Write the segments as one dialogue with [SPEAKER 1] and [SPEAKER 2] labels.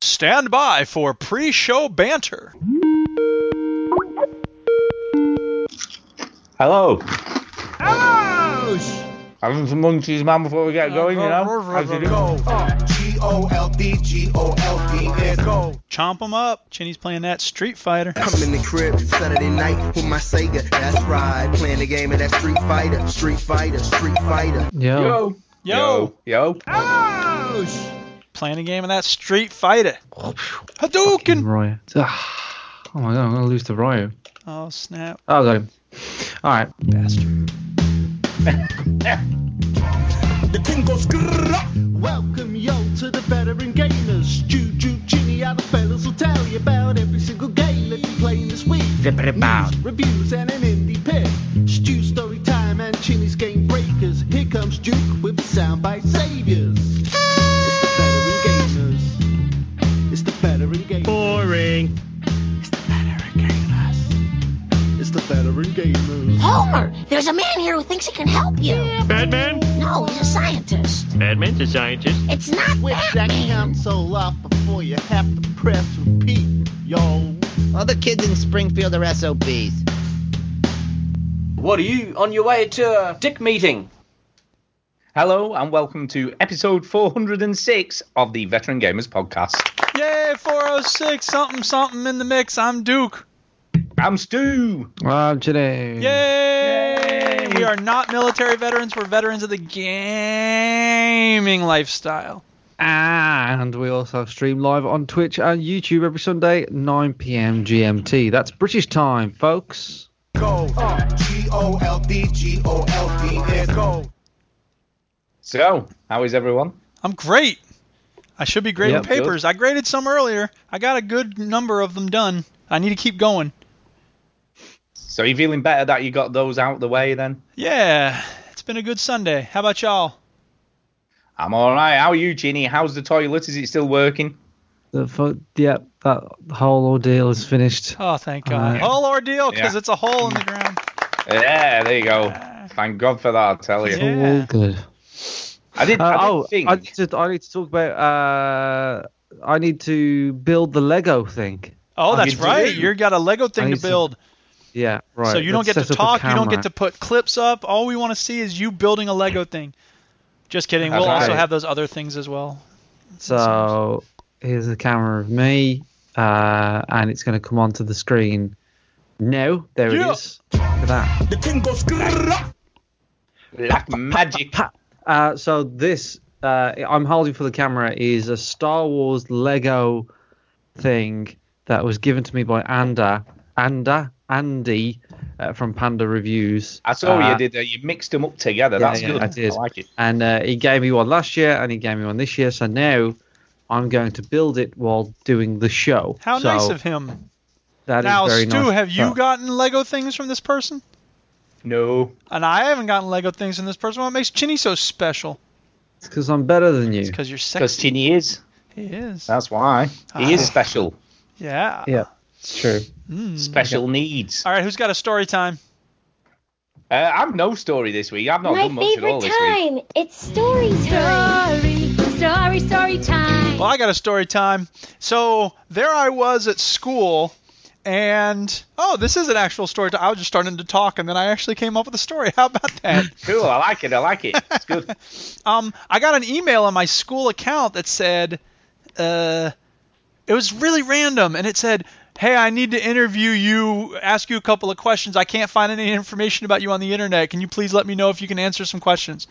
[SPEAKER 1] Stand by for pre show banter.
[SPEAKER 2] Hello.
[SPEAKER 1] Ouch!
[SPEAKER 2] Having some munchies, man, before we get going, you know? As you do.
[SPEAKER 3] G O L D G O L D. Let's go.
[SPEAKER 1] Chomp 'em up. Chinny's playing that Street Fighter.
[SPEAKER 3] I'm in the crib Saturday night with my Sega. That's right. Playing the game of that Street Fighter. Street Fighter. Street Fighter.
[SPEAKER 4] Yo.
[SPEAKER 1] Yo!
[SPEAKER 2] Yo.
[SPEAKER 1] Ouch! Playing a game of that Street Fighter. Hadouken!
[SPEAKER 4] Ryo. Ah, Oh my god, I'm gonna lose to Ryo.
[SPEAKER 1] Oh, snap.
[SPEAKER 4] Oh, I got him. Alright.
[SPEAKER 1] Bastard.
[SPEAKER 5] The king goes grrrr. Welcome yo to the veteran gamers. Juju, Ginny, other fellas will tell you about every single game that we playing this week. News, reviews, and an indie pick. Stew story time and Chinny's game breakers. Here comes Duke with the soundbite saviors. It's the veteran gamers. It's the veteran gamers. Boring. It's the veteran gamers. It's the veteran gamers.
[SPEAKER 6] Homer, there's a man here who thinks he can help you.
[SPEAKER 7] Batman?
[SPEAKER 6] No, he's a scientist.
[SPEAKER 7] Batman's a scientist.
[SPEAKER 6] It's not
[SPEAKER 5] Switch that
[SPEAKER 6] Batman.
[SPEAKER 5] console off before you have to press repeat, yo.
[SPEAKER 8] All the kids in Springfield are SOBs.
[SPEAKER 9] What are you on your way to a dick meeting?
[SPEAKER 2] Hello, and welcome to episode 406 of the Veteran Gamers Podcast.
[SPEAKER 1] Yay, 406, something, something in the mix. I'm Duke.
[SPEAKER 2] I'm Stu.
[SPEAKER 4] Wow, today.
[SPEAKER 1] Yay!
[SPEAKER 2] Yay.
[SPEAKER 1] We are not military veterans, we're veterans of the gaming lifestyle.
[SPEAKER 4] And we also stream live on Twitch and YouTube every Sunday, 9 p.m. GMT. That's British time, folks.
[SPEAKER 3] Go. G O L D G O L D. Let's go.
[SPEAKER 2] So, how is everyone?
[SPEAKER 1] I'm great. I should be grading
[SPEAKER 4] Yep, good.
[SPEAKER 1] papers. I graded some earlier. I got a good number of them done. I need to keep going.
[SPEAKER 2] So, you feeling better that you got those out the way then?
[SPEAKER 1] Yeah, it's been a good Sunday. How about y'all?
[SPEAKER 2] I'm alright. How are you, Ginny? How's the toilet? Is it still working?
[SPEAKER 4] The fu- yep, that whole ordeal is finished.
[SPEAKER 1] Oh, thank God.
[SPEAKER 4] Uh,
[SPEAKER 1] Whole ordeal because
[SPEAKER 2] Yeah.
[SPEAKER 1] it's a hole in the ground.
[SPEAKER 2] Yeah, there you go. Thank God for that, I tell you.
[SPEAKER 1] Yeah.
[SPEAKER 4] All good.
[SPEAKER 2] I did,
[SPEAKER 4] Uh,
[SPEAKER 2] I did
[SPEAKER 4] oh,
[SPEAKER 2] think.
[SPEAKER 4] I, just, I need to talk about. Uh, I need to build the Lego thing.
[SPEAKER 1] Oh, that's
[SPEAKER 2] you
[SPEAKER 1] right.
[SPEAKER 2] do.
[SPEAKER 1] You got a Lego
[SPEAKER 4] I
[SPEAKER 1] thing to
[SPEAKER 4] need to-
[SPEAKER 1] build,
[SPEAKER 4] Yeah, right.
[SPEAKER 1] so you don't
[SPEAKER 4] let's
[SPEAKER 1] get to
[SPEAKER 4] set up a
[SPEAKER 1] talk. You don't
[SPEAKER 4] camera.
[SPEAKER 1] get to put clips up. All we want to see is you building a Lego thing. Just kidding.
[SPEAKER 2] That's
[SPEAKER 1] we'll also
[SPEAKER 2] right.
[SPEAKER 1] have those other things as well.
[SPEAKER 4] So here's a camera of me, uh, and it's going to come onto the screen. No, there
[SPEAKER 1] Yeah.
[SPEAKER 4] it is. Look at that.
[SPEAKER 3] The king goes grrrr.
[SPEAKER 2] Like magic.
[SPEAKER 4] Uh, so this uh, I'm holding for the camera is a Star Wars Lego thing that was given to me by Anda, Anda, Andy uh, from Panda Reviews.
[SPEAKER 2] I saw
[SPEAKER 4] Uh,
[SPEAKER 2] you did that. You mixed them up together.
[SPEAKER 4] Yeah,
[SPEAKER 2] That's
[SPEAKER 4] yeah,
[SPEAKER 2] good.
[SPEAKER 4] I did.
[SPEAKER 2] like it.
[SPEAKER 4] And uh, he gave me one last year, and he gave me one this year. So now I'm going to build it while doing the show.
[SPEAKER 1] How
[SPEAKER 4] So
[SPEAKER 1] nice of him.
[SPEAKER 4] that is
[SPEAKER 1] Now,
[SPEAKER 4] very
[SPEAKER 1] Stu,
[SPEAKER 4] nice.
[SPEAKER 1] have you
[SPEAKER 4] So-
[SPEAKER 1] gotten Lego things from this person?
[SPEAKER 2] No.
[SPEAKER 1] And I haven't gotten Lego things from this person. What makes Chinny so special?
[SPEAKER 4] It's because I'm better than you.
[SPEAKER 1] It's because you're sexy.
[SPEAKER 2] Because Tinny E is.
[SPEAKER 1] He is.
[SPEAKER 2] That's why. He
[SPEAKER 1] Ah.
[SPEAKER 2] is special.
[SPEAKER 1] Yeah.
[SPEAKER 4] Yeah, it's true.
[SPEAKER 1] Mm.
[SPEAKER 2] Special needs.
[SPEAKER 1] All right, who's got a story time?
[SPEAKER 2] Uh, I've no story this week. I've not
[SPEAKER 6] My
[SPEAKER 2] done much at all
[SPEAKER 6] favorite
[SPEAKER 2] this week.
[SPEAKER 6] time. It's story time. Story, story, story time.
[SPEAKER 1] Well, I got a story time. So there I was at school, and oh, this is an actual story time. I was just starting to talk, and then I actually came up with a story. How about that?
[SPEAKER 2] Cool. I like it. I like it. It's good.
[SPEAKER 1] um, I got an email on my school account that said, uh, it was really random, and it said, "Hey, I need to interview you, ask you a couple of questions. I can't find any information about you on the internet. Can you please let me know if you can answer some questions?"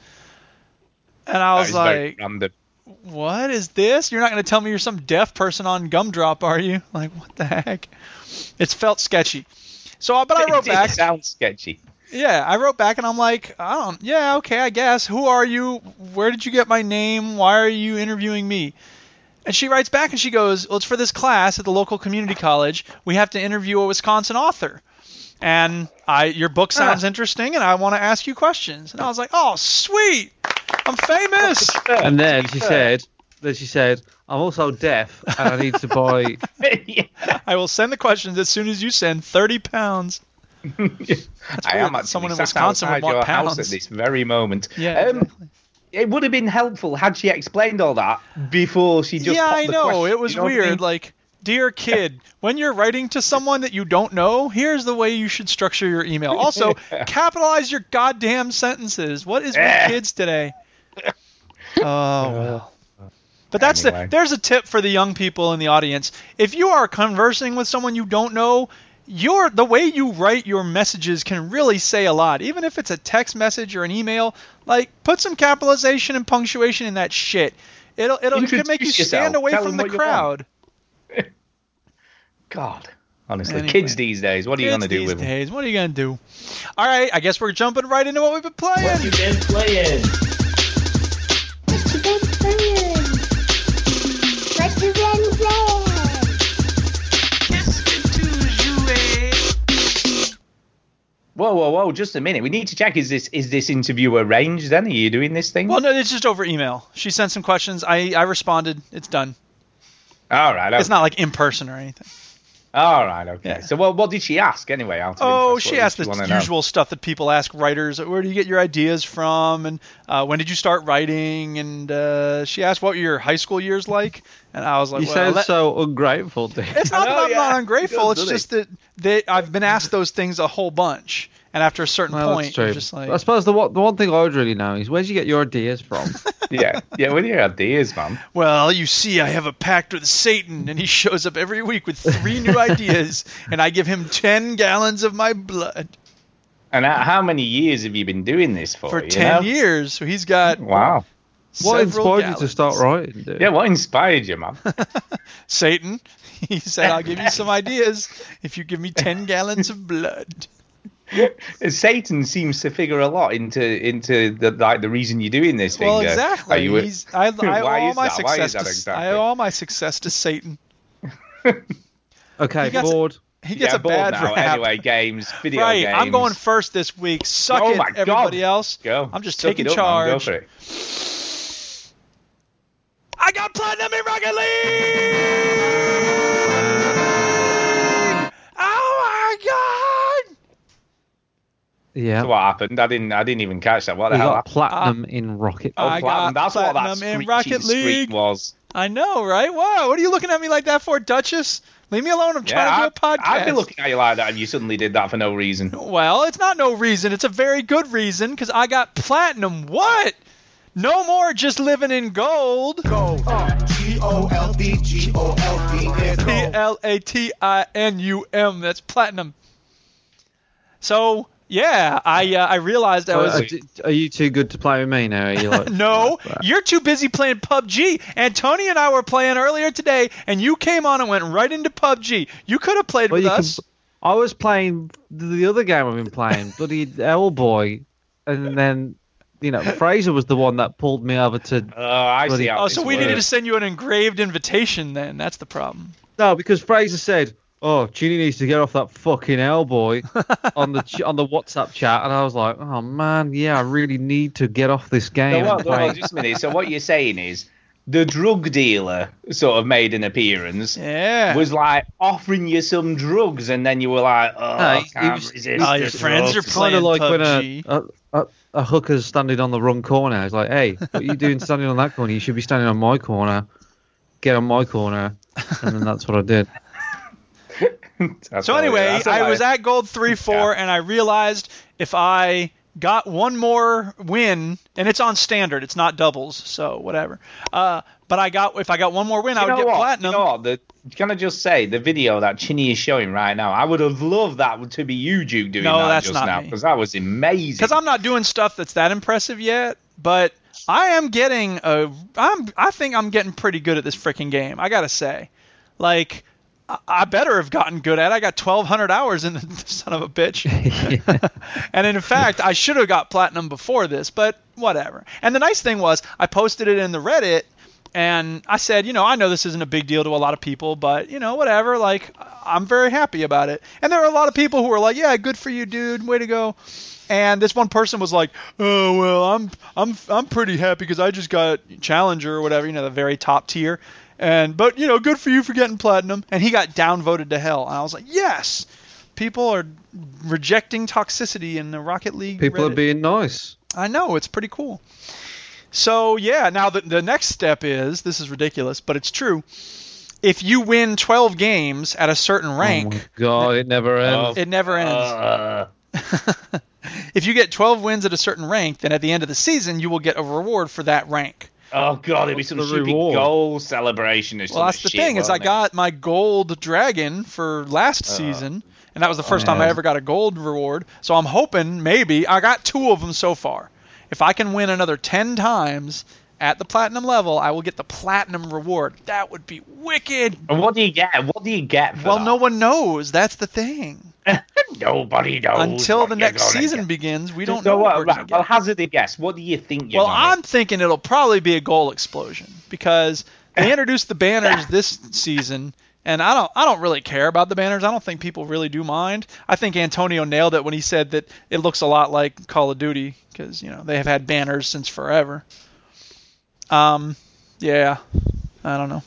[SPEAKER 1] And I
[SPEAKER 2] That
[SPEAKER 1] was
[SPEAKER 2] is very
[SPEAKER 1] like,
[SPEAKER 2] random.
[SPEAKER 1] what is this? You're not going to tell me you're some deaf person on Gumdrop, are you? Like, what the heck? It's felt sketchy. So, uh, but I wrote
[SPEAKER 2] it did
[SPEAKER 1] back.
[SPEAKER 2] sound sketchy.
[SPEAKER 1] Yeah, I wrote back, and I'm like, I don't. Yeah, okay, I guess. Who are you? Where did you get my name? Why are you interviewing me? And she writes back, and she goes, Well, it's for this class at the local community college. We have to interview a Wisconsin author, and I your book sounds interesting, and I want to ask you questions. And I was like, Oh, sweet! I'm famous.
[SPEAKER 4] And then she said, then she said, I'm also deaf, and I need to buy.
[SPEAKER 2] Yeah.
[SPEAKER 1] I will send the questions as soon as you send 30 pounds.
[SPEAKER 2] I
[SPEAKER 1] weird
[SPEAKER 2] am
[SPEAKER 1] that
[SPEAKER 2] actually
[SPEAKER 1] someone in
[SPEAKER 2] sat
[SPEAKER 1] Wisconsin would
[SPEAKER 2] outside
[SPEAKER 1] want
[SPEAKER 2] your house
[SPEAKER 1] pounds.
[SPEAKER 2] at this very moment.
[SPEAKER 1] Yeah,
[SPEAKER 2] Um,
[SPEAKER 1] exactly.
[SPEAKER 2] it would have been helpful had she explained all that before she just.
[SPEAKER 1] yeah,
[SPEAKER 2] popped
[SPEAKER 1] I
[SPEAKER 2] the
[SPEAKER 1] know.
[SPEAKER 2] question,
[SPEAKER 1] it was
[SPEAKER 2] you know what I
[SPEAKER 1] weird.
[SPEAKER 2] mean?
[SPEAKER 1] Like, dear kid, when you're writing to someone that you don't know, here's the way you should structure your email. Also, capitalize your goddamn sentences. What is with
[SPEAKER 2] Yeah.
[SPEAKER 1] kids today? Oh well. But that's
[SPEAKER 2] Anyway.
[SPEAKER 1] the there's a tip for the young people in the audience. If you are conversing with someone you don't know, your the way you write your messages can really say a lot. Even if it's a text message or an email, like put some capitalization and punctuation in that shit. It'll it'll it could make you
[SPEAKER 2] Introduce yourself.
[SPEAKER 1] stand away
[SPEAKER 2] Tell
[SPEAKER 1] from
[SPEAKER 2] them
[SPEAKER 1] the
[SPEAKER 2] what you want.
[SPEAKER 1] crowd.
[SPEAKER 2] God, honestly,
[SPEAKER 1] Anyway.
[SPEAKER 2] kids these days, what are you
[SPEAKER 1] Kids
[SPEAKER 2] gonna do
[SPEAKER 1] these
[SPEAKER 2] with them?
[SPEAKER 1] days, what are you gonna do? All right, I guess we're jumping right into what we've been playing.
[SPEAKER 5] been playing?
[SPEAKER 6] What you been playing? What you been playing?
[SPEAKER 2] Whoa, whoa, whoa! Just a minute. We need to check. Is this is this interview arranged? Then are you doing this thing?
[SPEAKER 1] Well, no, it's just over email. She sent some questions. I I responded. It's done.
[SPEAKER 2] all right.
[SPEAKER 1] It's not like in person or anything.
[SPEAKER 2] All right. Okay.
[SPEAKER 1] Yeah.
[SPEAKER 2] So, well, what did she ask anyway? Out of
[SPEAKER 1] Oh,
[SPEAKER 2] interest? What
[SPEAKER 1] she
[SPEAKER 2] did
[SPEAKER 1] asked the
[SPEAKER 2] wanna know?
[SPEAKER 1] usual stuff that people ask writers: where do you get your ideas from, and uh, when did you start writing? And uh, she asked what were your high school years like, and I was like,
[SPEAKER 4] You
[SPEAKER 1] well,
[SPEAKER 4] sound
[SPEAKER 1] that-
[SPEAKER 4] so ungrateful, dude.
[SPEAKER 1] it's not
[SPEAKER 2] know,
[SPEAKER 1] that I'm
[SPEAKER 2] Oh, yeah.
[SPEAKER 1] not
[SPEAKER 2] He
[SPEAKER 1] ungrateful. It's
[SPEAKER 2] does, doesn't
[SPEAKER 1] just that that I've been asked those things a whole bunch, and after a certain
[SPEAKER 4] Well, that's
[SPEAKER 1] point,
[SPEAKER 4] true.
[SPEAKER 1] you're just
[SPEAKER 4] I
[SPEAKER 1] like,
[SPEAKER 4] suppose the, one- the one thing I would really know is where'd you get your ideas from?
[SPEAKER 2] Yeah, yeah. What are your ideas, man?
[SPEAKER 1] well, you see, I have a pact with Satan, and he shows up every week with three new ideas, and I give him ten gallons of my blood
[SPEAKER 2] And how- how many years have you been doing this for?
[SPEAKER 1] for
[SPEAKER 2] you
[SPEAKER 1] ten
[SPEAKER 2] know?
[SPEAKER 1] years. So he's got
[SPEAKER 2] Wow.
[SPEAKER 4] what
[SPEAKER 1] several
[SPEAKER 4] inspired you to start
[SPEAKER 1] gallons.
[SPEAKER 4] writing, dude?
[SPEAKER 2] Yeah. What inspired you, man?
[SPEAKER 1] Satan. He said, I'll give you some ideas if you give me 10 gallons of blood.
[SPEAKER 2] Satan seems to figure a lot into into the like the reason you're doing this thing.
[SPEAKER 1] Well,
[SPEAKER 2] uh,
[SPEAKER 1] exactly.
[SPEAKER 2] are you-
[SPEAKER 1] He's, I, I owe
[SPEAKER 2] Why
[SPEAKER 1] all
[SPEAKER 2] is
[SPEAKER 1] my
[SPEAKER 2] that? Why is
[SPEAKER 1] success
[SPEAKER 2] that
[SPEAKER 1] to,
[SPEAKER 2] exactly?
[SPEAKER 1] I owe all my success to Satan.
[SPEAKER 4] Okay,
[SPEAKER 1] You guys-
[SPEAKER 4] bored.
[SPEAKER 1] He gets
[SPEAKER 2] yeah,
[SPEAKER 1] a
[SPEAKER 2] bored
[SPEAKER 1] bad
[SPEAKER 2] now.
[SPEAKER 1] rap.
[SPEAKER 2] Anyway, games, video
[SPEAKER 1] right,
[SPEAKER 2] games.
[SPEAKER 1] I'm going first this week. Suck
[SPEAKER 2] Oh
[SPEAKER 1] it,
[SPEAKER 2] my God.
[SPEAKER 1] everybody else.
[SPEAKER 2] Go.
[SPEAKER 1] I'm just
[SPEAKER 2] Suck
[SPEAKER 1] taking
[SPEAKER 2] it up, man. Go
[SPEAKER 1] charge.
[SPEAKER 2] for it.
[SPEAKER 1] I got platinum in Rocket League! Oh my God!
[SPEAKER 4] Yeah.
[SPEAKER 2] So what happened? I didn't. I didn't even catch that. What the
[SPEAKER 4] we
[SPEAKER 2] hell?
[SPEAKER 4] got
[SPEAKER 2] happened?
[SPEAKER 4] platinum in Rocket.
[SPEAKER 1] Uh, I
[SPEAKER 2] Oh,
[SPEAKER 1] got
[SPEAKER 2] platinum. That's what
[SPEAKER 1] platinum
[SPEAKER 2] that
[SPEAKER 1] in
[SPEAKER 2] screechy
[SPEAKER 1] Rocket
[SPEAKER 2] squeak
[SPEAKER 1] League.
[SPEAKER 2] was.
[SPEAKER 1] I know, right? Wow, what are you looking at me like that for, Duchess? Leave me alone. I'm trying to do a
[SPEAKER 2] I'd,
[SPEAKER 1] podcast.
[SPEAKER 2] I'd be looking at you like that if you suddenly did that for no reason.
[SPEAKER 1] Well, it's not no reason. It's a very good reason because I got platinum. What? No more just living in gold. P
[SPEAKER 3] Gold. G O L D G O L D S.
[SPEAKER 1] L A T I N U M. That's platinum. So yeah, I uh, I realized I
[SPEAKER 4] Uh,
[SPEAKER 1] was.
[SPEAKER 4] uh, d- are you too good to play with me now? Are you like,
[SPEAKER 1] No,
[SPEAKER 4] like that?
[SPEAKER 1] you're too busy playing PUBG. And Tony and I were playing earlier today, and you came on and went right into PUBG. You could have played
[SPEAKER 4] Well,
[SPEAKER 1] with
[SPEAKER 4] you
[SPEAKER 1] us.
[SPEAKER 4] can- I was playing the other game I've been playing, bloody Hellboy, and then you know Fraser was the one that pulled me over to
[SPEAKER 2] Oh, I
[SPEAKER 4] Bloody-
[SPEAKER 2] see. How
[SPEAKER 1] Oh,
[SPEAKER 2] this
[SPEAKER 1] so we
[SPEAKER 2] works.
[SPEAKER 1] needed to send you an engraved invitation then. That's the problem.
[SPEAKER 4] no because Fraser said, "Oh, Ginny needs to get off that fucking Hellboy on the ch- on the WhatsApp chat," and I was like, "Oh man, yeah, I really need to get off this
[SPEAKER 2] So
[SPEAKER 4] game." and
[SPEAKER 2] what, well,
[SPEAKER 4] play."
[SPEAKER 2] just a minute. So what you're saying is the drug dealer sort of made an appearance.
[SPEAKER 1] Yeah.
[SPEAKER 2] Was like offering you some drugs, and then you were like, "Oh,
[SPEAKER 1] Uh,
[SPEAKER 4] No,
[SPEAKER 2] I
[SPEAKER 4] he- he
[SPEAKER 2] can't
[SPEAKER 4] was-
[SPEAKER 2] resist."
[SPEAKER 1] Oh,
[SPEAKER 2] the
[SPEAKER 1] your friends
[SPEAKER 2] drugs."
[SPEAKER 1] are
[SPEAKER 4] kind of
[SPEAKER 1] playing
[SPEAKER 4] like when
[SPEAKER 1] PUBG.
[SPEAKER 4] a, a, a, a hooker's standing on the wrong corner. It's like, hey, what are you doing standing on that corner? You should be standing on my corner. Get on my corner. And then that's what I did.
[SPEAKER 2] That's
[SPEAKER 1] So
[SPEAKER 2] all it-
[SPEAKER 1] anyway,
[SPEAKER 2] that's all
[SPEAKER 1] I was at gold three four, and I realized if I got one more win, and it's on standard, it's not doubles, so whatever. Uh, but I got if I got one more win, I
[SPEAKER 2] You
[SPEAKER 1] would
[SPEAKER 2] know
[SPEAKER 1] get
[SPEAKER 2] what?
[SPEAKER 1] platinum.
[SPEAKER 2] You know what? The, can I just say the video that Chinny is showing right now? I would have loved that to be you, Duke, doing
[SPEAKER 1] No,
[SPEAKER 2] that
[SPEAKER 1] that's
[SPEAKER 2] just
[SPEAKER 1] not
[SPEAKER 2] now
[SPEAKER 1] me.
[SPEAKER 2] because that was amazing.
[SPEAKER 1] because I'm not doing stuff that's that impressive yet, but I am getting a I'm I think I'm getting pretty good at this freaking game. I gotta say, like I, I better have gotten good at. it. I got 1,200 hours in the son of a bitch, and in fact I should have got platinum before this, but whatever. And the nice thing was I posted it in the Reddit. And I said, you know, I know this isn't a big deal to a lot of people, but you know, whatever. Like, I'm very happy about it. And there were a lot of people who were like, "Yeah, good for you, dude. Way to go." And this one person was like, "Oh well, I'm I'm I'm pretty happy because I just got challenger or whatever, you know, the very top tier." And but you know, good for you for getting platinum. And he got downvoted to hell. And I was like, "Yes, people are rejecting toxicity in the Rocket League."
[SPEAKER 4] People are
[SPEAKER 1] Reddit."
[SPEAKER 4] being nice. Oh
[SPEAKER 1] I know it's pretty cool. So yeah, now the, the next step is this is ridiculous, but it's true. If you win 12 games at a certain rank,
[SPEAKER 4] Oh my god, it never ends.
[SPEAKER 1] it never ends.
[SPEAKER 2] Uh,
[SPEAKER 1] if you get 12 wins at a certain rank, then at the end of the season you will get a reward for that rank.
[SPEAKER 2] oh god, it'd be some
[SPEAKER 4] the
[SPEAKER 2] stupid
[SPEAKER 4] reward?
[SPEAKER 2] goal celebration. Or
[SPEAKER 1] Well, that's the thing is I got my gold dragon for last
[SPEAKER 2] Uh,
[SPEAKER 1] season, and that was the first time I
[SPEAKER 2] uh-huh.
[SPEAKER 4] man.
[SPEAKER 1] ever got a gold reward. So I'm hoping maybe I got two of them so far. If I can win another 10 times at the platinum level, I will get the platinum reward. That would be wicked.
[SPEAKER 2] And what do you get? What do you get? For
[SPEAKER 1] Well,
[SPEAKER 2] that?
[SPEAKER 1] no one knows. That's the thing.
[SPEAKER 2] nobody knows.
[SPEAKER 1] Until
[SPEAKER 2] what
[SPEAKER 1] the
[SPEAKER 2] oh you're
[SPEAKER 1] next
[SPEAKER 2] gonna
[SPEAKER 1] season
[SPEAKER 2] get.
[SPEAKER 1] begins, we
[SPEAKER 2] So
[SPEAKER 1] don't know. what
[SPEAKER 2] what,
[SPEAKER 1] we're gonna
[SPEAKER 2] right, I'll
[SPEAKER 1] get.
[SPEAKER 2] hazard a guess. What do you think? You're
[SPEAKER 1] Well,
[SPEAKER 2] gonna
[SPEAKER 1] I'm thinking it'll probably be a goal explosion because they introduced the banners this season, and I don't I don't really care about the banners. I don't think people really do mind. I think Antonio nailed it when he said that it looks a lot like Call of Duty because you know they have had banners since forever. Um, yeah, I don't know.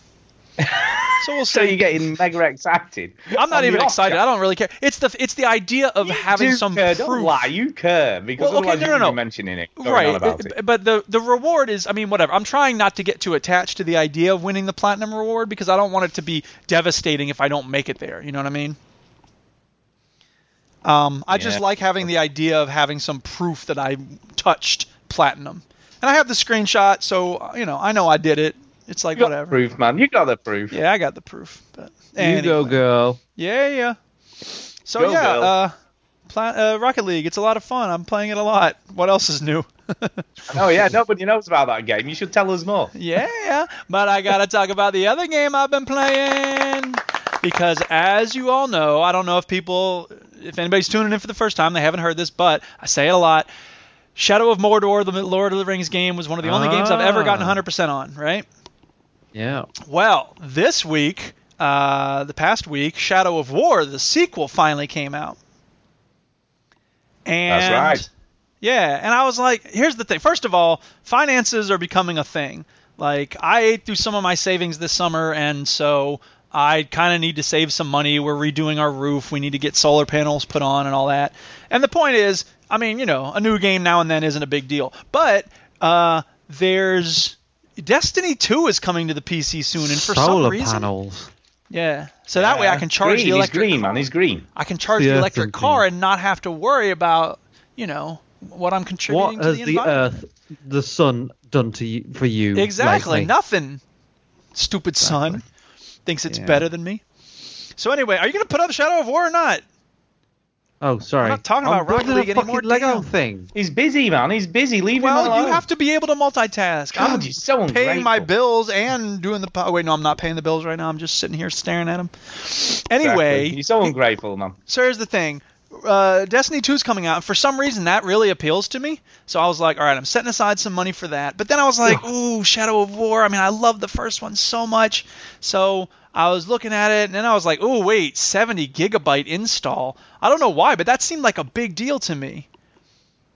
[SPEAKER 1] So we'll
[SPEAKER 2] So
[SPEAKER 1] see.
[SPEAKER 2] you're getting mega excited.
[SPEAKER 1] I'm not
[SPEAKER 2] On the
[SPEAKER 1] even
[SPEAKER 2] off
[SPEAKER 1] excited. I don't really care. It's the it's the idea of
[SPEAKER 2] You
[SPEAKER 1] having
[SPEAKER 2] do
[SPEAKER 1] some
[SPEAKER 2] care,
[SPEAKER 1] proof.
[SPEAKER 2] Don't lie, you care because
[SPEAKER 1] Well, okay,
[SPEAKER 2] otherwise
[SPEAKER 1] no,
[SPEAKER 2] you
[SPEAKER 1] no,
[SPEAKER 2] wouldn't
[SPEAKER 1] no.
[SPEAKER 2] be mentioning it, going
[SPEAKER 1] right
[SPEAKER 2] on about
[SPEAKER 1] b-
[SPEAKER 2] it.
[SPEAKER 1] but the the reward is i mean whatever i'm trying not to get too attached to the idea of winning the platinum reward because i don't want it to be devastating if i don't make it there you know what i mean um, i just
[SPEAKER 2] Yeah.
[SPEAKER 1] like having the idea of having some proof that i touched platinum and i have the screenshot so uh, you know i know i did it it's like
[SPEAKER 2] You got the
[SPEAKER 1] whatever
[SPEAKER 2] proof, man. You got the proof.
[SPEAKER 1] yeah i got the proof but
[SPEAKER 4] you go,
[SPEAKER 1] anyway.
[SPEAKER 4] girl.
[SPEAKER 1] Yeah, yeah. So
[SPEAKER 2] Go,
[SPEAKER 1] yeah,
[SPEAKER 2] girl.
[SPEAKER 1] uh, pla- uh, Rocket League. It's a lot of fun. I'm playing it a lot. What else is new?
[SPEAKER 2] Oh yeah, nobody knows about that game. You should tell us more.
[SPEAKER 1] yeah, but I gotta talk about the other game I've been playing because, as you all know, I don't know if people, if anybody's tuning in for the first time, they haven't heard this, but I say it a lot. Shadow of Mordor, the Lord of the Rings game, was one of the only games I've ever gotten
[SPEAKER 4] Ah.
[SPEAKER 1] 100% on. Right.
[SPEAKER 4] Yeah.
[SPEAKER 1] Well, this week, uh, the past week, Shadow of War, the sequel, finally came out. And
[SPEAKER 2] right.
[SPEAKER 1] Yeah, and I was like, here's the thing. First of all, finances are becoming a thing. Like, I ate through some of my savings this summer, and so I kind of need to save some money. We're redoing our roof. We need to get solar panels put on and all that. And the point is, I mean, you know, a new game now and then isn't a big deal. But uh, there's Destiny 2 is coming to the PC soon, and for
[SPEAKER 4] Solar
[SPEAKER 1] some reason,
[SPEAKER 4] panels.
[SPEAKER 1] yeah. So that way I can charge
[SPEAKER 2] green.
[SPEAKER 1] the electric
[SPEAKER 2] He's green,
[SPEAKER 1] car.
[SPEAKER 2] man. He's green.
[SPEAKER 1] I can charge the
[SPEAKER 4] Yes,
[SPEAKER 1] electric
[SPEAKER 4] indeed.
[SPEAKER 1] car and not have to worry about, you know, what I'm contributing
[SPEAKER 4] What
[SPEAKER 1] to
[SPEAKER 4] has
[SPEAKER 1] the
[SPEAKER 4] the, uh,
[SPEAKER 1] environment.
[SPEAKER 4] Earth, the sun, done to you
[SPEAKER 2] Mm-hmm.
[SPEAKER 4] for you?
[SPEAKER 1] Exactly.
[SPEAKER 4] lately?
[SPEAKER 1] Nothing. Stupid son thinks it's
[SPEAKER 4] Yeah.
[SPEAKER 1] better than me. So anyway, are you going to put up Shadow of War or not?
[SPEAKER 4] Oh, sorry.
[SPEAKER 1] I'm not talking
[SPEAKER 4] I'm
[SPEAKER 1] about Rocket
[SPEAKER 4] building a
[SPEAKER 1] League
[SPEAKER 4] fucking
[SPEAKER 1] anymore,
[SPEAKER 4] Lego
[SPEAKER 1] damn.
[SPEAKER 4] thing.
[SPEAKER 2] He's busy, man. He's busy. Leave him
[SPEAKER 1] Well,
[SPEAKER 2] alone.
[SPEAKER 1] you have to be able to multitask.
[SPEAKER 2] God,
[SPEAKER 1] I'm
[SPEAKER 2] he's so ungrateful.
[SPEAKER 1] paying my bills and doing the. Po- wait, no, I'm not paying the bills right now. I'm just sitting here staring at them.
[SPEAKER 2] Exactly.
[SPEAKER 1] Anyway,
[SPEAKER 2] he's so ungrateful, man.
[SPEAKER 1] so here's the thing. Uh, Destiny 2 is coming out, and for some reason that really appeals to me. So I was like, all right, I'm setting aside some money for that. But then I was like, ooh, Shadow of War. I mean, I love the first one so much. So I was looking at it, and then I was like, ooh, wait, 70 gigabyte install. I don't know why, but that seemed like a big deal to me.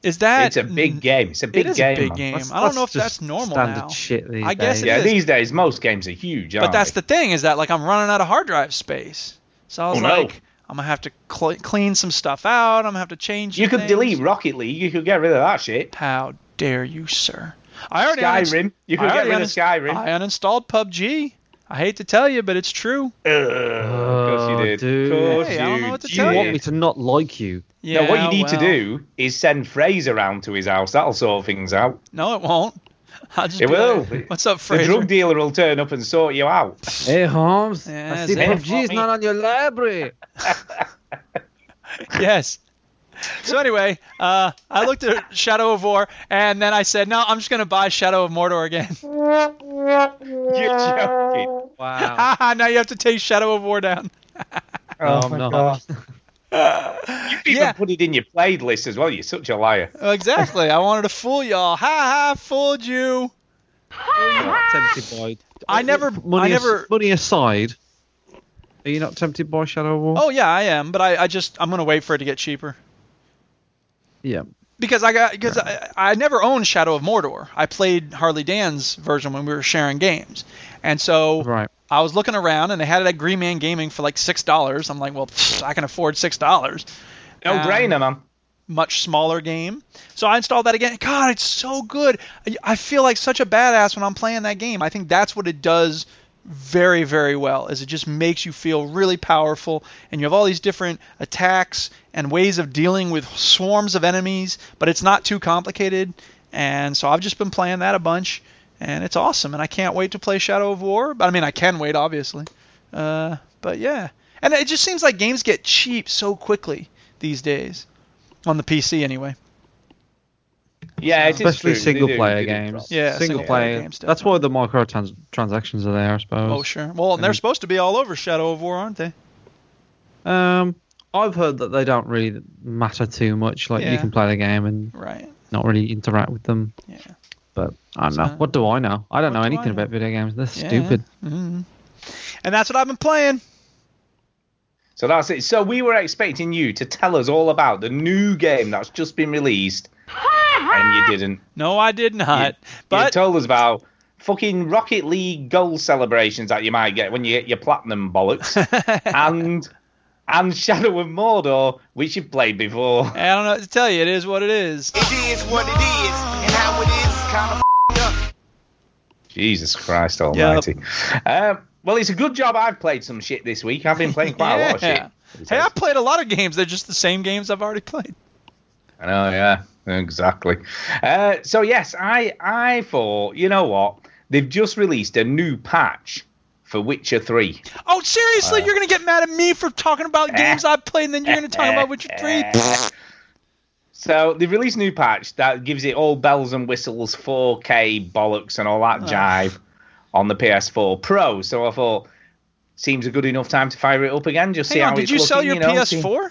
[SPEAKER 1] Is that
[SPEAKER 2] It's a big game. It's a big
[SPEAKER 1] it is
[SPEAKER 2] game.
[SPEAKER 1] a big
[SPEAKER 2] man.
[SPEAKER 1] game.
[SPEAKER 4] That's-
[SPEAKER 1] I don't know if
[SPEAKER 4] that's just
[SPEAKER 1] that's normal
[SPEAKER 4] standard
[SPEAKER 1] now.
[SPEAKER 4] shit these
[SPEAKER 1] I guess
[SPEAKER 4] days.
[SPEAKER 1] it
[SPEAKER 2] Yeah,
[SPEAKER 1] is.
[SPEAKER 2] these days most games are huge.
[SPEAKER 1] But that's the thing is that like I'm running out of hard drive space. So I was
[SPEAKER 2] Oh, no.
[SPEAKER 1] like, I'm gonna have to cl- clean some stuff out. I'm gonna have to change.
[SPEAKER 2] You
[SPEAKER 1] some
[SPEAKER 2] could delete
[SPEAKER 1] things.
[SPEAKER 2] Rocket League. You could get rid of that shit.
[SPEAKER 1] How dare you, sir? I already uninst-
[SPEAKER 2] Skyrim.
[SPEAKER 1] I
[SPEAKER 2] You could get
[SPEAKER 1] already
[SPEAKER 2] rid of
[SPEAKER 1] uninst-
[SPEAKER 2] Skyrim.
[SPEAKER 1] I uninstalled PUBG. I hate to tell you, but it's true.
[SPEAKER 2] Ugh, of course you
[SPEAKER 4] Oh,
[SPEAKER 2] did.
[SPEAKER 4] dude.
[SPEAKER 2] Of course
[SPEAKER 1] Hey,
[SPEAKER 2] you
[SPEAKER 1] I don't know what to
[SPEAKER 2] did.
[SPEAKER 4] You
[SPEAKER 1] tell
[SPEAKER 4] want me to not like you?
[SPEAKER 1] Yeah.
[SPEAKER 2] no, what you need to
[SPEAKER 1] well,
[SPEAKER 2] do is send Fraser around to his house. That'll sort things out.
[SPEAKER 1] No, it won't. I'll just
[SPEAKER 2] It
[SPEAKER 1] be
[SPEAKER 2] will.
[SPEAKER 1] like, What's up,
[SPEAKER 2] The
[SPEAKER 1] Fraser?
[SPEAKER 2] drug dealer will turn up and sort you out.
[SPEAKER 4] Hey, Holmes.
[SPEAKER 1] Yeah,
[SPEAKER 4] I see
[SPEAKER 1] Zach.
[SPEAKER 4] PUBG is
[SPEAKER 2] Hey,
[SPEAKER 4] not on your library.
[SPEAKER 1] yes. So anyway, uh, I looked at Shadow of War, and then I said, "No, I'm just gonna buy Shadow of Mordor again."
[SPEAKER 2] You're joking.
[SPEAKER 4] Wow.
[SPEAKER 1] Haha, now you have to take Shadow of War down.
[SPEAKER 4] Oh, my God.
[SPEAKER 2] You
[SPEAKER 1] Yeah.
[SPEAKER 2] Um, even put it in your played list as well. You're such a liar.
[SPEAKER 1] Exactly. I wanted to fool y'all. Ha ha, fooled you.
[SPEAKER 4] You're not tempted by.
[SPEAKER 1] I never-
[SPEAKER 4] Money,
[SPEAKER 1] I
[SPEAKER 4] as-
[SPEAKER 1] never-
[SPEAKER 4] money aside, are you not tempted by Shadow War?
[SPEAKER 1] Oh yeah, I am, but I, I just I'm gonna wait for it to get cheaper
[SPEAKER 4] yeah.
[SPEAKER 1] because I got because I, I never owned Shadow of Mordor. I played Harley Dan's version when we were sharing games, and so
[SPEAKER 4] Right.
[SPEAKER 1] I was looking around and they had it at Green Man Gaming for like six dollars. I'm like, well, pfft, I can afford six dollars.
[SPEAKER 2] No
[SPEAKER 1] Um,
[SPEAKER 2] brainer, man.
[SPEAKER 1] much smaller game. So I installed that again. God, it's so good. I- I feel like such a badass when I'm playing that game. I think that's what it does very very well is it just makes you feel really powerful and you have all these different attacks and ways of dealing with swarms of enemies but it's not too complicated and so i've just been playing that a bunch and it's awesome and i can't wait to play shadow of war but i mean i can wait obviously uh, but yeah and it just seems like games get cheap so quickly these days on the pc anyway
[SPEAKER 2] Yeah, it is
[SPEAKER 4] especially
[SPEAKER 2] true. They
[SPEAKER 4] single
[SPEAKER 2] do-
[SPEAKER 4] player
[SPEAKER 2] they do
[SPEAKER 4] games.
[SPEAKER 2] drop.
[SPEAKER 1] Yeah,
[SPEAKER 4] single player.
[SPEAKER 1] games,
[SPEAKER 4] That's why the microtransactions are there, I suppose.
[SPEAKER 1] oh sure well and they're supposed to be all over shadow of war aren't they
[SPEAKER 4] Um, I've heard that they don't really matter too much. Like
[SPEAKER 1] Yeah.
[SPEAKER 4] you can play the game and
[SPEAKER 1] right
[SPEAKER 4] not really interact with them.
[SPEAKER 1] Yeah.
[SPEAKER 4] But I don't know.
[SPEAKER 1] So-
[SPEAKER 4] What do I know? I don't
[SPEAKER 1] What
[SPEAKER 4] know
[SPEAKER 1] do I
[SPEAKER 4] anything
[SPEAKER 1] know?
[SPEAKER 4] about video games. They're
[SPEAKER 1] Yeah.
[SPEAKER 4] stupid.
[SPEAKER 1] Mhm. And that's what I've been playing.
[SPEAKER 2] So that's it. So we were expecting you to tell us all about the new game that's just been released, and you didn't.
[SPEAKER 1] No, I did not.
[SPEAKER 2] you
[SPEAKER 1] but
[SPEAKER 2] told us about fucking Rocket League goal celebrations that you might get when you get your platinum bollocks, and and Shadow of Mordor, which you've played before.
[SPEAKER 1] I don't know what to tell you. It is what it is.
[SPEAKER 3] It is what it is, and how it is is kind of up.
[SPEAKER 2] Jesus Christ Almighty. Um, well, it's a good job I've played some shit this week. I've been playing quite a lot of shit.
[SPEAKER 1] Yeah. Hey, I played a lot of games. They're just the same games I've already played.
[SPEAKER 2] I know, yeah, exactly. Uh, so yes, I I thought you know what they've just released a new patch for Witcher Three.
[SPEAKER 1] Oh,
[SPEAKER 2] Uh,
[SPEAKER 1] seriously? you're going to get mad at me for talking
[SPEAKER 2] eh,
[SPEAKER 1] about games I've played, and then you're going to talk about Witcher 3?
[SPEAKER 2] So they've released a new patch that gives it all bells and whistles, 4K bollocks and all that jive on the PS4 Pro. So I thought seems a good enough time to fire it up again. Just see
[SPEAKER 1] Hang on,
[SPEAKER 2] how
[SPEAKER 1] did
[SPEAKER 2] it's
[SPEAKER 1] you
[SPEAKER 2] looking,
[SPEAKER 1] sell your
[SPEAKER 2] you know, see-
[SPEAKER 1] PS4?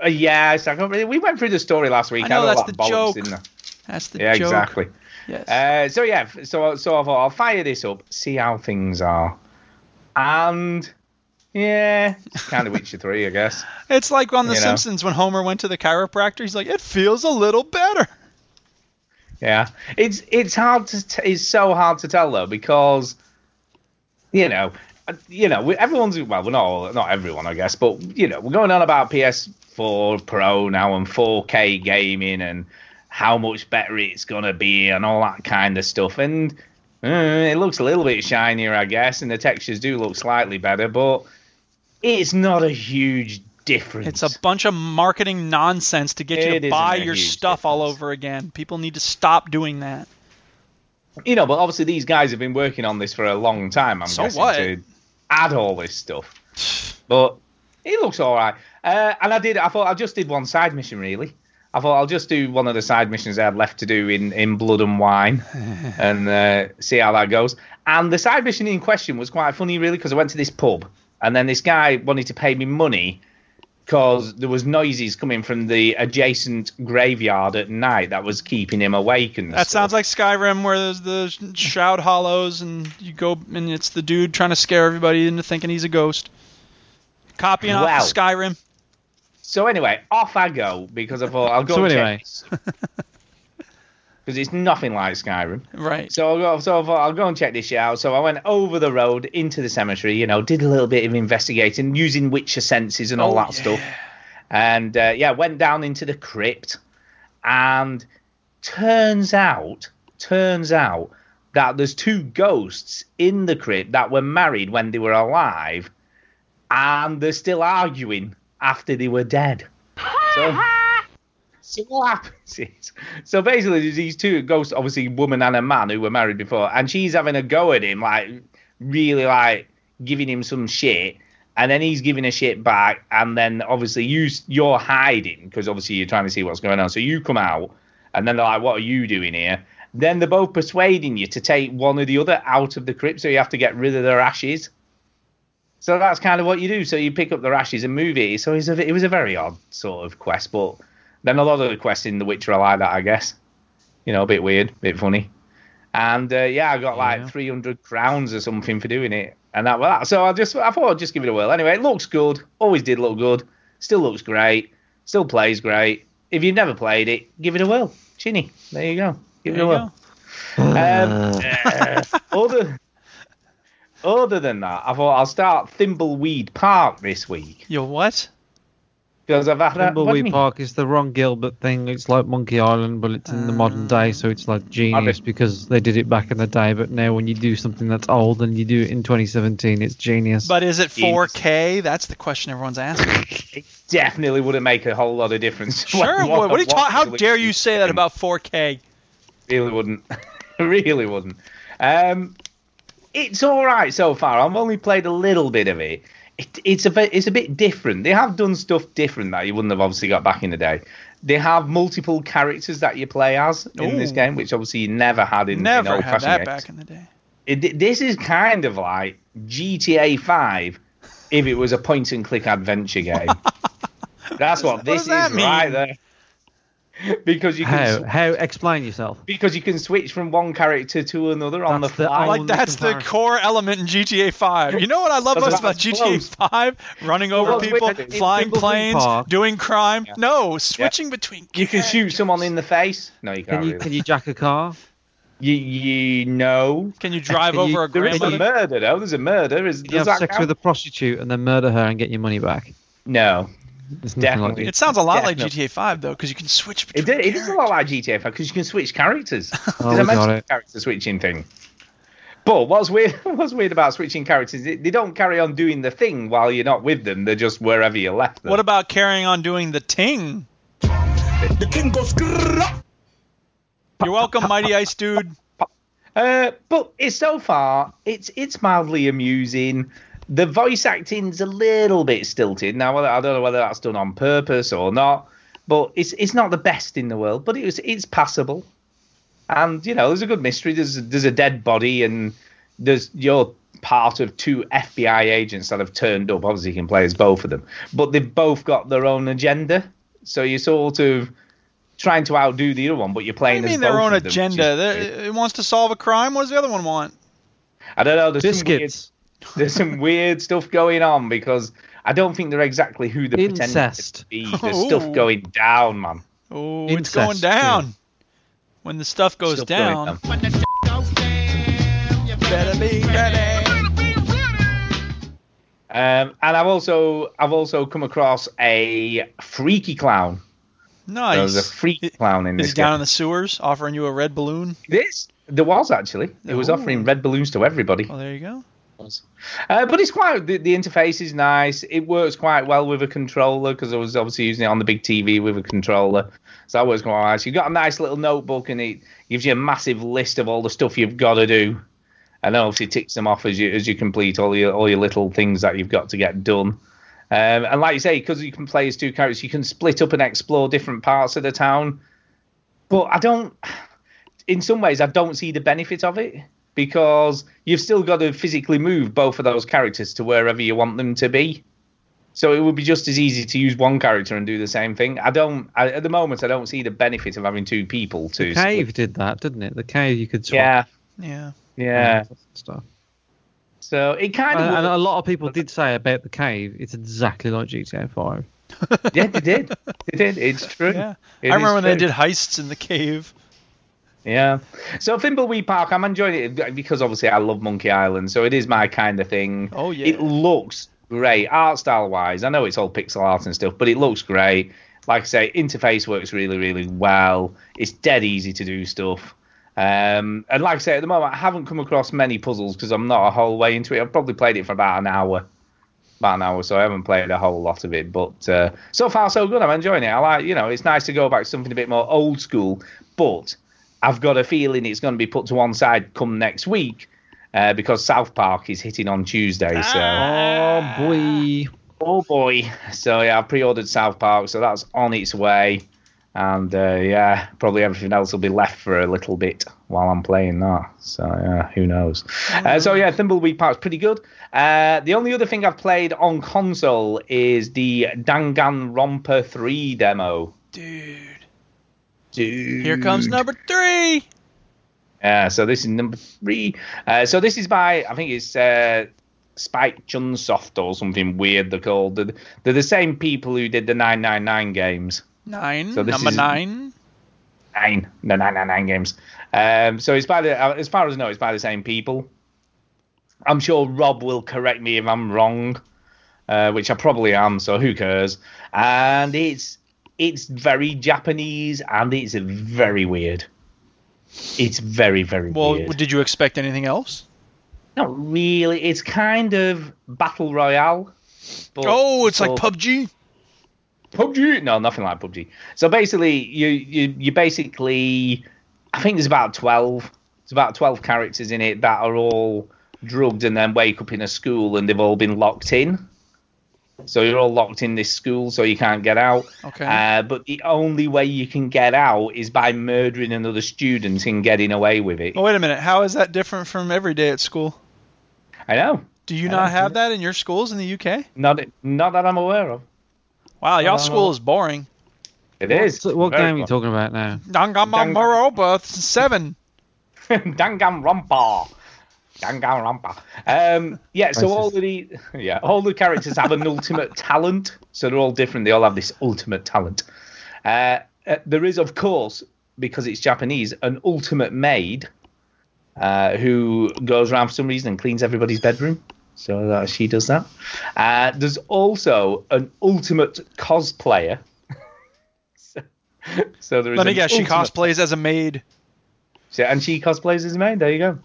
[SPEAKER 2] Uh, yes, I can't really, we went through the story last week.
[SPEAKER 1] I know,
[SPEAKER 2] had all
[SPEAKER 1] that's
[SPEAKER 2] that
[SPEAKER 1] the
[SPEAKER 2] bollocks,
[SPEAKER 1] joke.
[SPEAKER 2] didn't I?
[SPEAKER 1] That's the
[SPEAKER 2] Yeah,
[SPEAKER 1] joke.
[SPEAKER 2] exactly.
[SPEAKER 1] Yes.
[SPEAKER 2] Uh, so yeah, f- so so I thought I'll fire this up, see how things are, and yeah, it's kind of Witcher Three, I guess.
[SPEAKER 1] it's like on The
[SPEAKER 2] you know.
[SPEAKER 1] Simpsons when Homer went to the chiropractor. He's like, it feels a little better.
[SPEAKER 2] Yeah, it's it's hard to t- it's so hard to tell though because you know uh, you know we, everyone's well we're not all, not everyone I guess but you know we're going on about PS4 Pro now and 4K gaming and how much better it's gonna be and all that kind of stuff and uh, it looks a little bit shinier I guess and the textures do look slightly better but it's not a huge difference.
[SPEAKER 1] It's a bunch of marketing nonsense to get you
[SPEAKER 2] It
[SPEAKER 1] to
[SPEAKER 2] isn't
[SPEAKER 1] buy
[SPEAKER 2] a
[SPEAKER 1] your
[SPEAKER 2] huge
[SPEAKER 1] stuff all
[SPEAKER 2] difference.
[SPEAKER 1] over again. People need to stop doing that.
[SPEAKER 2] you know, but obviously these guys have been working on this for a long time. I'm
[SPEAKER 1] So
[SPEAKER 2] guessing
[SPEAKER 1] what?
[SPEAKER 2] to add all this stuff, but it looks all right. Uh, and I did. I thought I just did one side mission really. I thought I'll just do one of the side missions I had left to do in, in Blood and Wine and uh, see how that goes. And the side mission in question was quite funny, really, because I went to this pub and then this guy wanted to pay me money because there was noises coming from the adjacent graveyard at night that was keeping him awake. And
[SPEAKER 1] That
[SPEAKER 2] stuff.
[SPEAKER 1] sounds like Skyrim, where there's the sh- Shroud Hollows, and you go, and it's the dude trying to scare everybody into thinking he's a ghost. Copying
[SPEAKER 2] Wow.
[SPEAKER 1] off of Skyrim.
[SPEAKER 2] So anyway, off I go because I thought I'll go.
[SPEAKER 4] So
[SPEAKER 2] and
[SPEAKER 4] anyway.
[SPEAKER 2] because it's nothing like Skyrim.
[SPEAKER 1] Right.
[SPEAKER 2] So I'll go. So I thought I'll go and check this shit out. So I went over the road into the cemetery. You know, did a little bit of investigating using Witcher senses and all that stuff. And uh, yeah, went down into the crypt, and turns out, turns out that there's two ghosts in the crypt that were married when they were alive, and they're still arguing after they were dead. So, so what happens is, so basically, there's these two ghosts, obviously, a woman and a man who were married before, and she's having a go at him, like really, like giving him some shit, and then he's giving a shit back, and then obviously you s- you're hiding because obviously you're trying to see what's going on, so you come out, and then they're like, "What are you doing here?" Then they're both persuading you to take one or the other out of the crypt, so you have to get rid of their ashes. So that's kind of what you do. So you pick up the ashes and move it. So it was a, it was a very odd sort of quest, but then a lot of the quests in The Witcher are like that, I guess. You know, a bit weird, bit funny. And uh, yeah, I got like
[SPEAKER 4] Yeah.
[SPEAKER 2] 300 crowns or something for doing it, and that well, so I just I thought I'd just give it a whirl. Anyway, it looks good. Always did look good. Still looks great. Still plays great. If you've never played it, give it a whirl. Chinny, there you go. Give it
[SPEAKER 1] There you
[SPEAKER 2] a whirl.
[SPEAKER 1] go.
[SPEAKER 2] Um, uh, other, other than that, I thought I'll start Thimbleweed Park this week.
[SPEAKER 1] You uh, what?
[SPEAKER 2] because I've had a- what do you
[SPEAKER 4] Tumbleweed
[SPEAKER 2] mean?
[SPEAKER 4] Park is the Ron Gilbert thing. It's like Monkey Island, but it's in the modern day, so it's
[SPEAKER 1] Uh,
[SPEAKER 4] like genius because they did it back in the day. But now, when you do something that's old and you do it in 2017, it's genius.
[SPEAKER 1] But is it 4K? That's the question everyone's asking.
[SPEAKER 2] It definitely wouldn't make a whole lot of difference.
[SPEAKER 1] sure.
[SPEAKER 2] What-
[SPEAKER 1] What, what, are you
[SPEAKER 2] what
[SPEAKER 1] talking? How
[SPEAKER 2] people
[SPEAKER 1] dare you
[SPEAKER 2] expect.
[SPEAKER 1] say that about 4K?
[SPEAKER 2] Really wouldn't. really wouldn't. Um, it's all right so far. I've only played a little bit of it. it it's a bit, it's a bit different. They have done stuff different that you wouldn't have obviously got back in the day. They have multiple characters that you play as in this
[SPEAKER 1] Ooh.
[SPEAKER 2] game, which obviously you never had in, in
[SPEAKER 1] Never
[SPEAKER 2] old
[SPEAKER 1] had
[SPEAKER 2] fashioned
[SPEAKER 1] that
[SPEAKER 2] games.
[SPEAKER 1] back in the day.
[SPEAKER 2] It, this is kind of like GTA Five, if it was a point and click adventure game. That's what, this
[SPEAKER 1] does
[SPEAKER 2] is
[SPEAKER 1] that mean?
[SPEAKER 2] right there. Because you can
[SPEAKER 4] how?
[SPEAKER 2] sw-
[SPEAKER 4] How? Explain yourself.
[SPEAKER 2] because you can switch from one character to another on the
[SPEAKER 4] That's the
[SPEAKER 2] fly.
[SPEAKER 4] only-
[SPEAKER 1] Like that's the
[SPEAKER 4] comparison.
[SPEAKER 1] core element in GTA 5. You know what I love most
[SPEAKER 2] That's about
[SPEAKER 1] about GTA 5? Running over
[SPEAKER 2] Well,
[SPEAKER 1] people,
[SPEAKER 2] it's- it's
[SPEAKER 1] flying
[SPEAKER 4] Wimbledon
[SPEAKER 1] planes,
[SPEAKER 4] Park.
[SPEAKER 1] doing crime. No, switching between.
[SPEAKER 2] You can shoot someone in the face. No, you
[SPEAKER 4] Can
[SPEAKER 2] can't.
[SPEAKER 4] you
[SPEAKER 2] really.
[SPEAKER 4] can you jack a car?
[SPEAKER 2] you, you know.
[SPEAKER 1] Can you drive
[SPEAKER 4] Can you-
[SPEAKER 1] over a
[SPEAKER 2] There is a
[SPEAKER 1] grandmother?
[SPEAKER 2] murder though. There's a murder. Is
[SPEAKER 4] Can you
[SPEAKER 2] does
[SPEAKER 4] have
[SPEAKER 2] that
[SPEAKER 4] sex
[SPEAKER 2] count?
[SPEAKER 4] with a prostitute and then murder her and get your money back?
[SPEAKER 2] No,
[SPEAKER 4] It's nothing
[SPEAKER 2] Definitely.
[SPEAKER 4] Like
[SPEAKER 1] It sounds a lot like
[SPEAKER 2] Yeah, no.
[SPEAKER 1] GTA 5 though, because you can switch
[SPEAKER 2] it,
[SPEAKER 1] between.
[SPEAKER 2] did, it is a
[SPEAKER 1] characters.
[SPEAKER 2] lot like GTA because you can switch characters.
[SPEAKER 4] Oh,
[SPEAKER 2] Did I
[SPEAKER 4] we got
[SPEAKER 2] mention
[SPEAKER 4] it.
[SPEAKER 2] the character switching thing? But what's weird, what's weird about switching characters, is they don't carry on doing the thing while you're not with them. They're just wherever you left them.
[SPEAKER 1] What about carrying on doing the ting?
[SPEAKER 5] The thing goes grrrr.
[SPEAKER 1] You're welcome, Mighty Ice Dude.
[SPEAKER 2] Uh, but it's so far, it's it's mildly amusing. The voice acting's a little bit stilted. Now whether- I don't know whether that's done on purpose or not, but it's it's not the best in the world. But it was it's passable, and you know there's a good mystery. There's there's a dead body, and there's you're part of two FBI agents that have turned up. Obviously, you can play as both of them, but they've both got their own agenda. So you're sort of trying to outdo the other one, but you're
[SPEAKER 1] I
[SPEAKER 2] playing as
[SPEAKER 1] mean, their
[SPEAKER 2] both
[SPEAKER 1] own
[SPEAKER 2] of them, which is
[SPEAKER 1] agenda.
[SPEAKER 2] weird.
[SPEAKER 1] They- It wants to solve a crime. What does the other one want?
[SPEAKER 2] I don't know. There's
[SPEAKER 4] biscuits,
[SPEAKER 2] Some weird, there's some weird stuff going on because I don't think they're exactly who they're
[SPEAKER 4] Incest.
[SPEAKER 2] pretending to be. There's
[SPEAKER 1] Ooh.
[SPEAKER 2] stuff going down, man.
[SPEAKER 1] Oh, it's
[SPEAKER 4] Incest,
[SPEAKER 1] going down.
[SPEAKER 4] yeah.
[SPEAKER 1] When the stuff goes
[SPEAKER 2] Stuff going
[SPEAKER 1] down,
[SPEAKER 2] down.
[SPEAKER 5] When the thing goes down, you better be ready.
[SPEAKER 2] Um, and I've also I've also come across a freaky clown.
[SPEAKER 1] nice.
[SPEAKER 2] There's a freaky
[SPEAKER 1] Is-
[SPEAKER 2] clown in
[SPEAKER 1] Is
[SPEAKER 2] this
[SPEAKER 1] he down
[SPEAKER 2] game.
[SPEAKER 1] in the sewers offering you a red balloon?
[SPEAKER 2] This there was actually. It was
[SPEAKER 1] Ooh. Oh.
[SPEAKER 2] offering red balloons to everybody.
[SPEAKER 1] Well, there you go.
[SPEAKER 2] Uh, but it's quite the, the interface is nice. It works quite well with a controller because I was obviously using it on the big TV with a controller, so that works quite nice. You've got a nice little notebook and it gives you a massive list of all the stuff you've got to do, and then obviously ticks them off as you as you complete all your all your little things that you've got to get done. Um, and like you say, because you can play as two characters, you can split up and explore different parts of the town. But I don't in some ways I don't see the benefit of it because you've still got to physically move both of those characters to wherever you want them to be. So it would be just as easy to use one character and do the same thing. I don't I, at the moment I don't see the benefit of having two people to
[SPEAKER 4] the cave did that, didn't it? The cave you could swap
[SPEAKER 2] Yeah.
[SPEAKER 1] Yeah.
[SPEAKER 2] Yeah.
[SPEAKER 4] stuff.
[SPEAKER 2] So it kind
[SPEAKER 4] And,
[SPEAKER 2] of
[SPEAKER 4] and a lot of people did say about the cave, it's exactly like GTA 5.
[SPEAKER 2] yeah, they did. They did. It's true.
[SPEAKER 1] Yeah.
[SPEAKER 2] It
[SPEAKER 1] I
[SPEAKER 2] is
[SPEAKER 1] remember when they
[SPEAKER 2] true.
[SPEAKER 1] did heists in the cave.
[SPEAKER 2] Yeah. So Thimbleweed Park, I'm enjoying it because obviously I love Monkey Island, so it is my kind of thing.
[SPEAKER 1] Oh, yeah.
[SPEAKER 2] It looks great art style wise. I know it's all pixel art and stuff, but it looks great. Like I say, interface works really, really well. It's dead easy to do stuff. Um, and like I say, at the moment, I haven't come across many puzzles because I'm not a whole way into it. I've probably played it for about an hour, about an hour, so I haven't played a whole lot of it. But uh, so far, so good. I'm enjoying it. I like, you know, it's nice to go back to something a bit more old school, but I've got a feeling it's going to be put to one side come next week uh, because South Park is hitting on Tuesday. So,
[SPEAKER 1] Ah.
[SPEAKER 2] Ah.
[SPEAKER 4] Oh, boy.
[SPEAKER 2] oh boy. So, yeah, I pre ordered South Park, so that's on its way. And uh, yeah, probably everything else will be left for a little bit while I'm playing that. So, yeah, who knows? Uh, so, yeah, Thimbleweed Park's pretty good. Uh, the only other thing I've played on console is the Danganronpa 3 demo.
[SPEAKER 1] Dude.
[SPEAKER 2] Dude.
[SPEAKER 1] Here comes number three.
[SPEAKER 2] Uh, so this is number three. Uh, so this is by I think it's uh, Spike Chunsoft or something weird. They're called. They're, they're the same people who did the 999 games.
[SPEAKER 1] Nine.
[SPEAKER 2] So this
[SPEAKER 1] number
[SPEAKER 2] is-
[SPEAKER 1] nine.
[SPEAKER 2] Nine, the 999 games. Um, so it's by the uh, as far as I know, it's by the same people. I'm sure Rob will correct me if I'm wrong. uh, which I probably am, so who cares? And it's it's very Japanese and it's very weird. It's very very
[SPEAKER 1] Well,
[SPEAKER 2] weird.
[SPEAKER 1] did you expect anything else?
[SPEAKER 2] Not really. It's kind of battle royale. but
[SPEAKER 1] Oh, it's like
[SPEAKER 2] sort of-
[SPEAKER 1] PUBG.
[SPEAKER 2] PUBG. No, nothing like PUBG. So basically, you you you basically, I think there's about twelve. There's about twelve characters in it that are all drugged and then wake up in a school and they've all been locked in. So you're all locked in this school, so you can't get out.
[SPEAKER 1] Okay.
[SPEAKER 2] Uh, but the only way you can get out is by murdering another student and getting away with it.
[SPEAKER 4] Oh.
[SPEAKER 1] Well, Oh, wait a minute. How is that different from every day at school?
[SPEAKER 2] I know.
[SPEAKER 1] Do you not have that in your schools in the UK?
[SPEAKER 2] Not not that I'm aware of.
[SPEAKER 1] Wow, y'all
[SPEAKER 4] Uh,
[SPEAKER 1] school is boring.
[SPEAKER 2] It is.
[SPEAKER 4] So what
[SPEAKER 2] Very
[SPEAKER 4] game are you
[SPEAKER 2] fun.
[SPEAKER 4] talking about now?
[SPEAKER 1] Danganronpa seven.
[SPEAKER 2] Danganronpa. Danganronpa. Um, yeah, so
[SPEAKER 4] Racist.
[SPEAKER 2] all of the yeah, all the characters have an ultimate talent, so they're all different. They all have this ultimate talent. Uh, uh, there is, of course, because it's Japanese, an ultimate maid uh, who goes around for some reason and cleans everybody's bedroom. So uh, she does that. Uh, there's also an ultimate cosplayer. so, so there is
[SPEAKER 1] Let me
[SPEAKER 2] an
[SPEAKER 1] guess. She
[SPEAKER 2] ultimate-
[SPEAKER 1] cosplays as a maid.
[SPEAKER 2] so, and she cosplays as a maid. There you go.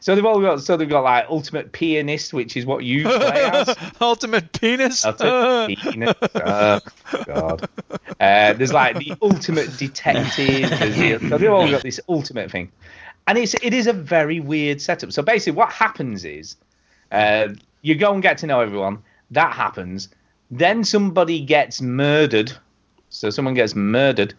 [SPEAKER 2] So they've all got. So they've got like ultimate pianist, which is what you play as.
[SPEAKER 1] Ultimate penis.
[SPEAKER 2] Ultimate pianist. Oh, God. Uh, there's like the ultimate detective. There's the, so they've all got this ultimate thing, and it's it is a very weird setup. So basically, what happens is, uh, you go and get to know everyone. That happens. Then somebody gets murdered. So someone gets murdered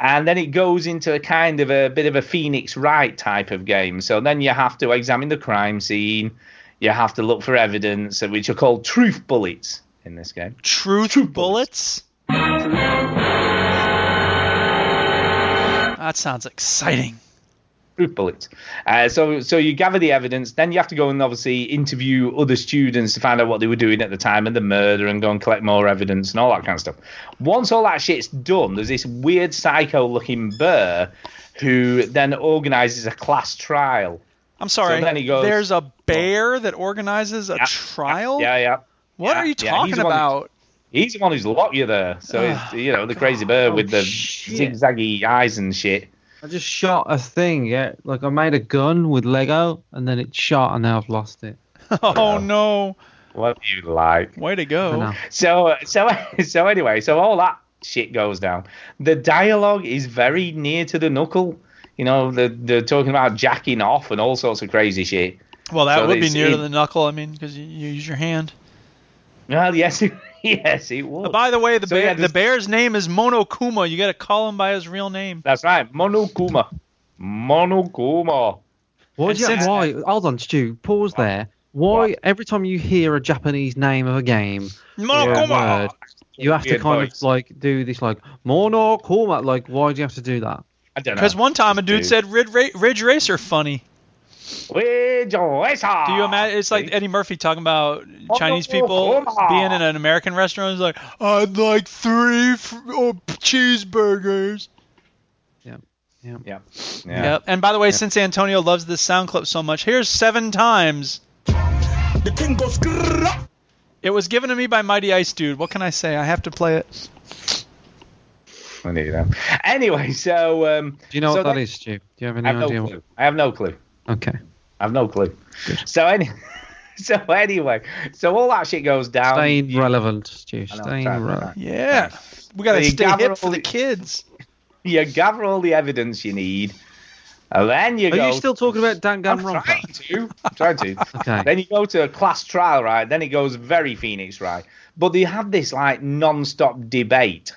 [SPEAKER 2] and then it goes into a kind of a bit of a Phoenix Wright type of game. So then you have to examine the crime scene, you have to look for evidence, which are called truth bullets in this game.
[SPEAKER 1] Truth,
[SPEAKER 2] Truth
[SPEAKER 1] bullets. That sounds exciting.
[SPEAKER 2] Truth bullets. Uh, so so you gather the evidence, then you have to go and obviously interview other students to find out what they were doing at the time of the murder and go and collect more evidence and all that kind of stuff. Once all that shit's done, there's this weird psycho-looking bear who then organizes a class trial.
[SPEAKER 1] I'm sorry.
[SPEAKER 2] So then he goes-
[SPEAKER 1] There's a bear that organizes a
[SPEAKER 2] Yeah,
[SPEAKER 1] trial.
[SPEAKER 2] Yeah, yeah.
[SPEAKER 1] What
[SPEAKER 2] yeah,
[SPEAKER 1] are you
[SPEAKER 2] yeah, he's
[SPEAKER 1] talking
[SPEAKER 2] the one who-
[SPEAKER 1] about?
[SPEAKER 2] He's the one who's locked you there. So it's, you know the crazy bird with the
[SPEAKER 4] shit.
[SPEAKER 2] zigzaggy eyes and shit.
[SPEAKER 4] I just shot a thing. Yeah, like I made a gun with Lego, and then it shot, and now I've lost it.
[SPEAKER 1] Oh no!
[SPEAKER 2] What do you like?
[SPEAKER 1] Way to
[SPEAKER 4] I
[SPEAKER 1] go.
[SPEAKER 4] know.
[SPEAKER 2] So so so anyway, so all that shit goes down. The dialogue is very near to the knuckle. You know, the they're talking about jacking off and all sorts of crazy shit.
[SPEAKER 1] Well, that
[SPEAKER 2] So
[SPEAKER 1] would be
[SPEAKER 2] they
[SPEAKER 1] near to
[SPEAKER 2] see-
[SPEAKER 1] the knuckle. I mean, because you, you use your hand.
[SPEAKER 2] Well, yes, it- yes, it
[SPEAKER 1] Uh,
[SPEAKER 2] was.
[SPEAKER 1] By the way, the
[SPEAKER 2] So,
[SPEAKER 1] bear,
[SPEAKER 2] yeah,
[SPEAKER 1] the
[SPEAKER 2] this-
[SPEAKER 1] bear's name is Monokuma. You got to call him by his real name.
[SPEAKER 2] That's right, Monokuma. Monokuma.
[SPEAKER 4] Why?
[SPEAKER 1] And
[SPEAKER 4] Do you,
[SPEAKER 1] since-
[SPEAKER 4] why? Hold on, Stu. Pause there. Why
[SPEAKER 2] What?
[SPEAKER 4] every time you hear a Japanese name of a game,
[SPEAKER 1] Oh,
[SPEAKER 4] or a
[SPEAKER 1] Monokuma.
[SPEAKER 4] word, you have to
[SPEAKER 2] Weird
[SPEAKER 4] kind
[SPEAKER 2] voice.
[SPEAKER 4] of like do this like mono coma. Like, why do you have to do that?
[SPEAKER 2] I don't know.
[SPEAKER 1] Because one time a dude
[SPEAKER 2] Dude.
[SPEAKER 1] said Rid Ra- Ridge Racer funny.
[SPEAKER 2] Wage Racer.
[SPEAKER 1] Do you imagine? It's like
[SPEAKER 2] Ah, See?
[SPEAKER 1] Eddie Murphy talking about Chinese people
[SPEAKER 2] Monokuma.
[SPEAKER 1] being in an American restaurant. He's like, I'd like three f- oh, p- cheeseburgers.
[SPEAKER 2] Yeah.
[SPEAKER 1] Yep. And by the way, since Antonio loves this sound clip so much, here's seven times.
[SPEAKER 5] The thing goes grrrr.
[SPEAKER 1] It was given to me by Mighty Ice Dude. What can I say? I have to play it.
[SPEAKER 2] I need that. Anyway, so um,
[SPEAKER 4] Do you know
[SPEAKER 2] so
[SPEAKER 4] what that
[SPEAKER 2] that-
[SPEAKER 4] is, Stu? Do you have any
[SPEAKER 2] I have
[SPEAKER 4] idea?
[SPEAKER 2] no
[SPEAKER 4] what-
[SPEAKER 2] clue. I have no clue.
[SPEAKER 4] Okay.
[SPEAKER 2] I have no clue. So any, so anyway, so all that shit goes down.
[SPEAKER 4] Staying
[SPEAKER 2] Um, You-
[SPEAKER 4] relevant, Stu.
[SPEAKER 2] I know,
[SPEAKER 4] Staying
[SPEAKER 2] sorry,
[SPEAKER 4] relevant.
[SPEAKER 1] Yeah. We got to
[SPEAKER 2] So you
[SPEAKER 1] stay
[SPEAKER 2] gather
[SPEAKER 1] hip for
[SPEAKER 2] all
[SPEAKER 1] the
[SPEAKER 2] the-
[SPEAKER 1] kids.
[SPEAKER 2] You gather all the evidence you need, and then you
[SPEAKER 4] Are
[SPEAKER 2] go.
[SPEAKER 4] you still talking about
[SPEAKER 2] I'm
[SPEAKER 4] Danganronpa?
[SPEAKER 2] trying to. I'm trying to.
[SPEAKER 4] Okay.
[SPEAKER 2] Then you go to a class trial, right? Then it goes very Phoenix, right? But they have this like non-stop debate.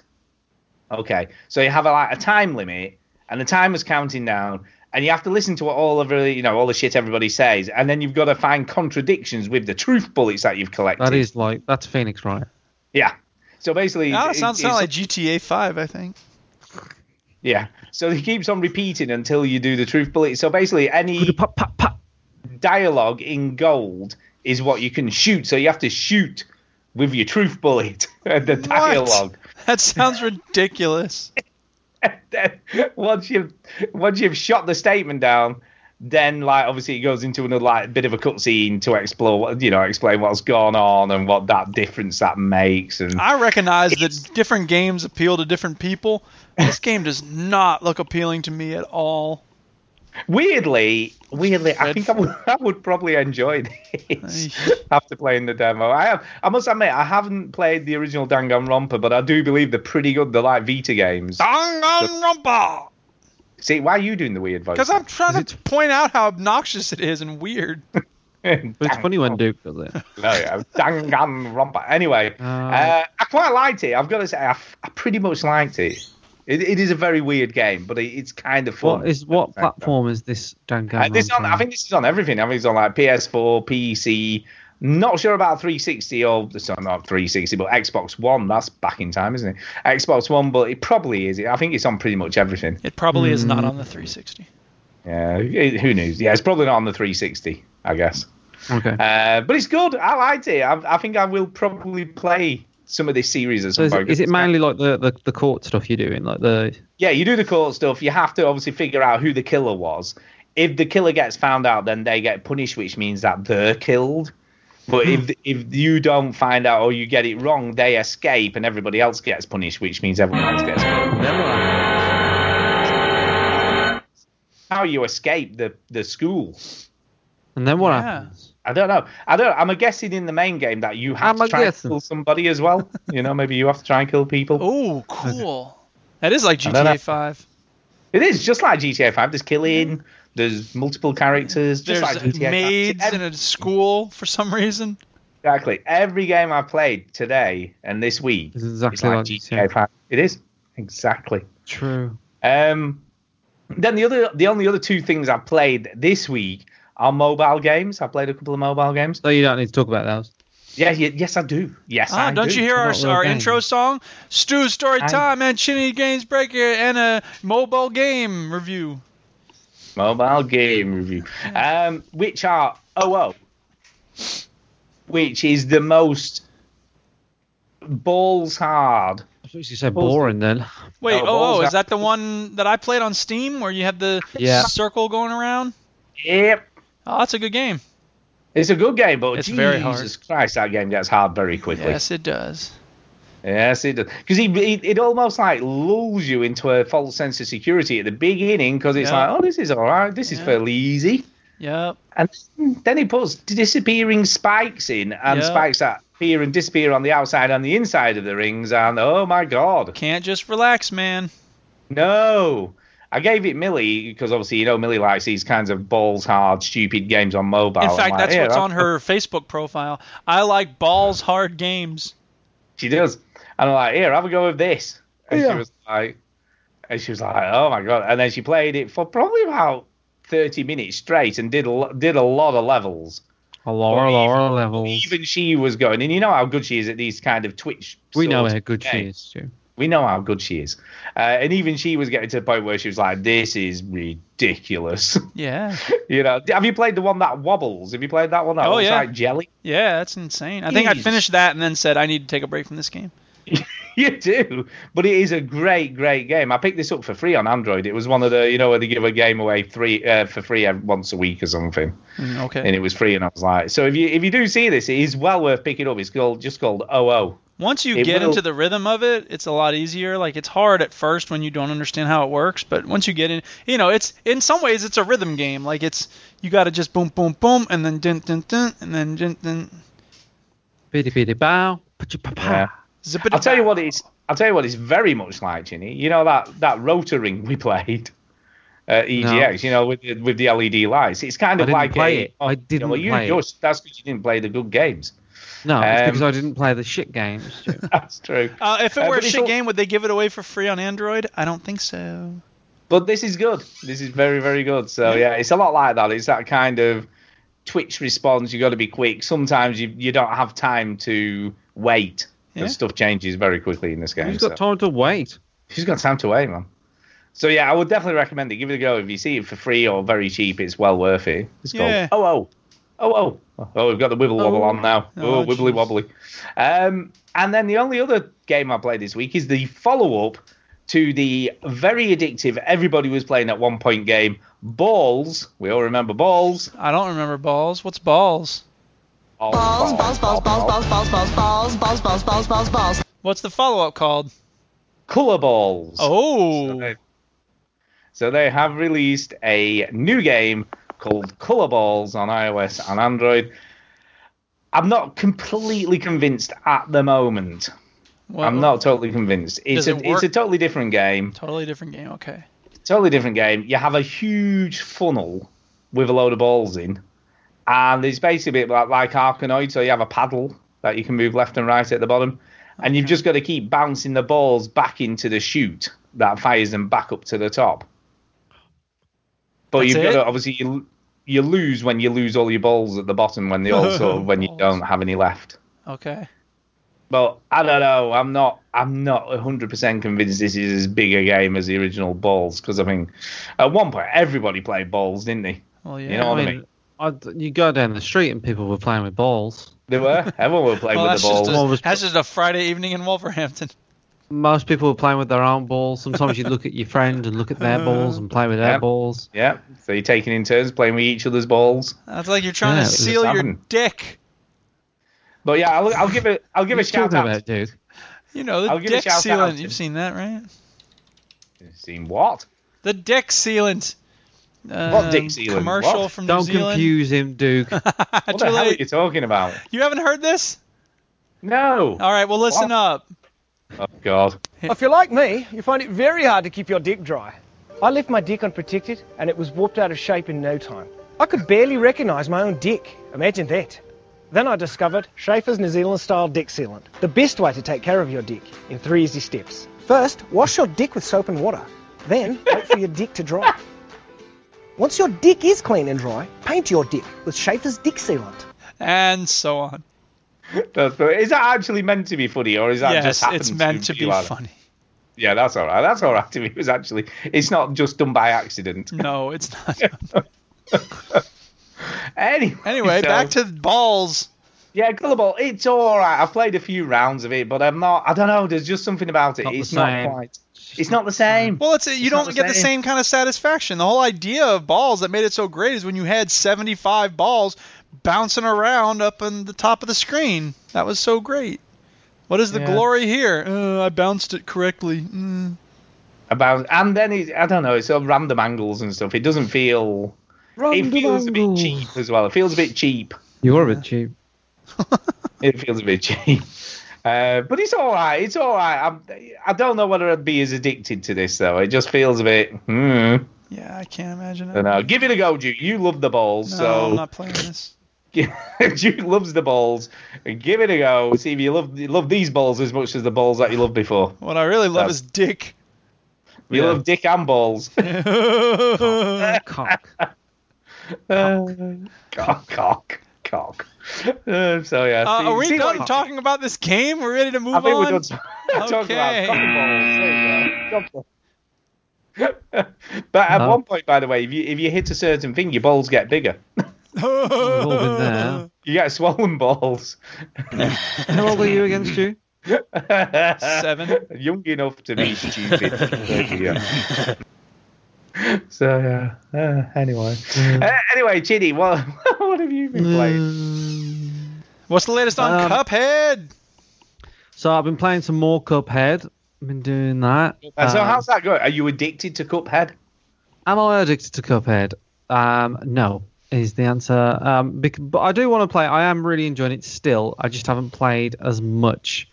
[SPEAKER 2] Okay, so you have a, like a time limit, and the timer's counting down, and you have to listen to what all of the, you know all the shit everybody says, and then you've got to find contradictions with the truth bullets that you've collected.
[SPEAKER 4] That is like that's Phoenix, right?
[SPEAKER 2] yeah. So basically,
[SPEAKER 1] Now it
[SPEAKER 2] it-
[SPEAKER 1] Oh, Ah, sounds
[SPEAKER 2] it's-
[SPEAKER 1] sound like GTA 5, I think.
[SPEAKER 2] yeah. So he keeps on repeating until you do the truth bullet. So basically, any
[SPEAKER 4] Pop, pop, pop.
[SPEAKER 2] dialogue in gold is what you can shoot. So you have to shoot with your truth bullet at the dialogue.
[SPEAKER 1] That sounds ridiculous.
[SPEAKER 2] Then once you've once you've shot the statement down, Then, like, obviously, it goes into another like bit of a cutscene to explore, what- you know, explain what's gone on and what that difference that makes. And
[SPEAKER 1] I recognize that different games appeal to different people. This game does not look appealing to me at all.
[SPEAKER 2] weirdly, weirdly, I think I
[SPEAKER 1] Dreadful.
[SPEAKER 2] would, I would probably enjoy this after playing the demo. I have, I must admit, I haven't played the original Danganronpa, but I do believe they're pretty good. They're like Vita games.
[SPEAKER 4] Ah.
[SPEAKER 1] Danganronpa!
[SPEAKER 2] See, why are you doing the weird voice?
[SPEAKER 1] Because I'm trying to point out how obnoxious it is and weird.
[SPEAKER 4] But it's funny when Duke does it.
[SPEAKER 2] no, yeah, Danganronpa. Anyway, uh, I quite liked it. I've got to say, I, f- I pretty much liked it. It, it is a very weird game, but it, it's kind of fun.
[SPEAKER 4] What is what
[SPEAKER 2] Thank you.
[SPEAKER 4] platform is this Danganronpa?
[SPEAKER 2] Uh, this is on, I think this is on everything. I think it's on like PS4, PC. Not sure about 360 or so not 360, but Xbox One. That's back in time, isn't it? Xbox One, but it probably is. I think it's on pretty much everything.
[SPEAKER 1] It probably is
[SPEAKER 2] Hmm.
[SPEAKER 1] not on the 360.
[SPEAKER 2] Yeah, it- who knows? Yeah, it's probably not on the 360, I guess.
[SPEAKER 4] okay.
[SPEAKER 2] Uh, but it's good. I liked it. I, I think I will probably play some of this series at
[SPEAKER 4] so
[SPEAKER 2] some
[SPEAKER 4] is,
[SPEAKER 2] point.
[SPEAKER 4] it- is it mainly like the, the, the court stuff you're doing, like the
[SPEAKER 2] Yeah, you do the court stuff. You have to obviously figure out who the killer was. If the killer gets found out, then they get punished, which means that they're killed. But
[SPEAKER 1] Hmm.
[SPEAKER 2] if if you don't find out or you get it wrong, they escape and everybody else gets punished, which means everyone else gets killed. How you escape the the school?
[SPEAKER 4] and then what
[SPEAKER 1] Yeah.
[SPEAKER 4] happens?
[SPEAKER 2] I don't know. I don't. I'm guessing in the main game that you have
[SPEAKER 4] I'm
[SPEAKER 2] to try and
[SPEAKER 4] guessing.
[SPEAKER 2] kill somebody as well. you know, maybe you have to try and kill people.
[SPEAKER 1] Oh, cool. That is like
[SPEAKER 2] I don't know.
[SPEAKER 1] GTA 5.
[SPEAKER 2] It is just like GTA 5. There's killing. There's multiple characters. Just
[SPEAKER 1] There's
[SPEAKER 2] like GTA 5.
[SPEAKER 1] maids
[SPEAKER 2] Every-
[SPEAKER 1] in a school for some reason.
[SPEAKER 2] Exactly. Every game I played today and this week
[SPEAKER 4] It's
[SPEAKER 2] is
[SPEAKER 4] exactly
[SPEAKER 2] like
[SPEAKER 4] like
[SPEAKER 2] GTA
[SPEAKER 4] GTA.
[SPEAKER 2] 5. It is exactly.
[SPEAKER 4] True.
[SPEAKER 2] Um, then the other, the only other two things I played this week are mobile games. I played a couple of mobile games.
[SPEAKER 4] So you don't need to talk about those.
[SPEAKER 2] Yeah, ye- yes, I do. Yes,
[SPEAKER 1] Ah,
[SPEAKER 2] I
[SPEAKER 1] don't
[SPEAKER 2] do.
[SPEAKER 1] you hear our,
[SPEAKER 4] Not real
[SPEAKER 1] our
[SPEAKER 4] games.
[SPEAKER 1] intro song? Stu's story
[SPEAKER 2] I-
[SPEAKER 1] time and Chinny Games Breaker and a mobile game review.
[SPEAKER 2] mobile game review,
[SPEAKER 1] Hmm.
[SPEAKER 2] um, which are OO, which is the most balls hard.
[SPEAKER 4] I thought you said boring then.
[SPEAKER 1] Wait,
[SPEAKER 2] No,
[SPEAKER 1] oh, oh,
[SPEAKER 2] Balls
[SPEAKER 1] is that the one that I played on Steam where you had the
[SPEAKER 4] Yeah.
[SPEAKER 1] circle going around?
[SPEAKER 2] Yep.
[SPEAKER 1] Oh, that's a good game.
[SPEAKER 2] It's a good game, but
[SPEAKER 1] It's
[SPEAKER 2] Jesus
[SPEAKER 1] very hard.
[SPEAKER 2] Christ, that game gets hard very quickly.
[SPEAKER 1] Yes, it does.
[SPEAKER 2] Yes, it does. Because he, he, it almost like lulls you into a false sense of security at the beginning because it's
[SPEAKER 1] Yeah.
[SPEAKER 2] like, oh, this is all right. This is
[SPEAKER 1] Yeah.
[SPEAKER 2] fairly easy.
[SPEAKER 1] Yep.
[SPEAKER 2] And then he puts disappearing spikes in and
[SPEAKER 1] Yeah.
[SPEAKER 2] spikes that appear and disappear on the outside and the inside of the rings. And oh my God,
[SPEAKER 1] Can't just relax, man.
[SPEAKER 2] no. I gave it Millie because obviously, you know, Millie likes these kinds of balls hard, stupid games on mobile.
[SPEAKER 1] In
[SPEAKER 2] Oh, I'm
[SPEAKER 1] fact,
[SPEAKER 2] like,
[SPEAKER 1] that's
[SPEAKER 2] "Yeah,
[SPEAKER 1] what's on her Facebook profile. I like balls hard games.
[SPEAKER 2] She does. And I'm like, here, have a go with this. And she
[SPEAKER 4] Yeah.
[SPEAKER 2] was like, and she was like, oh my god. And then she played it for probably about 30 minutes straight and did a, lo- did a lot of levels.
[SPEAKER 4] A lower,
[SPEAKER 2] Or
[SPEAKER 4] lower levels.
[SPEAKER 2] Even she was going, and you know how good she is at these kind of Twitch.
[SPEAKER 4] we know
[SPEAKER 2] sorts
[SPEAKER 4] how
[SPEAKER 2] of
[SPEAKER 4] good she
[SPEAKER 2] games.
[SPEAKER 4] is, Stu.
[SPEAKER 2] We know how good she is. Uh, and even she was getting to the point where she was like, this is ridiculous.
[SPEAKER 1] Yeah.
[SPEAKER 2] you know, have you played the one that wobbles? Have you played that one? That
[SPEAKER 1] Oh,
[SPEAKER 2] looks
[SPEAKER 1] yeah.
[SPEAKER 2] like jelly.
[SPEAKER 1] Yeah, that's insane. I think I
[SPEAKER 2] Jeez.
[SPEAKER 1] finished that and then said I need to take a break from this game.
[SPEAKER 2] You do, but it is a great, great game. I picked this up for free on Android. It was one of the, you know, where they give a game away free uh, for free ev- once a week or something,
[SPEAKER 1] Mm, okay.
[SPEAKER 2] and it was free, and I was like, so if you if you do see this, it is well worth picking up. It's called just called OO.
[SPEAKER 1] Once you
[SPEAKER 2] It
[SPEAKER 1] get
[SPEAKER 2] will-
[SPEAKER 1] into the rhythm of it, it's a lot easier. Like it's hard at first when you don't understand how it works, but once you get in, you know, it's in some ways it's a rhythm game. Like it's you got to just boom boom boom and then dun dun dun and then dun dun.
[SPEAKER 4] Biddy biddy bow. pa-cha-pa-pa.
[SPEAKER 2] Yeah.
[SPEAKER 1] Zippity
[SPEAKER 2] I'll tell you what it's. I'll tell you what it's very much like, Ginny. You know that that rotor ring we played. Uh, EGX, you know, with the, with the LED lights, it's kind
[SPEAKER 4] I
[SPEAKER 2] of
[SPEAKER 4] didn't
[SPEAKER 2] like
[SPEAKER 4] play
[SPEAKER 2] a-
[SPEAKER 4] it. I
[SPEAKER 2] you know,
[SPEAKER 4] didn't
[SPEAKER 2] well, you
[SPEAKER 4] play it.
[SPEAKER 2] just that's because you didn't play the good games.
[SPEAKER 4] No, it's because
[SPEAKER 2] Um,
[SPEAKER 4] I didn't play the shit games. Stu.
[SPEAKER 2] That's true.
[SPEAKER 1] Uh, if it
[SPEAKER 2] Uh,
[SPEAKER 1] were a
[SPEAKER 2] but it's
[SPEAKER 1] shit
[SPEAKER 2] all-
[SPEAKER 1] game, would they give it away for free on Android? I don't think so.
[SPEAKER 2] But this is good. This is very, very good. So yeah, it's a lot like that. It's that kind of twitch response. You got to be quick. Sometimes you you don't have time to wait.
[SPEAKER 1] Yeah.
[SPEAKER 2] Because stuff changes very quickly in this game.
[SPEAKER 4] Who's
[SPEAKER 2] so-
[SPEAKER 4] got time to wait?
[SPEAKER 2] She's got time to wait, man. So yeah, I would definitely recommend it. Give it a go if you see it for free or very cheap. It's well worth it. It's called
[SPEAKER 1] Yeah.
[SPEAKER 2] oh oh oh oh oh. We've got the wibble wobble
[SPEAKER 4] Oh.
[SPEAKER 2] on now. Oh,
[SPEAKER 1] Oh,
[SPEAKER 2] wibbly
[SPEAKER 1] jeez.
[SPEAKER 2] wobbly. Um, and then the only other game I played this week is the follow up to the very addictive. Everybody was playing at one point game Balls. We all remember balls.
[SPEAKER 1] I don't remember balls. What's balls?
[SPEAKER 2] Balls,
[SPEAKER 7] Balls, balls, balls, balls, balls, balls, balls, balls, balls, balls, balls, balls, balls.
[SPEAKER 1] What's the follow up called?
[SPEAKER 2] Color balls. So
[SPEAKER 1] Oh,
[SPEAKER 2] they- So they have released a new game called Color Balls on iOS and Android. I'm not completely convinced at the moment.
[SPEAKER 1] well,
[SPEAKER 2] I'm not totally convinced. It's
[SPEAKER 1] Does
[SPEAKER 2] a
[SPEAKER 1] it
[SPEAKER 2] it's a
[SPEAKER 1] work?
[SPEAKER 2] totally different game.
[SPEAKER 1] Totally different game. Okay.
[SPEAKER 2] Totally different game. You have a huge funnel with a load of balls in, and it's basically a bit like, like Arkanoid. So you have a paddle that you can move left and right at the bottom, and you've just got to keep bouncing the balls back into the chute that fires them back up to the top. But
[SPEAKER 1] That's
[SPEAKER 2] you've got
[SPEAKER 1] it?
[SPEAKER 2] to obviously you, you lose when you lose all your balls at the bottom when they all sort of, when you don't have any left.
[SPEAKER 1] Okay.
[SPEAKER 2] But I don't know. I'm not. I'm not 100% convinced this is as big a game as the original Balls because I think at one point everybody played Balls, didn't they?
[SPEAKER 1] Well, yeah.
[SPEAKER 2] You know what I
[SPEAKER 4] I
[SPEAKER 2] mean?
[SPEAKER 4] mean, I, you go down the street and people were playing with balls.
[SPEAKER 2] They were. Everyone were playing
[SPEAKER 1] well, that's,
[SPEAKER 2] with the balls.
[SPEAKER 1] just a,
[SPEAKER 4] Balls.
[SPEAKER 1] that's just a Friday evening in Wolverhampton.
[SPEAKER 4] Most people were playing with their own balls. Sometimes you look at your friend and look at their balls and play with their
[SPEAKER 2] Yeah.
[SPEAKER 4] balls.
[SPEAKER 2] Yeah. So you're taking in turns playing with each other's balls.
[SPEAKER 1] That's like you're trying
[SPEAKER 4] Yeah,
[SPEAKER 1] to
[SPEAKER 4] it was
[SPEAKER 1] seal your
[SPEAKER 2] happening.
[SPEAKER 1] dick.
[SPEAKER 2] But yeah, I'll, I'll give it. I'll give
[SPEAKER 4] What
[SPEAKER 2] a
[SPEAKER 4] are you
[SPEAKER 2] shout
[SPEAKER 4] talking
[SPEAKER 2] out.
[SPEAKER 4] about, dude?
[SPEAKER 1] You know, the
[SPEAKER 2] I'll give a
[SPEAKER 1] dick
[SPEAKER 2] shout out
[SPEAKER 1] sealant.
[SPEAKER 2] to-
[SPEAKER 1] You've seen that, right?
[SPEAKER 2] Seen what?
[SPEAKER 1] The dick sealant.
[SPEAKER 2] What dick
[SPEAKER 1] Um,
[SPEAKER 2] sealant?
[SPEAKER 1] Commercial
[SPEAKER 2] What?
[SPEAKER 1] from New
[SPEAKER 4] Don't
[SPEAKER 1] Zealand.
[SPEAKER 4] confuse him, Duke.
[SPEAKER 2] What
[SPEAKER 1] Too
[SPEAKER 2] the hell are
[SPEAKER 1] late.
[SPEAKER 2] you talking about?
[SPEAKER 1] You haven't heard this?
[SPEAKER 2] No.
[SPEAKER 1] All right, well, listen
[SPEAKER 2] What?
[SPEAKER 1] up.
[SPEAKER 2] Oh God.
[SPEAKER 10] If you're like me, you find it very hard to keep your dick dry. I left my dick unprotected and it was warped out of shape in no time. I could barely recognize my own dick. Imagine that. Then I discovered Schaefer's New Zealand style dick sealant, the best way to take care of your dick in three easy steps. First, wash your dick with soap and water. Then, wait for your dick to dry. Once your dick is clean and dry, paint your dick with Schaefer's dick sealant.
[SPEAKER 1] And so on.
[SPEAKER 2] That's, is that actually meant to be funny, or is that just
[SPEAKER 1] yes,
[SPEAKER 2] happened
[SPEAKER 1] it's meant to be
[SPEAKER 2] like that?
[SPEAKER 1] funny.
[SPEAKER 2] Yeah, that's all right. That's all right. It was actually. It's not just done by accident.
[SPEAKER 1] No, it's not.
[SPEAKER 2] Anyway,
[SPEAKER 1] Anyway,
[SPEAKER 2] so-
[SPEAKER 1] back to balls.
[SPEAKER 2] yeah, Gullible. It's all right. I've played a few rounds of it, but I'm not. I don't know. There's just something about it.
[SPEAKER 4] Not the
[SPEAKER 2] it's
[SPEAKER 4] same.
[SPEAKER 2] not quite. It's not the same.
[SPEAKER 1] Well, it's you
[SPEAKER 2] It's
[SPEAKER 1] don't
[SPEAKER 2] not the
[SPEAKER 1] get the
[SPEAKER 2] same.
[SPEAKER 1] same kind of satisfaction. The whole idea of balls that made it so great is when you had 75 balls bouncing around up on the top of the screen. That was so great. What is the
[SPEAKER 2] Yeah.
[SPEAKER 1] glory here? Uh, I bounced it correctly. Mm.
[SPEAKER 2] About and then it, I don't know. It's all random angles and stuff. It doesn't feel. it feels a bit cheap as well. It feels a bit cheap.
[SPEAKER 4] You are a bit cheap.
[SPEAKER 2] It feels a bit cheap. Uh, but it's all right. It's all right. I'm, I don't know whether I'd be as addicted to this though. It just feels a bit. Hmm.
[SPEAKER 1] Yeah, I can't imagine
[SPEAKER 2] I
[SPEAKER 1] it.
[SPEAKER 2] don't know. Give it a go, Jude. You love the balls,
[SPEAKER 1] no,
[SPEAKER 2] so
[SPEAKER 1] I'm not playing this.
[SPEAKER 2] Jude loves the balls. Give it a go. See if you love you love these balls as much as the balls that you loved before.
[SPEAKER 1] What I really love
[SPEAKER 2] That's-
[SPEAKER 1] is dick.
[SPEAKER 2] You
[SPEAKER 4] Yeah.
[SPEAKER 2] love dick and balls. Oh.
[SPEAKER 1] Uh,
[SPEAKER 4] Cock.
[SPEAKER 2] cock, cock, cock. Uh, so yeah.
[SPEAKER 1] Uh,
[SPEAKER 2] see-
[SPEAKER 1] are we
[SPEAKER 2] see what
[SPEAKER 1] done
[SPEAKER 2] you-
[SPEAKER 1] talking about this game? We're ready to move
[SPEAKER 2] I think
[SPEAKER 1] on.
[SPEAKER 2] we're done talking
[SPEAKER 1] Okay.
[SPEAKER 2] about cock and balls. There you go. Cock balls. but at
[SPEAKER 4] No.
[SPEAKER 2] one point, by the way, if you if you hit a certain thing, your balls get bigger.
[SPEAKER 4] We've all been there.
[SPEAKER 2] You get swollen balls.
[SPEAKER 4] How old are you against you?
[SPEAKER 1] Seven.
[SPEAKER 2] young enough to be stupid. yeah. So yeah. Uh, anyway. Uh, anyway, Chidi, what what have you
[SPEAKER 4] Uh,
[SPEAKER 2] been playing?
[SPEAKER 1] What's the latest on
[SPEAKER 4] Um,
[SPEAKER 1] Cuphead?
[SPEAKER 4] So I've been playing some more Cuphead. I've been doing that.
[SPEAKER 2] Uh, so
[SPEAKER 4] Um,
[SPEAKER 2] how's that going? Are you addicted to Cuphead?
[SPEAKER 4] Am I addicted to Cuphead? Um, no, is the answer. Um, bec- but I do want to play. I am really enjoying it still. I just haven't played as much.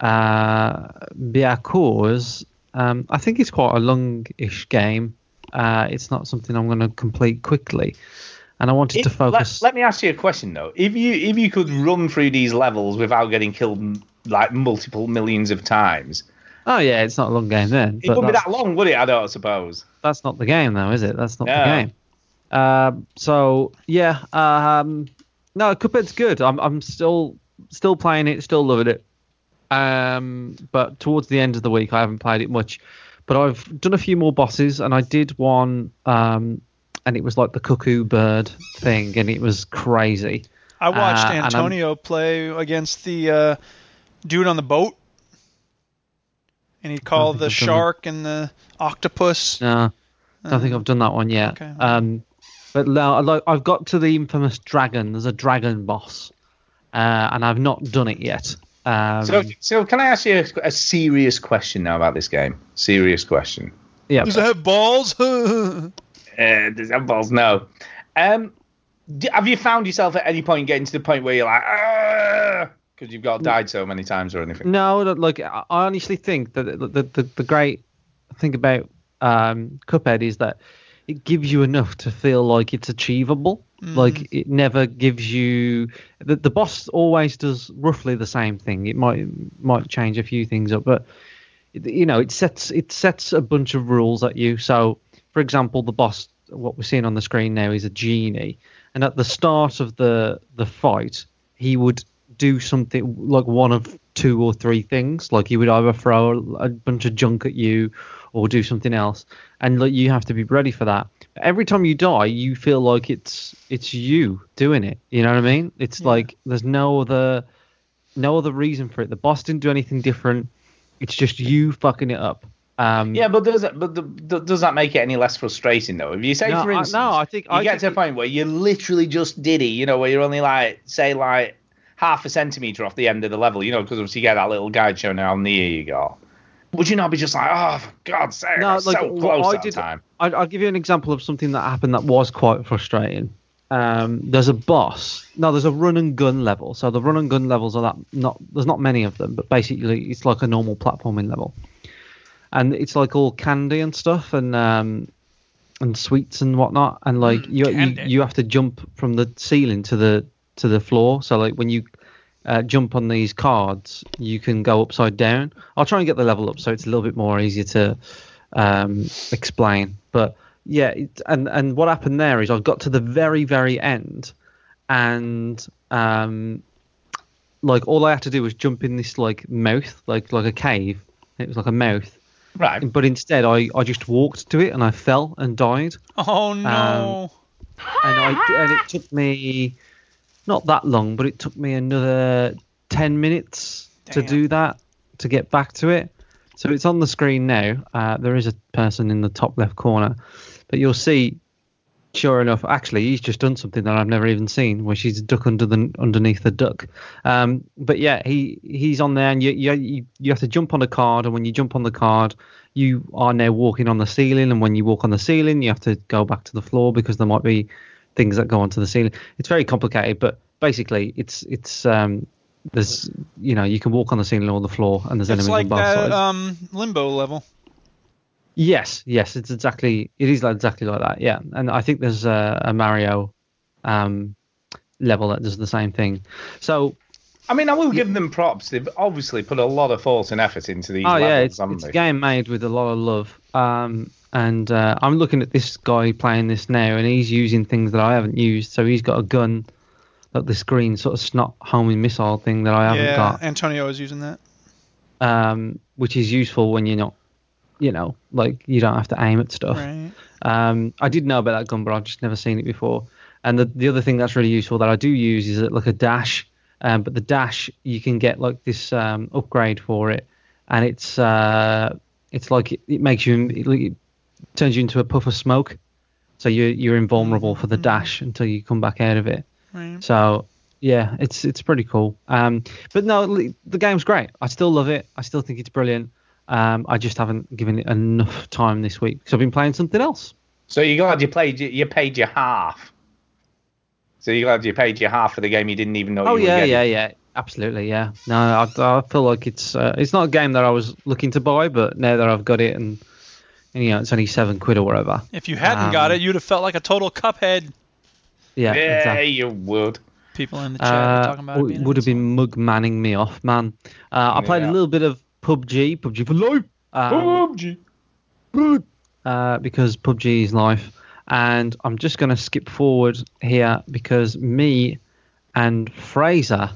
[SPEAKER 4] Uh, because um, I think it's quite a long-ish game. Uh, it's not something I'm going to complete quickly, and I wanted to
[SPEAKER 2] If- let-
[SPEAKER 4] focus.
[SPEAKER 2] Let, me ask you a question though. If you if you could run through these levels without getting killed m- like multiple millions of times,
[SPEAKER 4] oh yeah, it's not a long game then.
[SPEAKER 2] it
[SPEAKER 4] but
[SPEAKER 2] wouldn't be
[SPEAKER 4] that's-
[SPEAKER 2] that long, would it? I don't suppose.
[SPEAKER 4] that's not the game though, is it? That's not
[SPEAKER 2] No.
[SPEAKER 4] the game. Um, so yeah, um, no, Cuphead's good. I'm I'm still still playing it, still loving it. Um, but towards the end of the week, I haven't played it much. But I've done a few more bosses, and I did one, um, and it was like the cuckoo bird thing, and it was crazy.
[SPEAKER 1] I watched
[SPEAKER 4] uh, and I'm-
[SPEAKER 1] Antonio play against the uh, dude on the boat, and he called
[SPEAKER 4] think
[SPEAKER 1] the
[SPEAKER 4] I've done that.
[SPEAKER 1] shark and the octopus.
[SPEAKER 4] No, Don't think I've done that one yet.
[SPEAKER 1] Okay.
[SPEAKER 4] Um, but now I like- I've got to the infamous dragon. There's a dragon boss, uh, and I've not done it yet. Um,
[SPEAKER 2] So, so can I ask you a, a serious question now about this game? Serious question.
[SPEAKER 4] yeah,
[SPEAKER 1] Does it have balls? Oh, no.
[SPEAKER 2] Uh, does that balls? No. Um, d have you found yourself at any point getting to the point where you're like, because you've got died so many times or anything?
[SPEAKER 4] No, look, look, I I honestly think that the, the, the, the great thing about um, Cuphead is that it gives you enough to feel like it's achievable. Like it never gives you the, the boss always does roughly the same thing. It might might change a few things up, but it- you know it sets it sets a bunch of rules at you. So, for example, the boss what we're seeing on the screen now is a genie, and at the start of the the fight, he would do something like one of two or three things. Like he would either throw a, a bunch of junk at you, or do something else, and like you have to be ready for that. Every time you die, you feel like it's it's you doing it. You know what I mean? It's like there's no other no other reason for it. The boss didn't do anything different. It's just you fucking it up. Um,
[SPEAKER 2] Yeah, but does it, but the, the, does that make it any less frustrating though? If you say,
[SPEAKER 4] No,
[SPEAKER 2] for
[SPEAKER 4] I-
[SPEAKER 2] instance,
[SPEAKER 4] no, I think-
[SPEAKER 2] you
[SPEAKER 4] I
[SPEAKER 2] get
[SPEAKER 4] think
[SPEAKER 2] to a
[SPEAKER 4] it-
[SPEAKER 2] point where you literally just did it, you know, where you're only like, say, like half a centimeter off the end of the level, you know, because obviously you get that little guide showing how near you got. Would you not be just like, oh, for God's sake,
[SPEAKER 4] No,
[SPEAKER 2] I'm
[SPEAKER 4] like,
[SPEAKER 2] so
[SPEAKER 4] what
[SPEAKER 2] close
[SPEAKER 4] I
[SPEAKER 2] that
[SPEAKER 4] did-
[SPEAKER 2] time?
[SPEAKER 4] I, I'll give you an example of something that happened that was quite frustrating. Um, there's a boss. No, there's a run and gun level. So the run and gun levels are that not. There's not many of them, but basically it's like a normal platforming level, and it's like all candy and stuff and um, and sweets and whatnot. And like you, you
[SPEAKER 1] candy.
[SPEAKER 4] you have to jump from the ceiling to the to the floor. So like when you uh, jump on these cards, you can go upside down. I'll try and get the level up so it's a little bit more easier to um, explain. But yeah, it, and and what happened there is I got to the very very end, and um, like all I had to do was jump in this like mouth, like like a cave. It was like a mouth,
[SPEAKER 2] Right.
[SPEAKER 4] but instead I I just walked to it and I fell and died Um, and I and it took me not that long, but it took me another ten minutes
[SPEAKER 1] Damn.
[SPEAKER 4] to do that to get back to it. So it's on the screen now. Uh, there is a person in the top left corner, but you'll see. Sure enough, actually, he's just done something that I've never even seen, where she's a duck under the underneath the duck. Um, but yeah, he he's on there, and you, you you you have to jump on a card, and when you jump on the card, you are now walking on the ceiling, and when you walk on the ceiling, you have to go back to the floor because there might be things that go onto the ceiling. It's very complicated, but basically, it's it's um, there's you know you can walk on the ceiling or the floor, and there's
[SPEAKER 1] It's
[SPEAKER 4] enemies
[SPEAKER 1] like
[SPEAKER 4] on both
[SPEAKER 1] that
[SPEAKER 4] sides.
[SPEAKER 1] um, limbo level.
[SPEAKER 4] yes, yes, it's exactly it is like- exactly like that. Yeah, and I think there's a, a Mario um, level that does the same thing. So
[SPEAKER 2] I mean, I will give them props. They've obviously put a lot of thought and effort into these
[SPEAKER 4] oh
[SPEAKER 2] levels,
[SPEAKER 4] yeah, it's,
[SPEAKER 2] haven't
[SPEAKER 4] it's a
[SPEAKER 2] they?
[SPEAKER 4] game made with a lot of love. Um, and uh, I'm looking at this guy playing this now, and he's using things that I haven't used. So he's got a gun, like this green sort of snot homing missile thing that I haven't
[SPEAKER 1] yeah,
[SPEAKER 4] got.
[SPEAKER 1] Antonio is using that.
[SPEAKER 4] um, which is useful when you're not, you know, like you don't have to aim at stuff.
[SPEAKER 1] Right.
[SPEAKER 4] Um, I did know about that gun, but I've just never seen it before. And the, the other thing that's really useful that I do use is uh, like a dash, um, but the dash you can get like this um, upgrade for it, and it's uh, it's like it, it makes you it, like, it turns you into a puff of smoke, so you're you're invulnerable for the dash until you come back out of it.
[SPEAKER 1] Right.
[SPEAKER 4] So yeah, it's it's pretty cool. Um, but no, li- the game's great. I still love it. I still think it's brilliant. Um, I just haven't given it enough time this week because I've been playing something else.
[SPEAKER 2] So you glad you played? You paid your half. So you glad you paid your half for the game you didn't even know?
[SPEAKER 4] Oh
[SPEAKER 2] you were
[SPEAKER 4] yeah,
[SPEAKER 2] getting?
[SPEAKER 4] yeah, yeah. Absolutely, yeah. No, I, I feel like it's uh, it's not a game that I was looking to buy, but now that I've got it and, and you know it's only seven quid or whatever.
[SPEAKER 1] If you hadn't got
[SPEAKER 4] Um,
[SPEAKER 1] it, you'd have felt like a total cuphead.
[SPEAKER 4] Yeah,
[SPEAKER 2] Yeah,
[SPEAKER 4] exactly.
[SPEAKER 2] you would.
[SPEAKER 1] People in the chat are
[SPEAKER 4] Uh,
[SPEAKER 1] talking about it
[SPEAKER 4] w-
[SPEAKER 1] being an
[SPEAKER 4] would have
[SPEAKER 1] insult.
[SPEAKER 4] been mug manning me off, man. Uh, I played
[SPEAKER 2] Yeah.
[SPEAKER 4] a little bit of PUBG, PUBG for life. Um, uh, because PUBG is life. And I'm just going to skip forward here because me and Fraser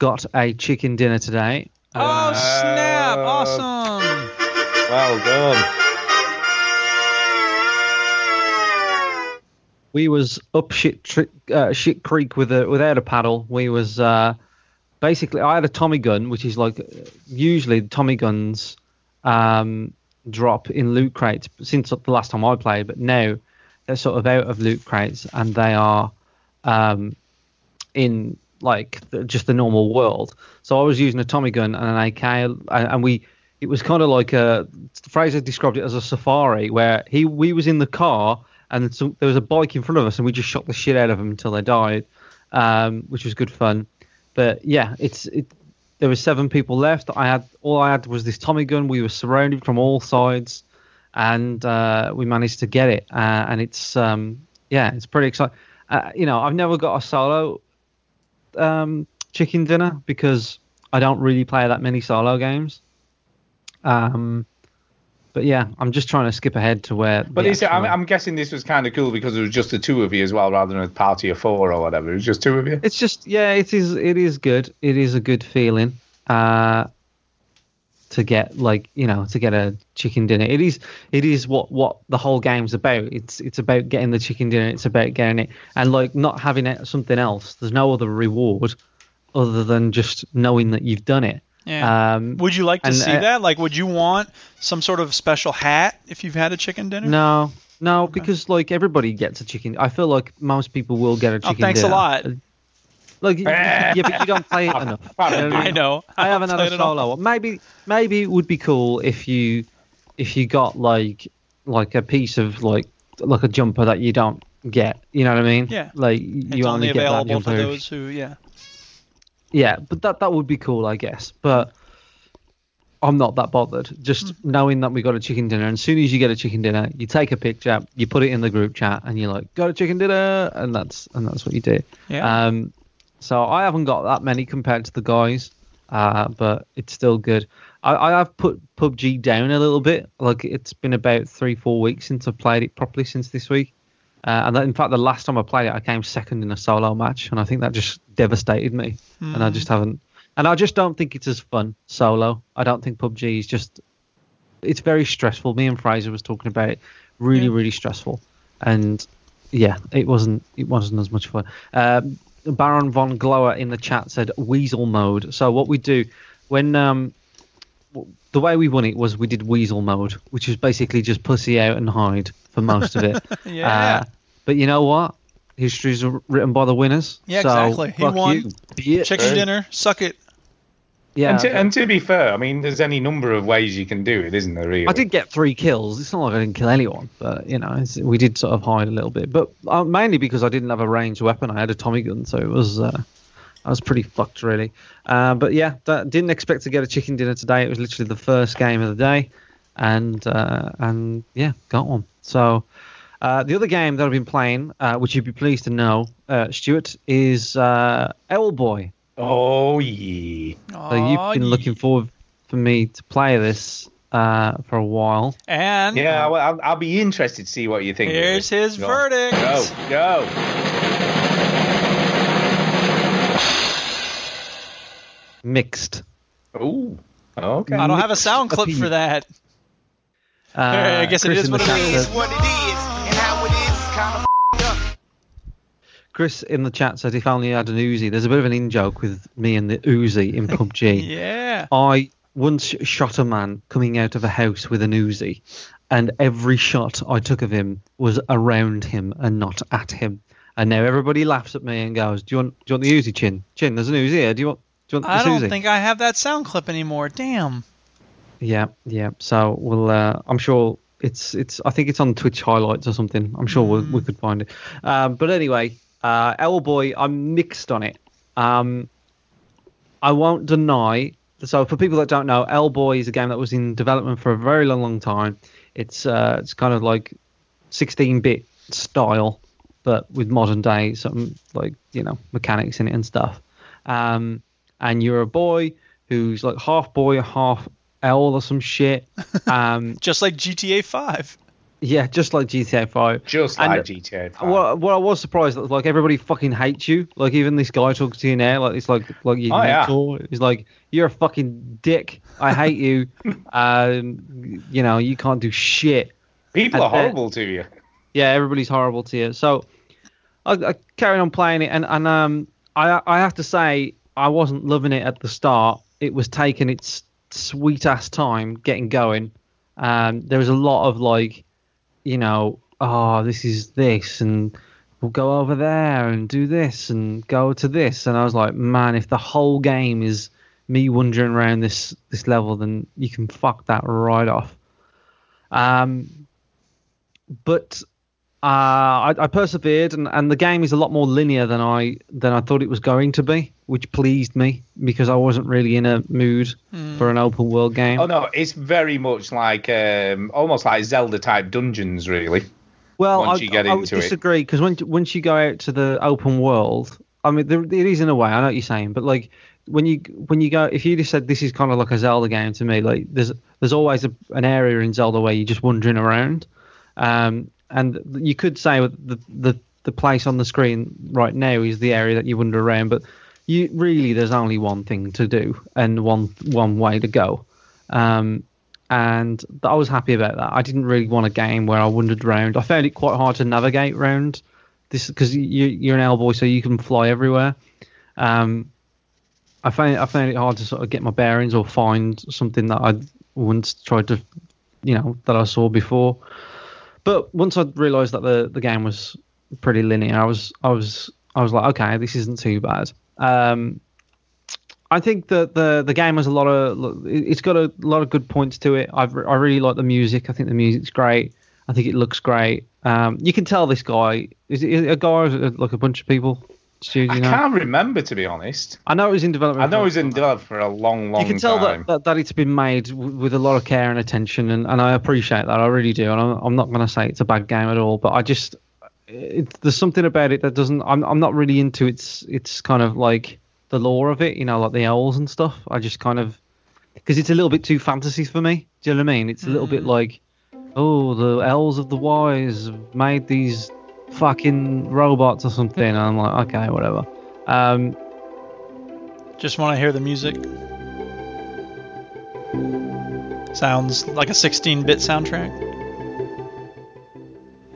[SPEAKER 4] got a chicken dinner today.
[SPEAKER 1] Oh snap!
[SPEAKER 2] Uh,
[SPEAKER 1] Awesome.
[SPEAKER 2] Well done.
[SPEAKER 4] We was up shit tri- uh, shit creek with a, without a paddle. We was uh, basically I had a Tommy gun, which is like uh, usually Tommy guns. Um, drop in loot crates since the last time I played, but now they're sort of out of loot crates and they are um, in like the, just the normal world. So I was using a Tommy gun and an AK, and, and we it was kind of like a Fraser described it as a safari where he we was in the car and so, there was a bike in front of us and we just shot the shit out of them until they died, um, which was good fun. But yeah, it's it. There were seven people left. I had all I had was this Tommy gun. We were surrounded from all sides, and uh, we managed to get it. Uh, and it's um, yeah, it's pretty exciting. Uh, you know, I've never got a solo um, chicken dinner because I don't really play that many solo games. Um, but yeah, I'm just trying to skip ahead to where.
[SPEAKER 2] But
[SPEAKER 4] the
[SPEAKER 2] is it, I'm,
[SPEAKER 4] actual-
[SPEAKER 2] I'm guessing this was kind of cool because it was just the two of you as well, rather than a party of four or whatever. It was just two of you.
[SPEAKER 4] it's just yeah, it is it is good. It is a good feeling uh, to get like you know to get a chicken dinner. It is it is what what the whole game's about. It's it's about getting the chicken dinner. It's about getting it and like not having it, something else. There's no other reward other than just knowing that you've done it.
[SPEAKER 1] Yeah.
[SPEAKER 4] Um,
[SPEAKER 1] would you like to
[SPEAKER 4] and,
[SPEAKER 1] see
[SPEAKER 4] uh,
[SPEAKER 1] that? Like, would you want some sort of special hat if you've had a chicken dinner?
[SPEAKER 4] No, no, because like everybody gets a chicken. I feel like most people will get a
[SPEAKER 1] Oh,
[SPEAKER 4] chicken.
[SPEAKER 1] thanks a
[SPEAKER 4] dinner.
[SPEAKER 1] lot.
[SPEAKER 4] Like, yeah, but you don't play it enough. You know what
[SPEAKER 1] I
[SPEAKER 4] mean?
[SPEAKER 1] know.
[SPEAKER 4] I haven't had
[SPEAKER 1] Played
[SPEAKER 4] a
[SPEAKER 1] it all.
[SPEAKER 4] solo one. Maybe, maybe it would be cool if you, if you got like, like a piece of like, like a jumper that you don't get. You know what I mean?
[SPEAKER 1] Yeah.
[SPEAKER 4] Like
[SPEAKER 1] It's
[SPEAKER 4] you
[SPEAKER 1] only,
[SPEAKER 4] get that
[SPEAKER 1] available
[SPEAKER 4] jumper.
[SPEAKER 1] for
[SPEAKER 4] if-
[SPEAKER 1] those who, yeah.
[SPEAKER 4] Yeah, but that that would be cool, I guess. But I'm not that bothered. Just knowing that we got a chicken dinner, and as soon as you get a chicken dinner, you take a picture, you put it in the group chat, and you're like, "Got a chicken dinner," and that's and that's what you do.
[SPEAKER 1] Yeah.
[SPEAKER 4] Um, so I haven't got that many compared to the guys, uh, but it's still good. I, I have put PUBG down a little bit. Like it's been about three, four weeks since I've played it properly since this week. Uh, and that, in fact, the last time I played it, I came second in a solo match, and I think that just devastated me. And I just haven't, and I just don't think it's as fun solo. I don't think PUBG is just, it's very stressful. Me and Fraser was talking about it, really, really stressful, and yeah, it wasn't, it wasn't as much fun. Um, Baron von Glower in the chat said weasel mode. So what we do when um, the way we won it was we did weasel mode, which was basically just pussy out and hide for most of it.
[SPEAKER 1] Yeah.
[SPEAKER 4] Uh, but you know what? History's r- written by the winners.
[SPEAKER 1] Yeah,
[SPEAKER 4] so
[SPEAKER 1] exactly. He
[SPEAKER 4] fuck
[SPEAKER 1] won.
[SPEAKER 4] You, bitch.
[SPEAKER 1] Chicken dinner, suck it.
[SPEAKER 4] Yeah.
[SPEAKER 2] and, to, and to be fair, I mean, there's any number of ways you can do it, isn't there? Really?
[SPEAKER 4] I did get three kills. It's not like I didn't kill anyone, but you know, it's, we did sort of hide a little bit. But uh, mainly because I didn't have a ranged weapon. I had a Tommy gun, so it was uh, I was pretty fucked really. Uh, but yeah, that, didn't expect to get a chicken dinner today. It was literally the first game of the day, and uh, and yeah, got one. So. Uh, the other game that I've been playing, uh, which you'd be pleased to know, uh, Stuart, is uh, Owlboy.
[SPEAKER 2] Oh yeah.
[SPEAKER 4] So
[SPEAKER 1] Oh,
[SPEAKER 4] you've been looking forward for me to play this uh, for a while.
[SPEAKER 1] And
[SPEAKER 4] Mm-hmm.
[SPEAKER 2] Yeah, well, I'll, I'll be interested to see what you think. of
[SPEAKER 1] here's
[SPEAKER 2] it.
[SPEAKER 1] his
[SPEAKER 2] Go on.
[SPEAKER 1] verdict.
[SPEAKER 2] Go, go.
[SPEAKER 4] Mixed.
[SPEAKER 2] Ooh. Okay.
[SPEAKER 1] I don't have a
[SPEAKER 4] mixed
[SPEAKER 1] sound clip for
[SPEAKER 4] opinion.
[SPEAKER 1] that.
[SPEAKER 4] Uh,
[SPEAKER 1] I guess it
[SPEAKER 4] Chris
[SPEAKER 1] is
[SPEAKER 4] in
[SPEAKER 1] what
[SPEAKER 4] the
[SPEAKER 1] it
[SPEAKER 4] chat
[SPEAKER 1] is.
[SPEAKER 4] said-
[SPEAKER 3] What it is and how it is is kind of
[SPEAKER 4] Chris in the chat said, if only you had an Uzi. There's a bit of an in joke with me and the Uzi in PUBG.
[SPEAKER 1] Yeah.
[SPEAKER 4] I once shot a man coming out of a house with an Uzi, and every shot I took of him was around him and not at him. And now everybody laughs at me and goes, "Do you want, do you want the Uzi, Chin? Chin, there's an Uzi here. Do you want, do you want
[SPEAKER 1] I
[SPEAKER 4] this Uzi?"
[SPEAKER 1] don't think I have that sound clip anymore. Damn.
[SPEAKER 4] Yeah, yeah. So we'll. Uh, I'm sure it's it's. I think it's on Twitch highlights or something. I'm sure we'll, we could find it. Um, but anyway, uh, Owlboy, I'm mixed on it. Um, I won't deny. So for people that don't know, Owlboy is a game that was in development for a very long, long time. It's uh, it's kind of like 16-bit style, but with modern day some like you know mechanics in it and stuff. Um, and you're a boy who's like half boy, half owl or some shit. Um,
[SPEAKER 1] Just like GTA 5.
[SPEAKER 4] yeah, just like GTA 5.
[SPEAKER 2] Just
[SPEAKER 4] And-
[SPEAKER 2] like GTA. five.
[SPEAKER 4] What, what I was surprised that like everybody fucking hates you. Like even this guy talking to you now, like it's like like you
[SPEAKER 2] Oh, yeah.
[SPEAKER 4] mentor. He's like you're a fucking dick. I hate you. um, you know you can't do shit.
[SPEAKER 2] People
[SPEAKER 4] I
[SPEAKER 2] are
[SPEAKER 4] bet-
[SPEAKER 2] horrible to you.
[SPEAKER 4] yeah, everybody's horrible to you. So I, I carried on playing it, and and um, I I have to say I wasn't loving it at the start. It was taking its sweet ass time getting going, Um, there was a lot of like, you know, oh, this is this, and we'll go over there and do this and go to this, and I was like, man, if the whole game is me wandering around this this level, then you can fuck that right off. Um, but uh, I, I persevered, and, and the game is a lot more linear than I than I thought it was going to be, which pleased me because I wasn't really in a mood for an open world game.
[SPEAKER 2] Oh no, it's very much like um, almost like Zelda type dungeons, really.
[SPEAKER 4] Well,
[SPEAKER 2] once
[SPEAKER 4] I,
[SPEAKER 2] you get
[SPEAKER 4] I would
[SPEAKER 2] into it.
[SPEAKER 4] disagree because once once you go out to the open world, I mean, there, it is in a way. I know what you're saying, but like when you when you go, if you just said this is kind of like a Zelda game to me, like there's there's always a, an area in Zelda where you're just wandering around, um, and you could say the the the place on the screen right now is the area that you wander around, but you really there's only one thing to do and one one way to go. Um, and th- I was happy about that. I didn't really want a game where I wandered around. I found it quite hard to navigate around this because you, you're an L-boy, so you can fly everywhere. Um, I found I found it hard to sort of get my bearings or find something that I once tried to, you know, that I saw before. But once I realised that the, the game was pretty linear, I was I was I was like, okay, this isn't too bad. Um, I think that the the game has a lot of it's got a lot of good points to it. I've, I really like the music. I think the music's great. I think it looks great. Um, you can tell this guy is it, is it a guy or is it like a bunch of people? Stu, do
[SPEAKER 2] I
[SPEAKER 4] you know?
[SPEAKER 2] can't remember to be honest.
[SPEAKER 4] I know it was in development.
[SPEAKER 2] I know
[SPEAKER 4] for-
[SPEAKER 2] it was in development for a long, long
[SPEAKER 4] you can tell
[SPEAKER 2] time.
[SPEAKER 4] that, that, that it's been made w- with a lot of care and attention, and, and I appreciate that. I really do, and I'm, I'm not going to say it's a bad game at all, but I just it, there's something about it that doesn't. I'm I'm not really into its its kind of like the lore of it, you know, like the owls and stuff. I just kind of because it's a little bit too fantasy for me. Do you know what I mean? It's a little
[SPEAKER 2] Mm.
[SPEAKER 4] bit like oh, the elves of the wise have made these fucking robots or something. And I'm like, okay, whatever. Um,
[SPEAKER 1] Just want to hear the music. Sounds like a 16-bit soundtrack.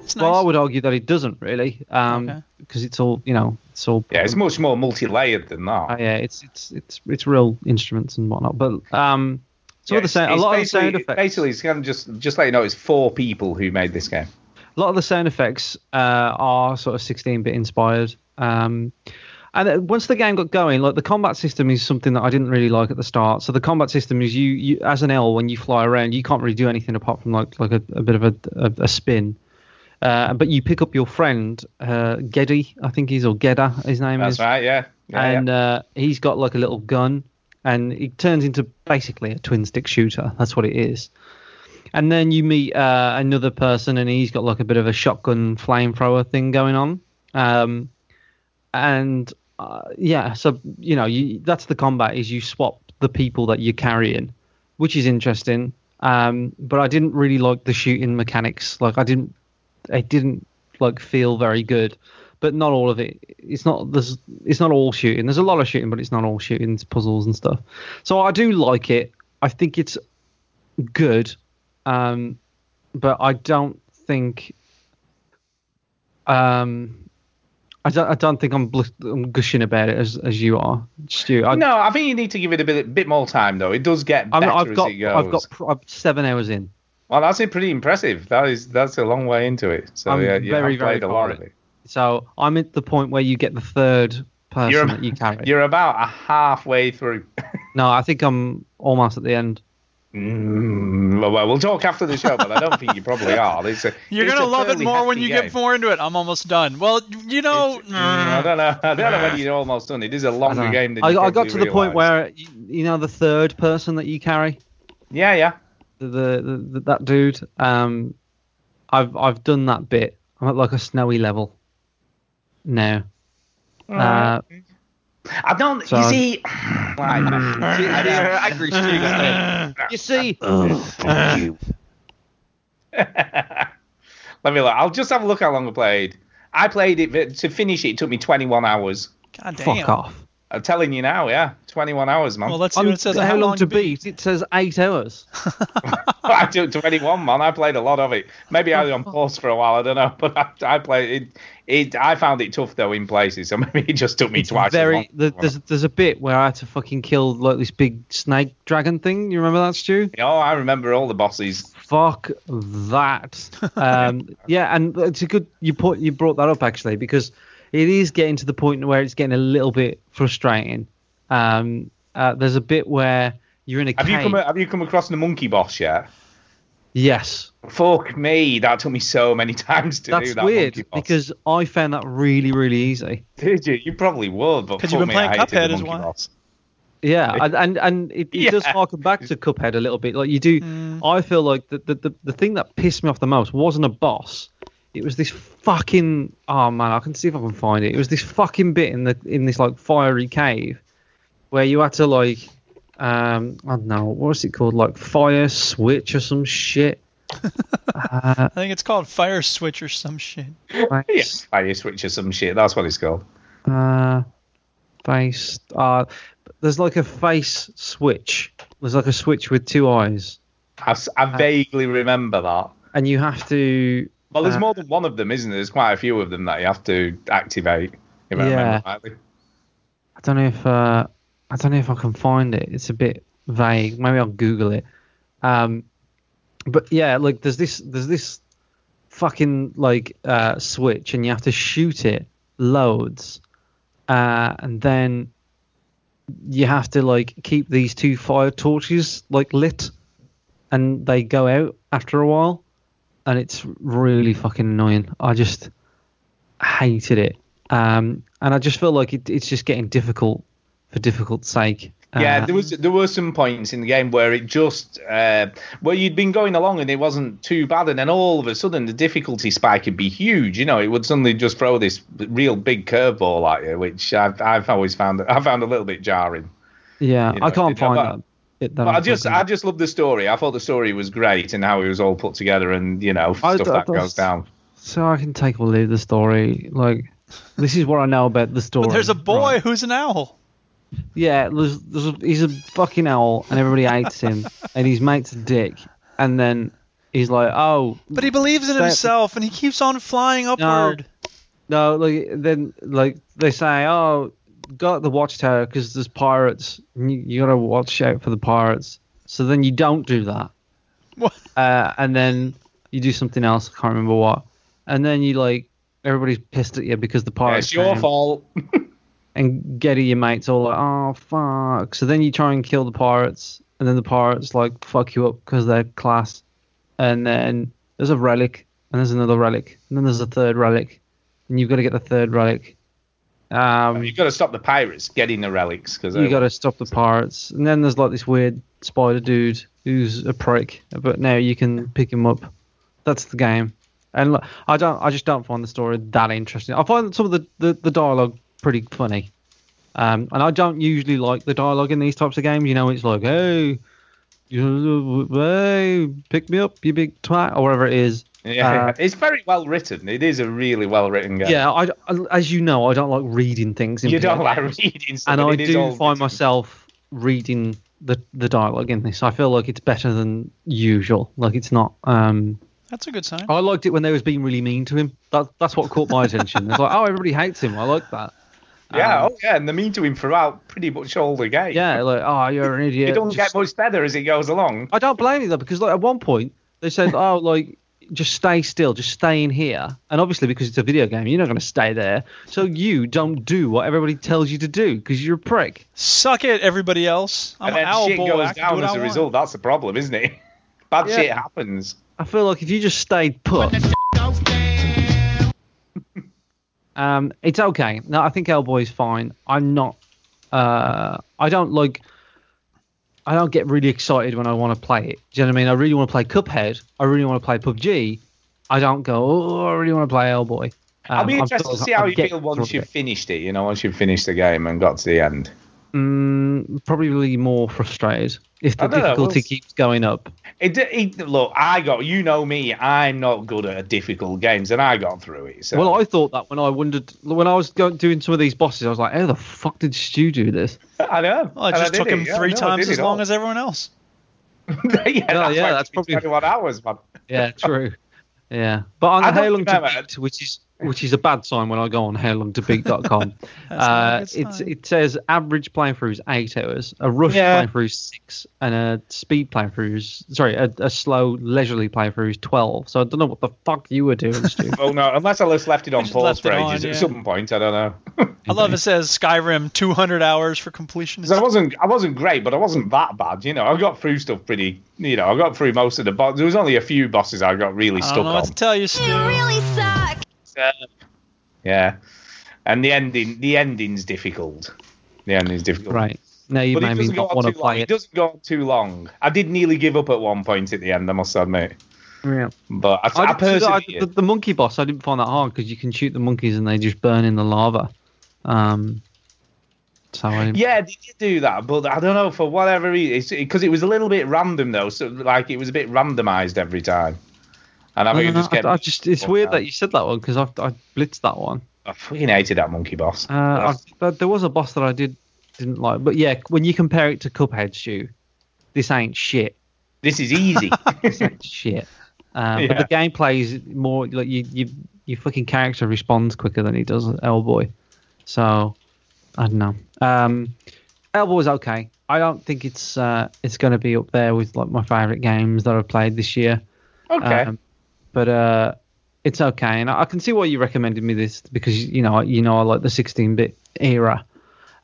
[SPEAKER 1] It's nice.
[SPEAKER 4] Well, I would argue that it doesn't really, um,
[SPEAKER 1] Okay.
[SPEAKER 4] because it's all you know, it's all um,
[SPEAKER 2] Yeah, it's much more multi-layered than that.
[SPEAKER 4] uh, yeah, it's it's it's it's real instruments and whatnot. But um, some
[SPEAKER 2] Yeah,
[SPEAKER 4] of the sound, a
[SPEAKER 2] it's
[SPEAKER 4] lot of the sound
[SPEAKER 2] basically-
[SPEAKER 4] effects,
[SPEAKER 2] Basically, it's kind of just just let you know it's four people who made this game.
[SPEAKER 4] a lot of the sound effects uh, are sort of 16-bit inspired. Um, and uh, once the game got going, like the combat system is something that I didn't really like at the start. So the combat system is you, you as an L when you fly around, you can't really do anything apart from like like a, a bit of a, a, a spin. Uh, but you pick up your friend uh, Geddy, I think he's or Gedda, his name
[SPEAKER 2] That's
[SPEAKER 4] is.
[SPEAKER 2] right. Yeah. yeah
[SPEAKER 4] and
[SPEAKER 2] yeah.
[SPEAKER 4] Uh, he's got like a little gun, and it turns into basically a twin stick shooter. That's what it is. And then you meet uh, another person, and he's got like a bit of a shotgun flamethrower thing going on. Um, and uh, yeah, so you know, you, that's the combat is you swap the people that you're carrying, which is interesting. Um, but I didn't really like the shooting mechanics. Like I didn't, I didn't like feel very good. But not all of it. It's not there's it's not all shooting. There's a lot of shooting, but it's not all shooting. It's puzzles and stuff. So I do like it. I think it's good, um, but I don't think um, I don't, I don't think I'm, bl- I'm gushing about it as, as you are, Stu. I,
[SPEAKER 2] no, I think you need to give it a bit bit more time though. It does get
[SPEAKER 4] I'm,
[SPEAKER 2] better
[SPEAKER 4] I've
[SPEAKER 2] as
[SPEAKER 4] got
[SPEAKER 2] it goes.
[SPEAKER 4] I've got pr- I've seven hours in.
[SPEAKER 2] Well, that's it. Pretty impressive. That is that's a long way into it. So
[SPEAKER 4] I'm
[SPEAKER 2] yeah, yeah,
[SPEAKER 4] very,
[SPEAKER 2] I've
[SPEAKER 4] very
[SPEAKER 2] played a lot
[SPEAKER 4] far
[SPEAKER 2] of
[SPEAKER 4] in.
[SPEAKER 2] it.
[SPEAKER 4] So I'm at the point where you get the third person
[SPEAKER 2] You're,
[SPEAKER 4] that you carry.
[SPEAKER 2] you're about a halfway through.
[SPEAKER 4] No, I think I'm almost at the end.
[SPEAKER 2] Mm, well, we'll talk after the show, but I don't think you probably are. It's a,
[SPEAKER 1] You're
[SPEAKER 2] it's
[SPEAKER 1] gonna
[SPEAKER 2] a
[SPEAKER 1] love it
[SPEAKER 2] fairly
[SPEAKER 1] more when you
[SPEAKER 2] hefty game.
[SPEAKER 1] get more into it. I'm almost done. Well, you know,
[SPEAKER 2] Mm, I don't know. I don't know whether you're almost done. It is a
[SPEAKER 4] I,
[SPEAKER 2] longer
[SPEAKER 4] don't know.
[SPEAKER 2] game than
[SPEAKER 4] I,
[SPEAKER 2] you
[SPEAKER 4] I got
[SPEAKER 2] probably
[SPEAKER 4] to the point
[SPEAKER 2] realise.
[SPEAKER 4] where you, you know the third person that you carry.
[SPEAKER 2] Yeah, yeah.
[SPEAKER 4] the, the, the that dude. Um, I've I've done that bit. I'm at like a snowy level. No. Uh,
[SPEAKER 2] I don't.
[SPEAKER 4] So-
[SPEAKER 2] you see, right.
[SPEAKER 8] I know. I agree,
[SPEAKER 4] you see,
[SPEAKER 2] let me look. I'll just have a look how long I played. I played it but to finish it. It took me 21 hours.
[SPEAKER 1] God damn.
[SPEAKER 4] fuck off.
[SPEAKER 2] I'm telling you now, yeah, 21 hours, man.
[SPEAKER 1] Well, let's see
[SPEAKER 4] I'm-
[SPEAKER 1] what it says.
[SPEAKER 4] how long to
[SPEAKER 1] beat?
[SPEAKER 4] beat? It says eight hours.
[SPEAKER 2] I took 21, man. I played a lot of it. Maybe I was on pause for a while. I don't know, but I, I played it, it. I found it tough though in places, so maybe it just took me twice. as long.
[SPEAKER 4] Very. The, there's there's a bit where I had to fucking kill like this big snake dragon thing. You remember that, Stu?
[SPEAKER 2] Oh, I remember all the bosses.
[SPEAKER 4] Fuck that. Um, yeah, and it's a good. You put you brought that up actually because it is getting to the point where it's getting a little bit frustrating. Um, uh, there's a bit where you're in a
[SPEAKER 2] Have
[SPEAKER 4] cave.
[SPEAKER 2] you come? Have you come across the monkey boss yet?
[SPEAKER 4] yes.
[SPEAKER 2] Fuck me, that took me so many times to
[SPEAKER 4] That's
[SPEAKER 2] do that.
[SPEAKER 4] weird
[SPEAKER 2] monkey boss.
[SPEAKER 4] because I found that really really easy.
[SPEAKER 2] did you? You probably would, but
[SPEAKER 1] 'Cause
[SPEAKER 2] fuck
[SPEAKER 1] you've been
[SPEAKER 2] me,
[SPEAKER 1] playing
[SPEAKER 2] I hated the
[SPEAKER 1] Cuphead as
[SPEAKER 2] monkey
[SPEAKER 1] well.
[SPEAKER 2] boss.
[SPEAKER 4] Yeah, and and, and it, it does
[SPEAKER 2] Yeah.
[SPEAKER 4] harken back to Cuphead a little bit. Like you do, I feel like the, the, the, the thing that pissed me off the most wasn't a boss. It was this fucking oh man, I can see if I can find it. It was this fucking bit in the in this like fiery cave where you had to like um I don't know what was it called like fire switch or some shit.
[SPEAKER 1] I think it's called Fire Switch or some shit.
[SPEAKER 4] Like,
[SPEAKER 2] Yes, I just switch or some shit. That's what it's called.
[SPEAKER 4] uh, face. Uh, there's like a face switch. There's like a switch with two eyes,
[SPEAKER 2] I, s-
[SPEAKER 4] Uh,
[SPEAKER 2] I vaguely remember that.
[SPEAKER 4] and you have to.
[SPEAKER 2] Well, there's
[SPEAKER 4] Uh,
[SPEAKER 2] more than one of them, isn't there? There's quite a few of them that you have to activate. If I
[SPEAKER 4] Yeah.
[SPEAKER 2] remember rightly.
[SPEAKER 4] I don't know if uh, I don't know if I can find it. It's a bit vague. Maybe I'll Google it. Um, but yeah, like there's this there's this fucking like uh, switch, and you have to shoot it loads, uh, and then you have to like keep these two fire torches like lit, and they go out after a while, and it's really fucking annoying. I just hated it. Um, and I just feel like it, it's just getting difficult for difficult sake.
[SPEAKER 2] Yeah,
[SPEAKER 4] Uh,
[SPEAKER 2] there was there were some points in the game where it just uh, where you'd been going along and it wasn't too bad, and then all of a sudden the difficulty spike would be huge. You know, it would suddenly just throw this real big curveball at you, which I've, I've always found I found a little bit jarring.
[SPEAKER 4] yeah,
[SPEAKER 2] you know,
[SPEAKER 4] I can't
[SPEAKER 2] it- but-
[SPEAKER 4] find that. bit that
[SPEAKER 2] But I
[SPEAKER 4] I'm
[SPEAKER 2] just
[SPEAKER 4] talking
[SPEAKER 2] I
[SPEAKER 4] about.
[SPEAKER 2] just loved the story. I thought the story was great and how it was all put together and you know
[SPEAKER 4] I-
[SPEAKER 2] stuff
[SPEAKER 4] I-
[SPEAKER 2] that
[SPEAKER 4] that's-
[SPEAKER 2] goes down.
[SPEAKER 4] so I can take or leave the story. Like this is what I know about the story.
[SPEAKER 1] But there's a boy
[SPEAKER 4] Right.
[SPEAKER 1] who's an owl.
[SPEAKER 4] Yeah, there's, there's a, he's a fucking owl, and everybody hates him, and his mate's a dick, and then he's like, oh,
[SPEAKER 1] But he believes in
[SPEAKER 4] That-
[SPEAKER 1] himself and he keeps on flying upward.
[SPEAKER 4] No, like then like they say, oh, go at the watchtower because there's pirates. And you, you gotta watch out for the pirates. So then you don't do that.
[SPEAKER 1] What?
[SPEAKER 4] Uh, and then you do something else. I can't remember what. And then you like everybody's pissed at you because the
[SPEAKER 2] Yeah,
[SPEAKER 4] pirates.
[SPEAKER 2] it's your
[SPEAKER 4] came
[SPEAKER 2] fault.
[SPEAKER 4] and Getty, your mates, all like, oh fuck. So then you try and kill the pirates, and then the pirates like fuck you up because they're class. And then there's a relic, and there's another relic, and then there's a third relic, and you've got to get the third relic. Um,
[SPEAKER 2] You've got to stop the pirates getting the relics because
[SPEAKER 4] you got to stop the pirates, and then there's like this weird spider dude who's a prick, but now you can pick him up. That's the game, and like, I don't, I just don't find the story that interesting. I find some of the the, the dialogue pretty funny, um, and I don't usually like the dialogue in these types of games. You know, it's like, hey, you, hey, pick me up, you big twat, or whatever it is.
[SPEAKER 2] yeah,
[SPEAKER 4] uh,
[SPEAKER 2] it's very well written. It is a really well written game.
[SPEAKER 4] Yeah, I, I- as you know, I don't like reading things. In
[SPEAKER 2] you don't
[SPEAKER 4] PNG.
[SPEAKER 2] like reading stuff.
[SPEAKER 4] and I
[SPEAKER 2] it is
[SPEAKER 4] do
[SPEAKER 2] all
[SPEAKER 4] find
[SPEAKER 2] written.
[SPEAKER 4] myself reading the the dialogue in this. I feel like it's better than usual. Like it's not. Um,
[SPEAKER 1] That's a good sign.
[SPEAKER 4] I liked it when they was being really mean to him. That that's what caught my attention. It's like, oh, everybody hates him. I like that.
[SPEAKER 2] Yeah, oh yeah, and they mean to him throughout pretty much all the game.
[SPEAKER 4] Yeah, like oh, you're an idiot.
[SPEAKER 2] It doesn't
[SPEAKER 4] Just-
[SPEAKER 2] get much better as it goes along.
[SPEAKER 4] I don't blame you though because like at one point they said, oh, like just stay still, just stay in here. And obviously because it's a video game, you're not going to stay there. So you don't do what everybody tells you to do because you're a prick.
[SPEAKER 1] Suck it, everybody else. I'm
[SPEAKER 2] and
[SPEAKER 1] an
[SPEAKER 2] then
[SPEAKER 1] owl
[SPEAKER 2] shit
[SPEAKER 1] boy. I
[SPEAKER 2] goes
[SPEAKER 1] can do
[SPEAKER 2] down
[SPEAKER 1] what
[SPEAKER 2] as
[SPEAKER 1] I
[SPEAKER 2] a
[SPEAKER 1] want.
[SPEAKER 2] result. That's the problem, isn't it? Bad
[SPEAKER 4] Yeah.
[SPEAKER 2] shit happens.
[SPEAKER 4] I feel like if you just stayed put. Um, it's okay. No, I think Hellboy's fine. I'm not. Uh, I don't like. I don't get really excited when I want to play it. Do you know what I mean? I really want to play Cuphead. I really want to play PUBG. I don't go. Oh, I really want to play Hellboy. Um,
[SPEAKER 2] I'll be
[SPEAKER 4] I'm
[SPEAKER 2] interested
[SPEAKER 4] sort
[SPEAKER 2] to
[SPEAKER 4] of-
[SPEAKER 2] see how
[SPEAKER 4] I'm
[SPEAKER 2] you
[SPEAKER 4] getting
[SPEAKER 2] feel once
[SPEAKER 4] through
[SPEAKER 2] you've
[SPEAKER 4] it.
[SPEAKER 2] finished it. You know, once you've finished the game and got to the end.
[SPEAKER 4] Mm, probably more frustrated if the
[SPEAKER 2] I don't know,
[SPEAKER 4] difficulty
[SPEAKER 2] we'll s-
[SPEAKER 4] keeps going up.
[SPEAKER 2] It, it, look, I got you know me. I'm not good at difficult games, and I got through it. So.
[SPEAKER 4] Well, I thought that when I wondered when I was going, doing some of these bosses, I was like, "How the fuck did Stu do this?"
[SPEAKER 2] I know.
[SPEAKER 1] Well, it
[SPEAKER 2] And I
[SPEAKER 1] just
[SPEAKER 2] did
[SPEAKER 1] took
[SPEAKER 2] it.
[SPEAKER 1] him
[SPEAKER 2] Yeah,
[SPEAKER 1] three
[SPEAKER 2] no, I
[SPEAKER 1] times
[SPEAKER 2] did
[SPEAKER 1] as
[SPEAKER 2] it
[SPEAKER 1] long
[SPEAKER 2] all.
[SPEAKER 1] as everyone else.
[SPEAKER 2] yeah,
[SPEAKER 4] No,
[SPEAKER 2] that's
[SPEAKER 4] yeah,
[SPEAKER 2] like
[SPEAKER 4] that's probably-
[SPEAKER 2] 21 hours, man.
[SPEAKER 4] Yeah, true. Yeah, but on
[SPEAKER 2] I
[SPEAKER 4] How
[SPEAKER 2] don't
[SPEAKER 4] Long to
[SPEAKER 2] remember.
[SPEAKER 4] Beat, which is which is a bad sign when I go on howlongtobeat.com. uh, it's it says average playthrough is eight hours, a rush
[SPEAKER 2] Yeah.
[SPEAKER 4] playthrough is six, and a speed playthrough is sorry, a, a slow leisurely playthrough is twelve. So I don't know what the fuck you were doing, Stu.
[SPEAKER 2] Well, no, unless I just left it on
[SPEAKER 1] just
[SPEAKER 2] pause
[SPEAKER 1] left
[SPEAKER 2] for
[SPEAKER 1] it
[SPEAKER 2] ages
[SPEAKER 1] on,
[SPEAKER 2] at
[SPEAKER 1] yeah.
[SPEAKER 2] some point. I don't know.
[SPEAKER 1] I love it says Skyrim 200 hours for completion.
[SPEAKER 2] 'Cause I wasn't, I wasn't great, but I wasn't that bad. You know, I got through stuff pretty. You know, I got through most of the boss. There was only a few bosses I got really
[SPEAKER 1] I
[SPEAKER 2] stuck
[SPEAKER 1] don't know
[SPEAKER 2] on.
[SPEAKER 1] what to tell you, Stu.
[SPEAKER 2] Yeah, and the ending, the ending's difficult. The ending's difficult.
[SPEAKER 4] right now, you
[SPEAKER 2] But it
[SPEAKER 4] made me
[SPEAKER 2] doesn't go
[SPEAKER 4] not
[SPEAKER 2] on
[SPEAKER 4] want to
[SPEAKER 2] too long.
[SPEAKER 4] play
[SPEAKER 2] It
[SPEAKER 4] it.
[SPEAKER 2] doesn't go on too long. I did nearly give up at one point at the end. I must admit,
[SPEAKER 4] Yeah.
[SPEAKER 2] but I, I,
[SPEAKER 4] I did- I-
[SPEAKER 2] persevered.
[SPEAKER 4] the, the monkey boss, I didn't find that hard because you can shoot the monkeys and they just burn in the lava. Um, so I didn't,
[SPEAKER 2] Yeah, they did do that, but I don't know for whatever reason because it was a little bit random though, so like it was a bit randomized every time. And I
[SPEAKER 4] I,
[SPEAKER 2] think
[SPEAKER 4] don't
[SPEAKER 2] it
[SPEAKER 4] know,
[SPEAKER 2] just kept.
[SPEAKER 4] I, I just it's weird that
[SPEAKER 2] you...
[SPEAKER 4] you said that one because I I blitzed that one.
[SPEAKER 2] I fucking hated that monkey boss.
[SPEAKER 4] Uh, I, th- there was a boss that I did didn't like, but yeah, when you compare it to Cuphead, Stu, this ain't shit.
[SPEAKER 2] this is easy.
[SPEAKER 4] This ain't shit. Um, But
[SPEAKER 2] Yeah.
[SPEAKER 4] the gameplay is more like you, you your fucking character responds quicker than he does Hellboy. So I don't know. Um, Hellboy's okay. I don't think it's uh, it's going to be up there with like my favourite games that I've played this year.
[SPEAKER 2] okay.
[SPEAKER 4] Um, but uh, it's okay, and I, I can see why you recommended me this because you know you know I like the 16-bit era.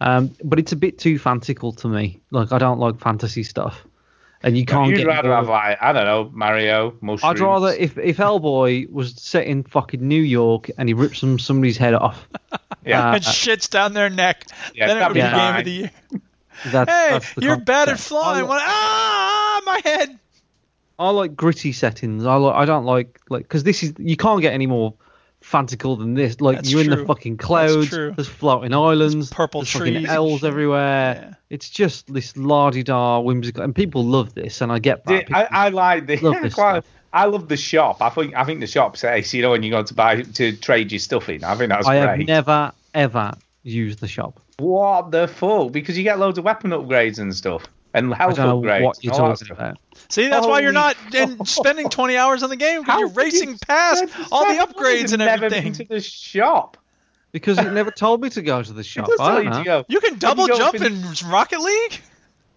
[SPEAKER 4] Um, but it's a bit too fanciful to me. Like I don't like fantasy stuff, and you can't
[SPEAKER 2] You'd
[SPEAKER 4] get.
[SPEAKER 2] rather have
[SPEAKER 4] involved-
[SPEAKER 2] like I don't know Mario mushrooms.
[SPEAKER 4] I'd rather if if Hellboy was set in fucking New York and he rips some somebody's head off.
[SPEAKER 2] Yeah.
[SPEAKER 4] uh,
[SPEAKER 1] and shits down their neck.
[SPEAKER 2] Yeah,
[SPEAKER 1] then it
[SPEAKER 2] that'd
[SPEAKER 1] would be
[SPEAKER 2] be
[SPEAKER 1] game
[SPEAKER 2] fine.
[SPEAKER 1] of the year.
[SPEAKER 4] That's,
[SPEAKER 1] Hey,
[SPEAKER 4] that's the
[SPEAKER 1] you're bad at
[SPEAKER 4] concept. I,
[SPEAKER 1] flying.
[SPEAKER 4] li-
[SPEAKER 1] Well, ah, my head.
[SPEAKER 4] I like gritty settings. I like I don't like like because this is you can't get any more fanciful than this. Like
[SPEAKER 1] That's
[SPEAKER 4] you're in
[SPEAKER 1] true.
[SPEAKER 4] the fucking
[SPEAKER 1] That's
[SPEAKER 4] clouds.
[SPEAKER 1] true.
[SPEAKER 4] There's floating islands.
[SPEAKER 1] purple
[SPEAKER 4] there's
[SPEAKER 1] trees
[SPEAKER 4] Fucking
[SPEAKER 1] and
[SPEAKER 4] elves
[SPEAKER 1] shit.
[SPEAKER 4] everywhere.
[SPEAKER 1] Yeah.
[SPEAKER 4] It's just this lardy-dar whimsical, and people love this, and I get that.
[SPEAKER 2] Did- I, I like the
[SPEAKER 4] uh, Love this
[SPEAKER 2] quite-
[SPEAKER 4] stuff.
[SPEAKER 2] I love the shop. I think I think the shop's ace. You know when you go to buy to trade your stuff in. I think that's
[SPEAKER 4] I
[SPEAKER 2] great.
[SPEAKER 4] have never ever used the shop.
[SPEAKER 2] What the fuck? Because you get loads of weapon upgrades and stuff, and
[SPEAKER 4] I
[SPEAKER 2] health
[SPEAKER 4] don't know
[SPEAKER 2] upgrades.
[SPEAKER 4] what you're
[SPEAKER 2] and all that
[SPEAKER 4] talking
[SPEAKER 2] stuff.
[SPEAKER 4] about.
[SPEAKER 1] See, that's why you're
[SPEAKER 2] Holy
[SPEAKER 1] not in, spending 20 hours on the game because
[SPEAKER 2] How
[SPEAKER 1] you're
[SPEAKER 2] could you
[SPEAKER 1] racing past
[SPEAKER 2] spend-
[SPEAKER 1] all the
[SPEAKER 2] spend money
[SPEAKER 1] upgrades and
[SPEAKER 2] never
[SPEAKER 1] everything.
[SPEAKER 2] Been to the shop.
[SPEAKER 4] Because it never told me to go to the
[SPEAKER 2] It
[SPEAKER 4] shop.
[SPEAKER 2] does
[SPEAKER 4] I
[SPEAKER 2] tell
[SPEAKER 4] don't
[SPEAKER 2] you
[SPEAKER 4] know.
[SPEAKER 2] to go.
[SPEAKER 1] You can
[SPEAKER 2] If
[SPEAKER 1] double
[SPEAKER 2] go
[SPEAKER 1] jump
[SPEAKER 2] up
[SPEAKER 1] in Rocket League.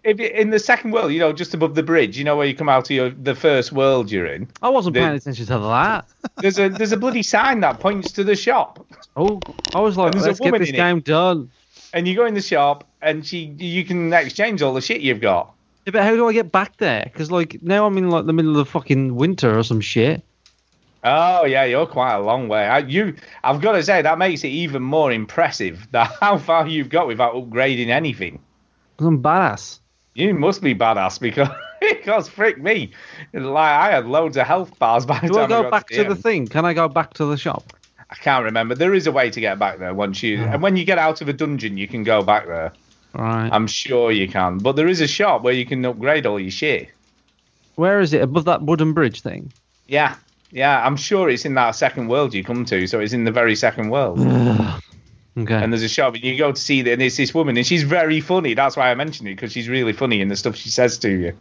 [SPEAKER 2] if you- in the second world. You know, just above the bridge. You know where you come out of your, the first world you're in.
[SPEAKER 4] I wasn't
[SPEAKER 2] The-
[SPEAKER 4] paying attention to that.
[SPEAKER 2] There's a there's a bloody sign that points to the shop,
[SPEAKER 4] Oh, I was like,
[SPEAKER 2] There's a
[SPEAKER 4] let's get
[SPEAKER 2] woman
[SPEAKER 4] this
[SPEAKER 2] in it.
[SPEAKER 4] game done.
[SPEAKER 2] and you go in the shop, and she you can exchange all the shit you've got.
[SPEAKER 4] Yeah, but how do I get back there? Because like now I'm in like the middle of the fucking winter or some shit.
[SPEAKER 2] Oh yeah, you're quite a long way. I, you, I've got to say that makes it even more impressive that how far you've got without upgrading anything.
[SPEAKER 4] 'Cause I'm badass.
[SPEAKER 2] You must be badass because because frick me, like I had loads of health bars by the
[SPEAKER 4] Do
[SPEAKER 2] time
[SPEAKER 4] I
[SPEAKER 2] I
[SPEAKER 4] go
[SPEAKER 2] got
[SPEAKER 4] back to
[SPEAKER 2] end.
[SPEAKER 4] the thing? Can I go back to the shop?
[SPEAKER 2] I can't remember. There is a way to get back there once you and when you get out of a dungeon, you can go back there.
[SPEAKER 4] Right.
[SPEAKER 2] I'm sure you can. But there is a shop where you can upgrade all your shit.
[SPEAKER 4] Where is it? Above that wooden bridge thing.
[SPEAKER 2] Yeah, yeah. I'm sure it's in that second world you come to. So it's in the very second world.
[SPEAKER 4] Okay.
[SPEAKER 2] and there's a shop and you go to see that and it's this woman and she's very funny that's why i mentioned it because she's really funny in the stuff she says to you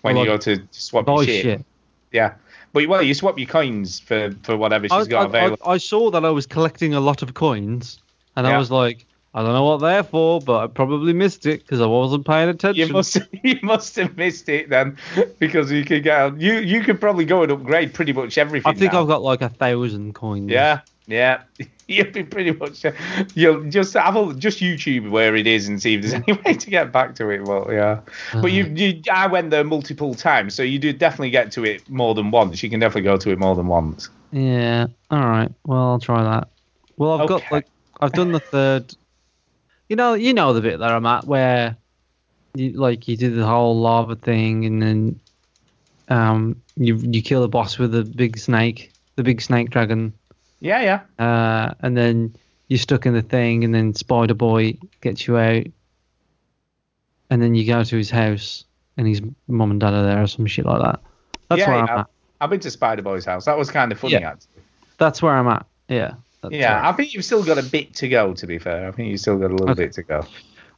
[SPEAKER 2] when
[SPEAKER 4] Well,
[SPEAKER 2] you go
[SPEAKER 4] like,
[SPEAKER 2] to swap your
[SPEAKER 4] Buy
[SPEAKER 2] shit.
[SPEAKER 4] shit.
[SPEAKER 2] yeah but well you swap your coins for for whatever she's
[SPEAKER 4] I,
[SPEAKER 2] got
[SPEAKER 4] I- I-
[SPEAKER 2] available
[SPEAKER 4] I saw that I was collecting a lot of coins, and I
[SPEAKER 2] Yeah.
[SPEAKER 4] was like, I don't know what they're for, but I probably missed it because I wasn't paying
[SPEAKER 2] you
[SPEAKER 4] attention.
[SPEAKER 2] must you must have missed it then because you could get you you could probably go and upgrade pretty much everything
[SPEAKER 4] I think
[SPEAKER 2] now.
[SPEAKER 4] I've got like a thousand coins.
[SPEAKER 2] yeah yeah You'll be pretty much. You'll just have a, just YouTube where it is and see if there's any way to get back to it. Well, yeah. But you,
[SPEAKER 4] Uh-huh.
[SPEAKER 2] you, I went there multiple times, so you do definitely get to it more than once. You can definitely go to it more than once.
[SPEAKER 4] Yeah. All right. Well, I'll try that. Well, I've got
[SPEAKER 2] Okay.
[SPEAKER 4] like I've done the third. You know, you know the bit that I'm at where, you like, you do the whole lava thing, and then, um, you you kill the boss with the big snake, the big snake dragon,
[SPEAKER 2] Yeah, yeah.
[SPEAKER 4] uh, and then you're stuck in the thing, and then Spider Boy gets you out, and then you go to his house, and his mum and dad are there, or some shit like that. That's
[SPEAKER 2] yeah,
[SPEAKER 4] where I'm
[SPEAKER 2] yeah.
[SPEAKER 4] at.
[SPEAKER 2] I've been to Spider Boy's house. That was kind of funny,
[SPEAKER 4] Yeah.
[SPEAKER 2] actually.
[SPEAKER 4] That's where I'm at. Yeah. That's
[SPEAKER 2] Yeah,
[SPEAKER 4] where-
[SPEAKER 2] I think you've still got a bit to go. To be fair, I think you've still got a little bit to go.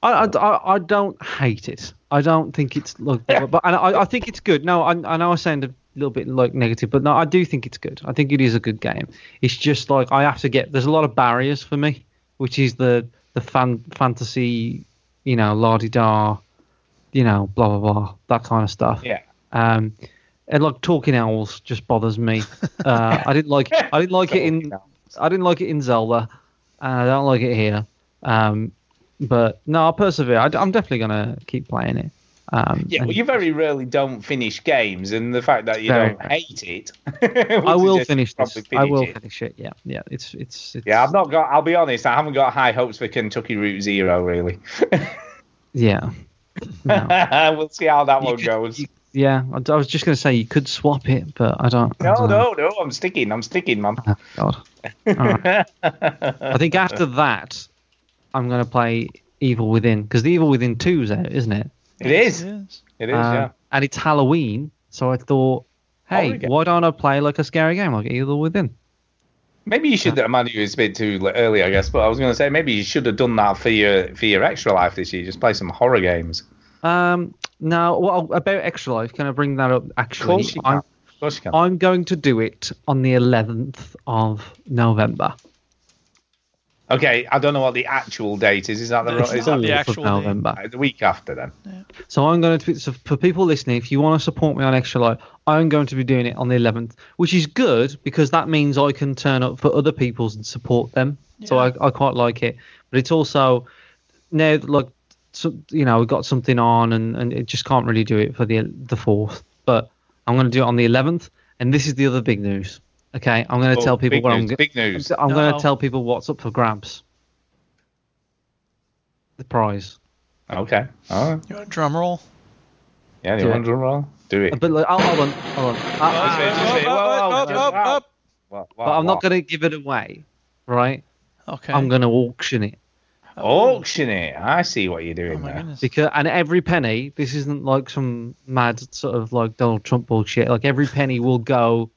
[SPEAKER 4] I, I- I, I don't hate it. I don't think it's look, but and I, I think it's good. No, I, I know I sound a little bit like negative, but no, I do think it's good. I think it is a good game. It's just like I have to get. There's a lot of barriers for me, which is the the fan fantasy, you know, la di da, you know, blah blah blah, that kind of stuff.
[SPEAKER 2] Yeah.
[SPEAKER 4] Um, and like talking owls just bothers me. Uh, I didn't like I didn't like it in I didn't like it in Zelda, and I don't like it here. Um, but no, I'll persevere. I, am definitely gonna keep playing it. Um,
[SPEAKER 2] Yeah,
[SPEAKER 4] and
[SPEAKER 2] well, you very rarely don't finish games, and the fact that you
[SPEAKER 4] Very
[SPEAKER 2] don't
[SPEAKER 4] rare.
[SPEAKER 2] hate it,
[SPEAKER 4] I will finish this. I will
[SPEAKER 2] It.
[SPEAKER 4] finish it. Yeah, yeah. It's it's, it's
[SPEAKER 2] Yeah, I've not got. I'll be honest, I haven't got high hopes for Kentucky Route Zero really.
[SPEAKER 4] yeah. No.
[SPEAKER 2] we'll see how that one goes.
[SPEAKER 4] Yeah, I, I was just gonna say you could swap it, but I don't. I
[SPEAKER 2] no,
[SPEAKER 4] don't
[SPEAKER 2] no, no, I'm sticking. I'm sticking, man.
[SPEAKER 4] Oh, God. All right. I think after that, I'm going to play Evil Within because the Evil Within 2's out, isn't it?
[SPEAKER 2] It is. It
[SPEAKER 1] Yes.
[SPEAKER 2] is.
[SPEAKER 4] Um,
[SPEAKER 2] yeah. Oh,
[SPEAKER 4] And it's Halloween, so I thought, hey,
[SPEAKER 2] Horror game.
[SPEAKER 4] why don't I play like a scary game like Evil Within?
[SPEAKER 2] Maybe you
[SPEAKER 4] uh-huh.
[SPEAKER 2] should. Amanda, it's a bit too li- early, I guess. But I was going to say maybe you should have done that for your for your extra life this year. Just play some horror games.
[SPEAKER 4] Um, now, well, about Extra Life, can I bring that up?
[SPEAKER 2] Of
[SPEAKER 4] Actually,
[SPEAKER 2] course you can.
[SPEAKER 4] I'm,
[SPEAKER 2] Of course you can.
[SPEAKER 4] I'm going to do it on the 11th of November.
[SPEAKER 2] Okay, I don't know what the actual date is. Is that the
[SPEAKER 1] It's
[SPEAKER 2] is
[SPEAKER 1] not
[SPEAKER 2] that
[SPEAKER 1] the
[SPEAKER 4] Fourth
[SPEAKER 1] actual
[SPEAKER 4] of
[SPEAKER 1] day.
[SPEAKER 4] November.
[SPEAKER 2] the week after then?
[SPEAKER 4] So I'm going to so for people listening, if you want to support me on Extra Life, I'm going to be doing it on the 11th, which is good because that means I can turn up for other people's and support them. So I, I quite like it, but it's also now like so, you know we've got something on and and it just can't really do it for the the fourth. But I'm going to do it on the 11th, and this is the other big news. Okay, I'm going to
[SPEAKER 2] Oh,
[SPEAKER 4] tell people
[SPEAKER 2] big
[SPEAKER 4] what
[SPEAKER 2] news,
[SPEAKER 4] I'm go-
[SPEAKER 2] big news.
[SPEAKER 4] I'm going
[SPEAKER 1] No.
[SPEAKER 4] to tell people what's up for grabs. The prize.
[SPEAKER 2] Okay. All right.
[SPEAKER 1] You want a drum roll?
[SPEAKER 2] Yeah. Do
[SPEAKER 4] Do
[SPEAKER 2] you
[SPEAKER 4] it.
[SPEAKER 2] want to roll? Do it.
[SPEAKER 4] But like, oh, hold on, hold on. I- I-
[SPEAKER 2] wait, just wait. Whoa,
[SPEAKER 1] Up,
[SPEAKER 2] whoa,
[SPEAKER 1] up,
[SPEAKER 2] whoa,
[SPEAKER 1] up,
[SPEAKER 2] whoa.
[SPEAKER 1] up.
[SPEAKER 2] What-
[SPEAKER 4] but
[SPEAKER 2] what-
[SPEAKER 4] I'm not
[SPEAKER 2] what?
[SPEAKER 4] going to give it away, right?
[SPEAKER 1] Okay.
[SPEAKER 4] I'm going to auction it
[SPEAKER 2] auction it. I see what you're doing
[SPEAKER 1] Oh my
[SPEAKER 2] there.
[SPEAKER 1] goodness.
[SPEAKER 4] because, and every penny. This isn't like some mad sort of like Donald Trump bullshit. Like every penny will go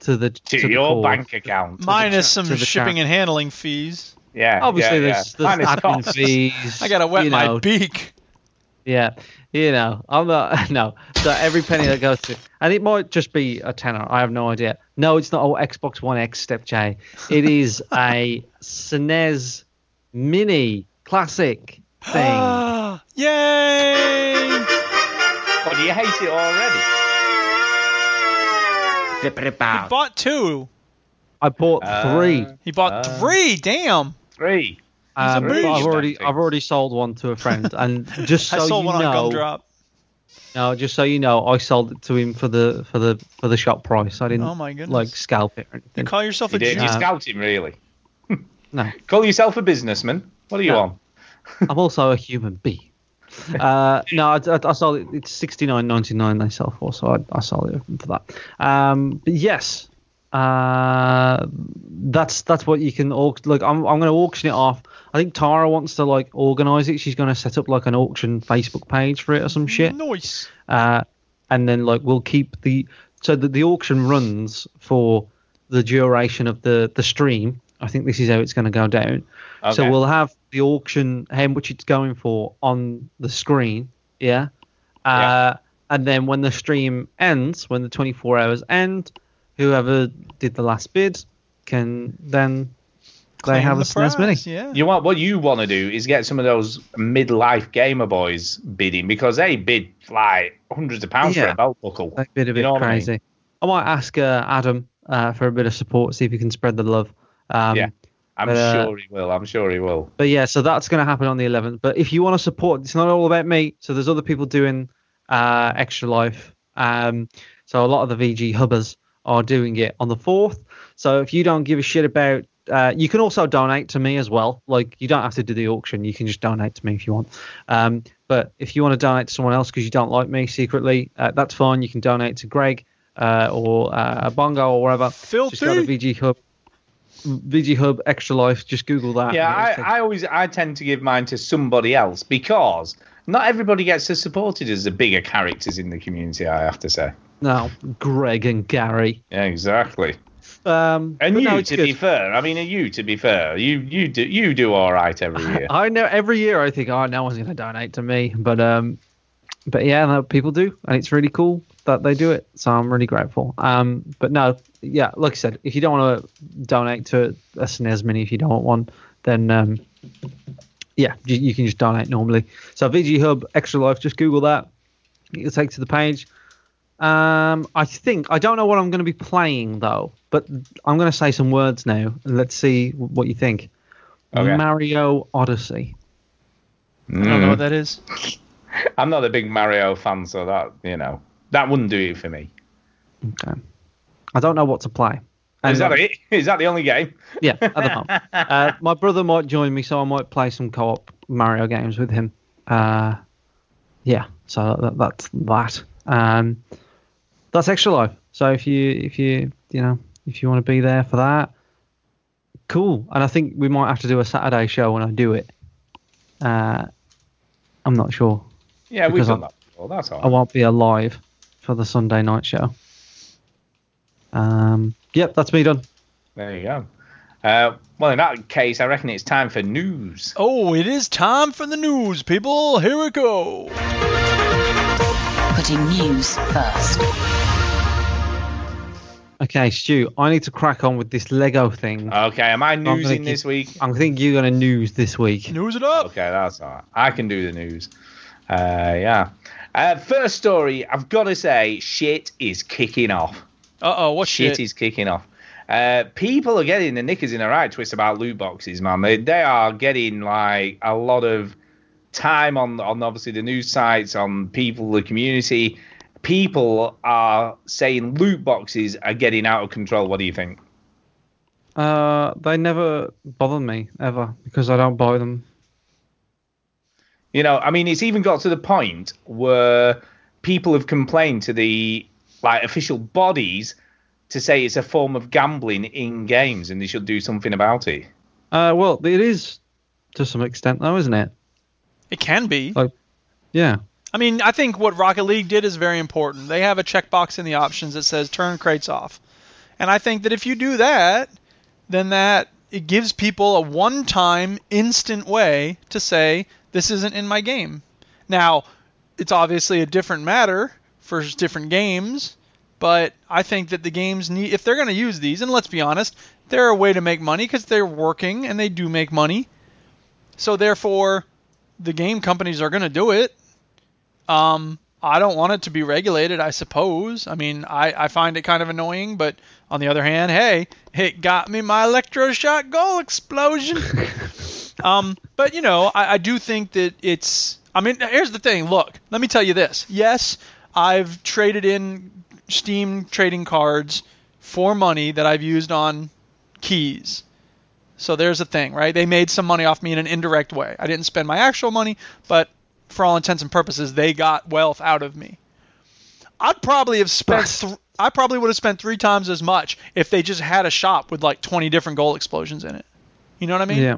[SPEAKER 4] to the
[SPEAKER 2] To,
[SPEAKER 4] the
[SPEAKER 2] your
[SPEAKER 4] cause.
[SPEAKER 2] bank account.
[SPEAKER 1] Minus some
[SPEAKER 4] to the
[SPEAKER 1] shipping
[SPEAKER 4] char-
[SPEAKER 1] and handling fees.
[SPEAKER 2] yeah.
[SPEAKER 4] Obviously,
[SPEAKER 2] yeah, yeah.
[SPEAKER 4] there's, there's
[SPEAKER 2] Minus
[SPEAKER 4] admin
[SPEAKER 2] costs.
[SPEAKER 4] fees.
[SPEAKER 1] I gotta wet
[SPEAKER 4] you know,
[SPEAKER 1] my beak.
[SPEAKER 4] Yeah, you know, I'm not. No, so every penny that goes to, and it might just be a tenner. I have no idea. No, it's not. Oh, Xbox One X Step J. It is a SNES Mini Classic thing.
[SPEAKER 1] Yay!
[SPEAKER 2] Oh, do you hate it already?
[SPEAKER 8] Flip it about.
[SPEAKER 1] Bought two.
[SPEAKER 4] I bought
[SPEAKER 2] Uh,
[SPEAKER 4] three.
[SPEAKER 1] He bought
[SPEAKER 2] Uh.
[SPEAKER 1] three. Damn.
[SPEAKER 2] Three.
[SPEAKER 4] Um, but
[SPEAKER 1] beast.
[SPEAKER 4] I've already
[SPEAKER 2] Tactics.
[SPEAKER 4] I've already sold one to a friend, and just so
[SPEAKER 1] I sold
[SPEAKER 4] you
[SPEAKER 1] one on
[SPEAKER 4] know,
[SPEAKER 1] Gumdrop.
[SPEAKER 4] no, just so you know, I sold it to him for the for the for the shop price. I didn't
[SPEAKER 1] Oh my goodness.
[SPEAKER 4] like scalp it or
[SPEAKER 1] You
[SPEAKER 4] anything.
[SPEAKER 1] call yourself
[SPEAKER 2] You
[SPEAKER 1] a
[SPEAKER 2] did.
[SPEAKER 1] genius?
[SPEAKER 2] You're
[SPEAKER 4] Uh,
[SPEAKER 2] scouting, really.
[SPEAKER 4] No,
[SPEAKER 2] Call yourself a businessman. What are you
[SPEAKER 4] No.
[SPEAKER 2] on?
[SPEAKER 4] I'm also a human being. Uh, no, I, I, I sold it. It's sixty nine ninety nine they sell for, so I, I sold it for that. Um, but yes, uh, that's that's what you can au- like. I'm I'm going to auction it off. I think Tara wants to like organize it. She's going to set up like an auction Facebook page for it or some shit.
[SPEAKER 1] Nice.
[SPEAKER 4] uh, and then like we'll keep the so that the auction runs for the duration of the the stream. I think this is how it's going to go down. So
[SPEAKER 2] Okay.
[SPEAKER 4] we'll have the auction how much it's going for on the screen, yeah. Uh,
[SPEAKER 2] Yeah.
[SPEAKER 4] and then when the stream ends, when the 24 hours end, whoever did the last bid can then they
[SPEAKER 1] Claim
[SPEAKER 4] have
[SPEAKER 1] the
[SPEAKER 4] a SNES Mini.
[SPEAKER 1] prize, Yeah.
[SPEAKER 2] You want what you want to do is get some of those midlife gamer boys bidding because they bid like hundreds of pounds for
[SPEAKER 4] Yeah.
[SPEAKER 2] a belt buckle.
[SPEAKER 4] Like, bit a
[SPEAKER 2] You
[SPEAKER 4] bit
[SPEAKER 2] know what I mean?
[SPEAKER 4] crazy. I, might ask uh, Adam uh, for a bit of support, see if he can spread the love. Um,
[SPEAKER 2] Yeah. I'm
[SPEAKER 4] But, uh,
[SPEAKER 2] sure he will. I'm sure he will.
[SPEAKER 4] But yeah, so that's going to happen on the 11th. But if you want to support, it's not all about me. So there's other people doing uh, Extra Life. Um, so a lot of the VG hubbers are doing it on the 4th. So if you don't give a shit about, uh, you can also donate to me as well. Like you don't have to do the auction. You can just donate to me if you want. Um, but if you want to donate to someone else because you don't like me secretly, uh, that's fine. You can donate to Greg uh, or uh, Bongo or whatever. Just go to
[SPEAKER 1] Filthy.
[SPEAKER 4] VG Hub. VG Hub Extra Life. Just Google that.
[SPEAKER 2] Yeah,
[SPEAKER 4] and it'll take-
[SPEAKER 2] I, I always I tend to give mine to somebody else because not everybody gets as supported as the bigger characters in the community. I have to say.
[SPEAKER 4] No, Greg and Gary.
[SPEAKER 2] Yeah, exactly.
[SPEAKER 4] Um,
[SPEAKER 2] And
[SPEAKER 4] but
[SPEAKER 2] you,
[SPEAKER 4] no, it's
[SPEAKER 2] to
[SPEAKER 4] good.
[SPEAKER 2] be fair, I mean, and you, to be fair, you you do you do all right every year.
[SPEAKER 4] I know every year I think, oh, no one's going to donate to me, but um, but yeah, no, people do, and it's really cool that they do it. So I'm really grateful. Um, but no, yeah, like I said, if you don't want to donate to a SNES Mini, if you don't want one, then um, yeah, you, you can just donate normally. So VG Hub Extra Life, just Google that. It'll take to the page. Um, I think I don't know what I'm going to be playing though, but I'm going to say some words now, and let's see wh- what you think.
[SPEAKER 2] Okay.
[SPEAKER 4] Mario Odyssey.
[SPEAKER 1] I
[SPEAKER 4] Hmm.
[SPEAKER 1] don't know
[SPEAKER 2] Mm.
[SPEAKER 1] what that is.
[SPEAKER 2] I'm not a big Mario fan, so that you know that wouldn't do it for me.
[SPEAKER 4] Okay. I don't know what to play. And- uh,
[SPEAKER 2] Is that it? Is that the only game?
[SPEAKER 4] Yeah, at the moment. Uh, my brother might join me, so I might play some co-op Mario games with him. Uh, yeah, so that, that's that. Um, that's extra life. So if you if you you know if you want to be there for that, cool. And I think we might have to do a Saturday show when I do it. Uh, I'm not sure.
[SPEAKER 2] Yeah, we've
[SPEAKER 4] Because
[SPEAKER 2] done
[SPEAKER 4] I-
[SPEAKER 2] that before. That's all.
[SPEAKER 4] I won't be alive for the Sunday night show. Um, yep, that's me done.
[SPEAKER 2] There you go. Uh, well, in that case, I reckon it's time for news.
[SPEAKER 1] Oh, it is time for the news, people. Here we go.
[SPEAKER 5] Putting news first.
[SPEAKER 4] Okay, Stu, I need to crack on with this Lego thing.
[SPEAKER 2] Okay, am I
[SPEAKER 4] Oh. gonna
[SPEAKER 2] newsing
[SPEAKER 4] keep-
[SPEAKER 2] this week?
[SPEAKER 4] I think you're gonna news this week.
[SPEAKER 1] News it up.
[SPEAKER 2] Okay, that's all right. I can do the news. Uh, yeah. Uh, first story, I've got to say, shit is kicking off.
[SPEAKER 1] Uh oh, what
[SPEAKER 2] Shit,
[SPEAKER 1] shit?
[SPEAKER 2] is kicking off. Uh, people are getting the knickers in a right twist about loot boxes, man. They, they are getting like a lot of time on on obviously the news sites, on people, the community. People are saying loot boxes are getting out of control. What do you think?
[SPEAKER 4] Uh, they never bother me ever because I don't buy them.
[SPEAKER 2] You know, I mean, it's even got to the point where people have complained to the like official bodies to say it's a form of gambling in games and they should do something about it.
[SPEAKER 4] Uh, well, it is to some extent though, isn't it?
[SPEAKER 1] It can be.
[SPEAKER 4] Yeah.
[SPEAKER 1] I mean, I think what Rocket League did is very important. They have a checkbox in the options that says turn crates off. And I think that if you do that, then that it gives people a one-time instant way to say this isn't in my game. Now, it's obviously a different matter for s- different games, but I think that the games need if they're going to use these, and let's be honest, they're a way to make money cuz they're working and they do make money. So therefore, the game companies are going to do it. Um, I don't want it to be regulated, I suppose. I mean, I, I find it kind of annoying, but on the other hand, hey, it got me my electroshock goal explosion. um, but, you know, I, I do think that it's. I mean, here's the thing. Look, let me tell you this. Yes, I've traded in Steam trading cards for money that I've used on keys. So there's a thing, right? They made some money off me in an indirect way. I didn't spend my actual money, but for all intents and purposes, they got wealth out of me. I'd probably have spent. Th- I probably would have spent three times as much if they just had a shop with like 20 different goal explosions in it. You know what I mean?
[SPEAKER 4] yeah.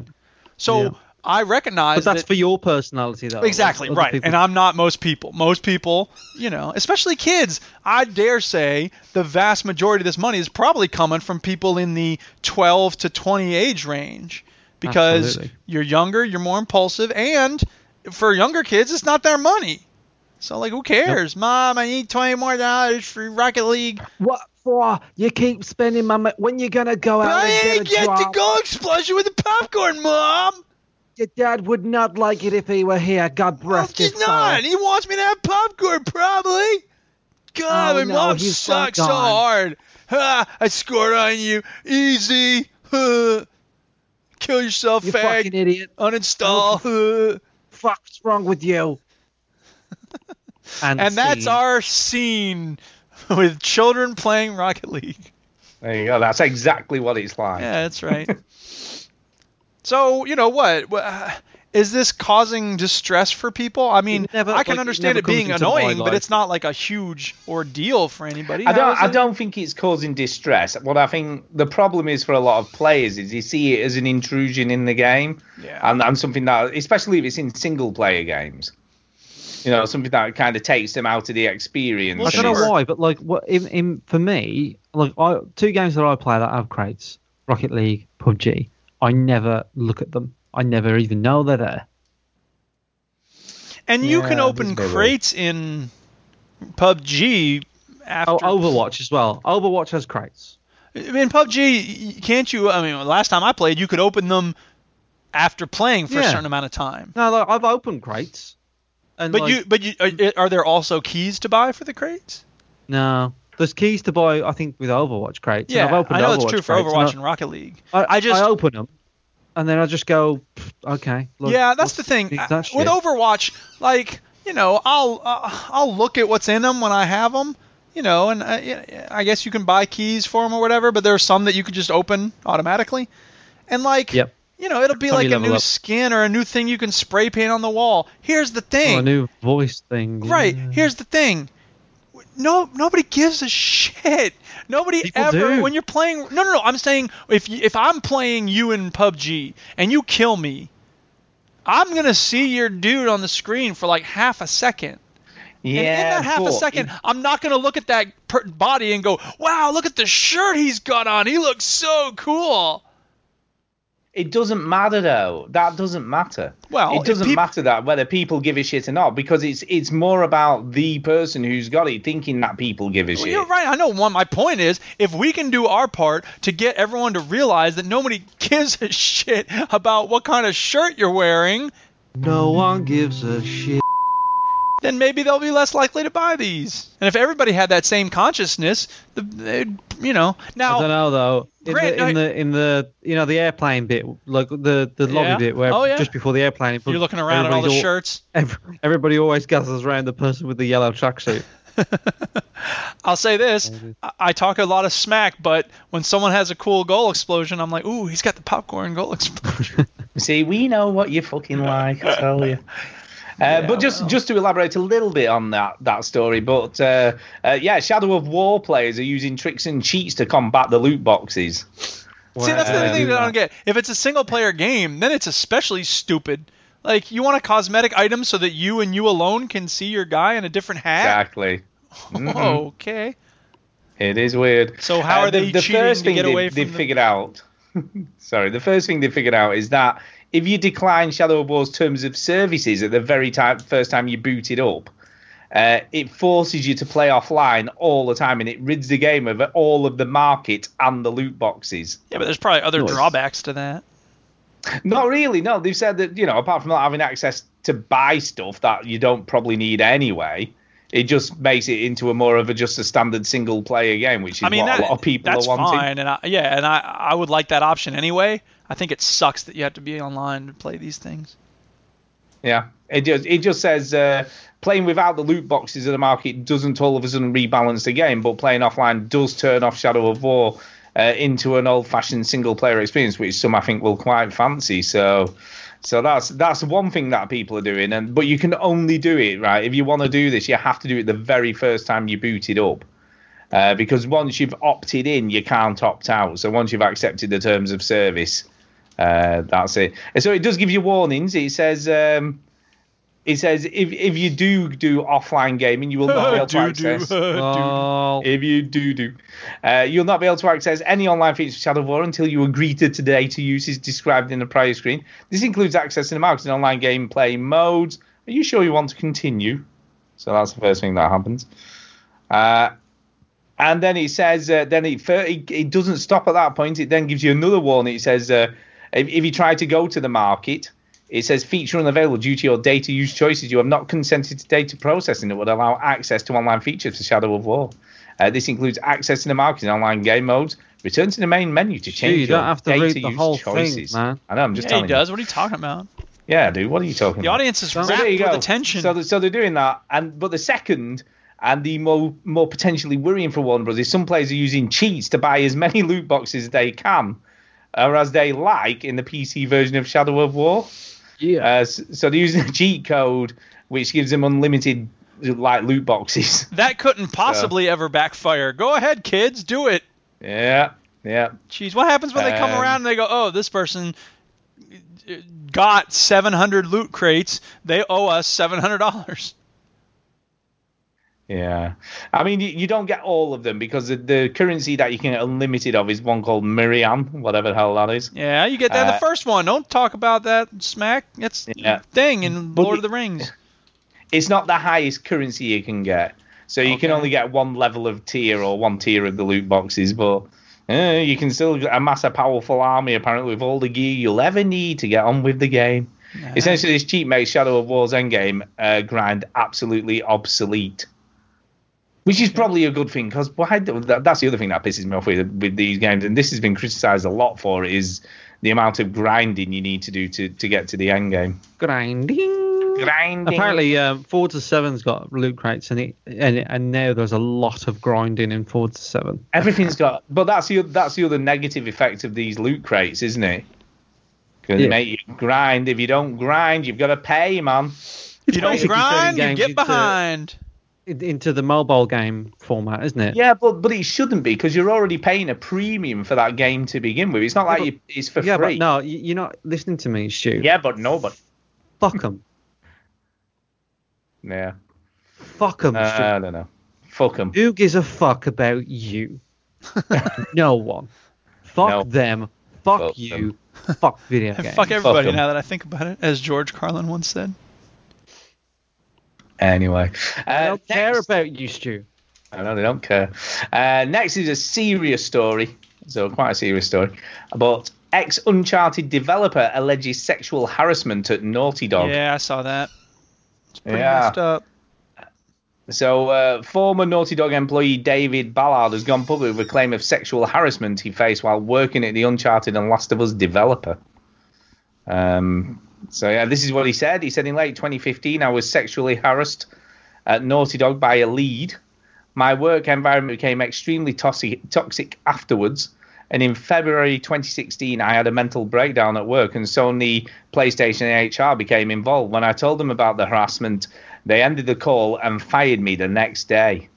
[SPEAKER 1] So
[SPEAKER 4] yeah.
[SPEAKER 1] I recognize
[SPEAKER 4] But that's
[SPEAKER 1] that-
[SPEAKER 4] for your personality though.
[SPEAKER 1] Exactly
[SPEAKER 4] Other
[SPEAKER 1] right,
[SPEAKER 4] people-
[SPEAKER 1] and I'm not most people. Most people, you know, especially kids, I dare say the vast majority of this money is probably coming from people in the 12 to 20 age range because
[SPEAKER 4] Absolutely.
[SPEAKER 1] you're younger, you're more impulsive, and for younger kids, it's not their money. So like, who cares, mom? I need 20 more dollars for Rocket League.
[SPEAKER 4] What for? You keep spending my money. When you gonna go out
[SPEAKER 1] I
[SPEAKER 4] and
[SPEAKER 1] ain't
[SPEAKER 4] get a
[SPEAKER 1] get the
[SPEAKER 4] drop?
[SPEAKER 1] goal explosion with the popcorn, mom.
[SPEAKER 4] Your dad would not like it if he were here. God
[SPEAKER 1] No,
[SPEAKER 4] bless his
[SPEAKER 1] he's not.
[SPEAKER 4] soul.
[SPEAKER 1] He wants me to have popcorn, probably. God,
[SPEAKER 4] Oh,
[SPEAKER 1] my
[SPEAKER 4] no,
[SPEAKER 1] mom
[SPEAKER 4] he's
[SPEAKER 1] sucks so
[SPEAKER 4] gone.
[SPEAKER 1] hard. Ha, I scored on you. Easy. Huh. Kill yourself,
[SPEAKER 4] You
[SPEAKER 1] fag.
[SPEAKER 4] fucking idiot. Oh,
[SPEAKER 1] Uninstall. Huh.
[SPEAKER 4] Fuck's wrong with you?
[SPEAKER 1] and that's
[SPEAKER 4] scene.
[SPEAKER 1] our scene with children playing Rocket League.
[SPEAKER 2] There you go. That's exactly what it's like.
[SPEAKER 1] Yeah, that's right. so, you know what? Wha- Is this causing distress for people? I mean,
[SPEAKER 4] It never-
[SPEAKER 1] I can
[SPEAKER 4] like, it
[SPEAKER 1] understand
[SPEAKER 4] never
[SPEAKER 1] it being
[SPEAKER 4] comes into my
[SPEAKER 1] annoying, but
[SPEAKER 4] life.
[SPEAKER 1] it's not like a huge ordeal for anybody.
[SPEAKER 2] I
[SPEAKER 1] How
[SPEAKER 2] don't.
[SPEAKER 1] is
[SPEAKER 2] I
[SPEAKER 1] it?
[SPEAKER 2] don't think it's causing distress. What I think the problem is for a lot of players is you see it as an intrusion in the game,
[SPEAKER 1] Yeah.
[SPEAKER 2] and, and something that, especially if it's in single player games, you know, something that kind of takes them out of the experience.
[SPEAKER 1] Well,
[SPEAKER 4] I
[SPEAKER 2] and
[SPEAKER 4] don't
[SPEAKER 1] sure.
[SPEAKER 4] know why, but like, what in, in for me, look, I, two games that I play that have crates, Rocket League, PUBG. I never look at them. I never even know they're there.
[SPEAKER 1] And you can
[SPEAKER 2] Yeah,
[SPEAKER 1] open
[SPEAKER 2] these are weird.
[SPEAKER 1] crates in PUBG after
[SPEAKER 4] Oh, Overwatch as well. Overwatch has crates.
[SPEAKER 1] In PUBG, y- can't you? I mean, last time I played, you could open them after playing for a
[SPEAKER 4] Yeah.
[SPEAKER 1] certain amount of time.
[SPEAKER 4] No, like, I've opened crates. And
[SPEAKER 1] But
[SPEAKER 4] like,
[SPEAKER 1] you, but you, are, are there also keys to buy for the crates?
[SPEAKER 4] no, there's keys to buy. I think with Overwatch crates.
[SPEAKER 1] Yeah,
[SPEAKER 4] and I've opened
[SPEAKER 1] I know
[SPEAKER 4] Overwatch
[SPEAKER 1] it's true for
[SPEAKER 4] crates, and
[SPEAKER 1] Overwatch
[SPEAKER 4] I-
[SPEAKER 1] and Rocket League.
[SPEAKER 4] I,
[SPEAKER 1] I just-
[SPEAKER 4] I open them, and then I just go, "Pfft, okay. look,
[SPEAKER 1] yeah, that's
[SPEAKER 4] what's-
[SPEAKER 1] the thing.
[SPEAKER 4] is
[SPEAKER 1] Uh,
[SPEAKER 4] that
[SPEAKER 1] With
[SPEAKER 4] shit?"
[SPEAKER 1] Overwatch, like you know, I'll uh, I'll look at what's in them when I have them, you know, and I, I guess you can buy keys for them or whatever. But there are some that you can just open automatically, and like
[SPEAKER 4] Yep.
[SPEAKER 1] you know, it'll be
[SPEAKER 4] Tell me
[SPEAKER 1] like a
[SPEAKER 4] level
[SPEAKER 1] new
[SPEAKER 4] up.
[SPEAKER 1] skin or a new thing you can spray paint on the wall. Here's the
[SPEAKER 4] Oh,
[SPEAKER 1] thing.
[SPEAKER 4] a new voice thing.
[SPEAKER 1] Right.
[SPEAKER 4] yeah.
[SPEAKER 1] Here's the thing. No, nobody gives a shit. Nobody
[SPEAKER 4] People
[SPEAKER 1] ever.
[SPEAKER 4] do.
[SPEAKER 1] When you're playing, no, no, no. I'm saying if you, if I'm playing you in PUBG and you kill me, I'm gonna see your dude on the screen for like half a second.
[SPEAKER 2] Yeah,
[SPEAKER 1] and in that half a
[SPEAKER 2] but
[SPEAKER 1] second, I'm not gonna look at that per- body and go, "Wow, look at the shirt he's got on. He looks so cool."
[SPEAKER 2] It doesn't matter though. That doesn't matter.
[SPEAKER 1] Well,
[SPEAKER 2] it
[SPEAKER 1] if
[SPEAKER 2] doesn't
[SPEAKER 1] peop-
[SPEAKER 2] matter that whether people give a shit or not because it's it's more about the person who's got it thinking that people give a
[SPEAKER 1] Well,
[SPEAKER 2] shit.
[SPEAKER 1] you're right. I know. One, my point is, if we can do our part to get everyone to realize that nobody gives a shit about what kind of shirt you're wearing,
[SPEAKER 4] No one gives a shit.
[SPEAKER 1] then maybe they'll be less likely to buy these. And if everybody had that same consciousness, the, they'd, you know,
[SPEAKER 4] I don't
[SPEAKER 1] now.
[SPEAKER 4] know though. In,
[SPEAKER 1] Grant,
[SPEAKER 4] the, in
[SPEAKER 1] no-
[SPEAKER 4] the in the you know the airplane bit, like the the lobby
[SPEAKER 1] Yeah.
[SPEAKER 4] bit where
[SPEAKER 1] Oh, yeah.
[SPEAKER 4] just before the airplane,
[SPEAKER 1] You're looking around at all the
[SPEAKER 4] everybody's
[SPEAKER 1] shirts.
[SPEAKER 4] ev- everybody always gathers around the person with the yellow tracksuit.
[SPEAKER 1] I'll say this: I, I talk a lot of smack, but when someone has a cool goal explosion, I'm like, "Ooh, he's got the popcorn goal explosion."
[SPEAKER 2] See, we know what you fucking like, I tell you. Uh, but just just to elaborate a little bit on that that story, but uh, uh, yeah, Shadow of War players are using tricks and cheats to combat the loot boxes.
[SPEAKER 1] See, that's the
[SPEAKER 4] Wow.
[SPEAKER 1] other thing
[SPEAKER 4] Do
[SPEAKER 1] that I
[SPEAKER 4] that.
[SPEAKER 1] don't get. If it's a single player game, then it's especially stupid. Like, you want a cosmetic item so that you and you alone can see your guy in a different hat?
[SPEAKER 2] Exactly,
[SPEAKER 1] Okay.
[SPEAKER 2] it is weird. Uh,
[SPEAKER 1] So how are
[SPEAKER 2] the,
[SPEAKER 1] they
[SPEAKER 2] the
[SPEAKER 1] cheating
[SPEAKER 2] first
[SPEAKER 1] to
[SPEAKER 2] thing
[SPEAKER 1] get
[SPEAKER 2] they,
[SPEAKER 1] away
[SPEAKER 2] they
[SPEAKER 1] from the-
[SPEAKER 2] figured out? sorry, the first thing they figured out is that if you decline Shadow of War's terms of services at the very time, first time you boot it up, uh, it forces you to play offline all the time, and it rids the game of all of the market and the loot boxes.
[SPEAKER 1] Yeah, but there's probably other
[SPEAKER 4] Nice.
[SPEAKER 1] drawbacks to that.
[SPEAKER 2] Not really. No, they've said that you know, apart from not having access to buy stuff that you don't probably need anyway, it just makes it into a more of a just a standard single player game, which is
[SPEAKER 1] I mean,
[SPEAKER 2] what
[SPEAKER 1] that,
[SPEAKER 2] a lot of people
[SPEAKER 1] that's
[SPEAKER 2] are wanting.
[SPEAKER 1] fine. And I, yeah, and I, I would like that option anyway. I think it sucks that you have to be online to play these things.
[SPEAKER 2] Yeah, it just it just says uh, playing without the loot boxes of the market doesn't all of a sudden rebalance the game, but playing offline does turn off Shadow of War uh, into an old-fashioned single-player experience, which some I think will quite fancy. So, so that's that's one thing that people are doing, and but you can only do it right if you want to do this. You have to do it the very first time you boot it up. Uh, because once you've opted in, you can't opt out. So once you've accepted the terms of service, uh, that's it. And so it does give you warnings. It says um, it says if if you do do offline gaming, you will not be able to access.
[SPEAKER 4] Oh,
[SPEAKER 2] If you do do, uh, you'll not be able to access any online features of Shadow of War until you agree to today to uses described in the prior screen. This includes accessing the market and online gameplay modes. Are you sure you want to continue? So that's the first thing that happens. Uh, and then it says, uh, then it, fir- it it doesn't stop at that point. It then gives you another warning. It says, uh, if, if you try to go to the market, it says feature unavailable due to your data use choices. You have not consented to data processing that would allow access to online features for Shadow of War. Uh, this includes accessing the market in online game modes. Return to the main menu to change
[SPEAKER 4] you don't
[SPEAKER 2] your
[SPEAKER 4] have to
[SPEAKER 2] data
[SPEAKER 4] read the
[SPEAKER 2] use
[SPEAKER 4] whole thing,
[SPEAKER 2] choices.
[SPEAKER 4] man.
[SPEAKER 2] I know, I'm just
[SPEAKER 1] Yeah, he
[SPEAKER 2] telling you.
[SPEAKER 1] does. What are you talking about?
[SPEAKER 2] Yeah, dude, what are you talking
[SPEAKER 1] The
[SPEAKER 2] about?
[SPEAKER 1] audience is
[SPEAKER 4] So
[SPEAKER 1] wrapped
[SPEAKER 2] So there you
[SPEAKER 1] with
[SPEAKER 2] go.
[SPEAKER 1] attention.
[SPEAKER 2] So, th- so they're doing that, and but the second and the more more potentially worrying for Warner Brothers, some players are using cheats to buy as many loot boxes as they can, uh, or as they like in the PC version of Shadow of War.
[SPEAKER 4] yeah.
[SPEAKER 2] Uh, s- so they're using a cheat code which gives them unlimited like loot boxes.
[SPEAKER 1] that couldn't possibly ever backfire. Go ahead, kids, do it.
[SPEAKER 2] Yeah, yeah.
[SPEAKER 1] Jeez, what happens when they come
[SPEAKER 2] Um,
[SPEAKER 1] around and they go, "Oh, this person uh, got 700 loot crates. They owe us $700."
[SPEAKER 2] Yeah, I mean, you, you don't get all of them because the, the currency that you can get unlimited of is one called Miriam, whatever the hell that is.
[SPEAKER 1] Yeah, you get that in
[SPEAKER 2] Uh,
[SPEAKER 1] the first one. Don't talk about that smack. It's
[SPEAKER 2] Yeah.
[SPEAKER 1] thing in
[SPEAKER 2] But
[SPEAKER 1] Lord
[SPEAKER 2] it-
[SPEAKER 1] of the Rings.
[SPEAKER 2] It's not the highest currency you can get, so you can only get one level of tier or one tier of the loot boxes. But eh, you can still amass a powerful army apparently with all the gear you'll ever need to get on with the game. Essentially, this cheat makes Shadow of War's endgame uh, grind absolutely obsolete. Which is probably a good thing because why? Do, that, that's the other thing that pisses me off with with these games, and this has been criticised a lot for is the amount of grinding you need to do to, to get to the end game.
[SPEAKER 4] Grinding.
[SPEAKER 2] Grinding.
[SPEAKER 4] Apparently, um, four to seven's got loot crates, and it and and now there's a lot of grinding in four to seven.
[SPEAKER 2] everything's got. But that's the that's the other negative effect of these loot crates, isn't it? Because
[SPEAKER 4] Yeah.
[SPEAKER 2] they make you grind. If you don't grind, you've got to pay, man.
[SPEAKER 1] If you don't
[SPEAKER 4] basically
[SPEAKER 1] grind,
[SPEAKER 4] turning
[SPEAKER 1] you
[SPEAKER 4] games
[SPEAKER 1] get
[SPEAKER 4] into-
[SPEAKER 1] behind.
[SPEAKER 4] In- Into the mobile game format, isn't it?
[SPEAKER 2] Yeah, but but it shouldn't be because you're already paying a premium for that game to begin with. It's not like
[SPEAKER 4] but-
[SPEAKER 2] you, it's for
[SPEAKER 4] Yeah,
[SPEAKER 2] free.
[SPEAKER 4] but no, you- you're not listening to me, Stu.
[SPEAKER 2] Yeah, but no, but
[SPEAKER 4] Fuck them.
[SPEAKER 2] yeah.
[SPEAKER 4] Fuck them.
[SPEAKER 2] Uh, I don't know. Fuck 'em.
[SPEAKER 4] Who gives a fuck about you? no one. Fuck
[SPEAKER 2] No.
[SPEAKER 4] them. Fuck
[SPEAKER 2] Fuck
[SPEAKER 4] you. Fuck video
[SPEAKER 1] And
[SPEAKER 4] games.
[SPEAKER 1] fuck everybody
[SPEAKER 2] 'em.
[SPEAKER 1] now that I think about it, as George Carlin once said.
[SPEAKER 2] Anyway, uh,
[SPEAKER 4] I don't care
[SPEAKER 2] next-
[SPEAKER 4] about you, Stu.
[SPEAKER 2] I know they don't care. Uh, next is a serious story, so quite a serious story. But ex Uncharted developer alleges sexual harassment at Naughty Dog.
[SPEAKER 1] Yeah, I saw that. It's pretty
[SPEAKER 2] Oh. Yeah.
[SPEAKER 1] messed up.
[SPEAKER 2] So, uh, former Naughty Dog employee David Ballard has gone public with a claim of sexual harassment he faced while working at the Uncharted and Last of Us developer. Um, so, yeah, this is what he said. He said in late 2015, I was sexually harassed at Naughty Dog by a lead. My work environment became extremely toxic, toxic afterwards. And in February 2016, I had a mental breakdown at work, and Sony PlayStation and HR became involved. When I told them about the harassment, they ended the call and fired me the next day.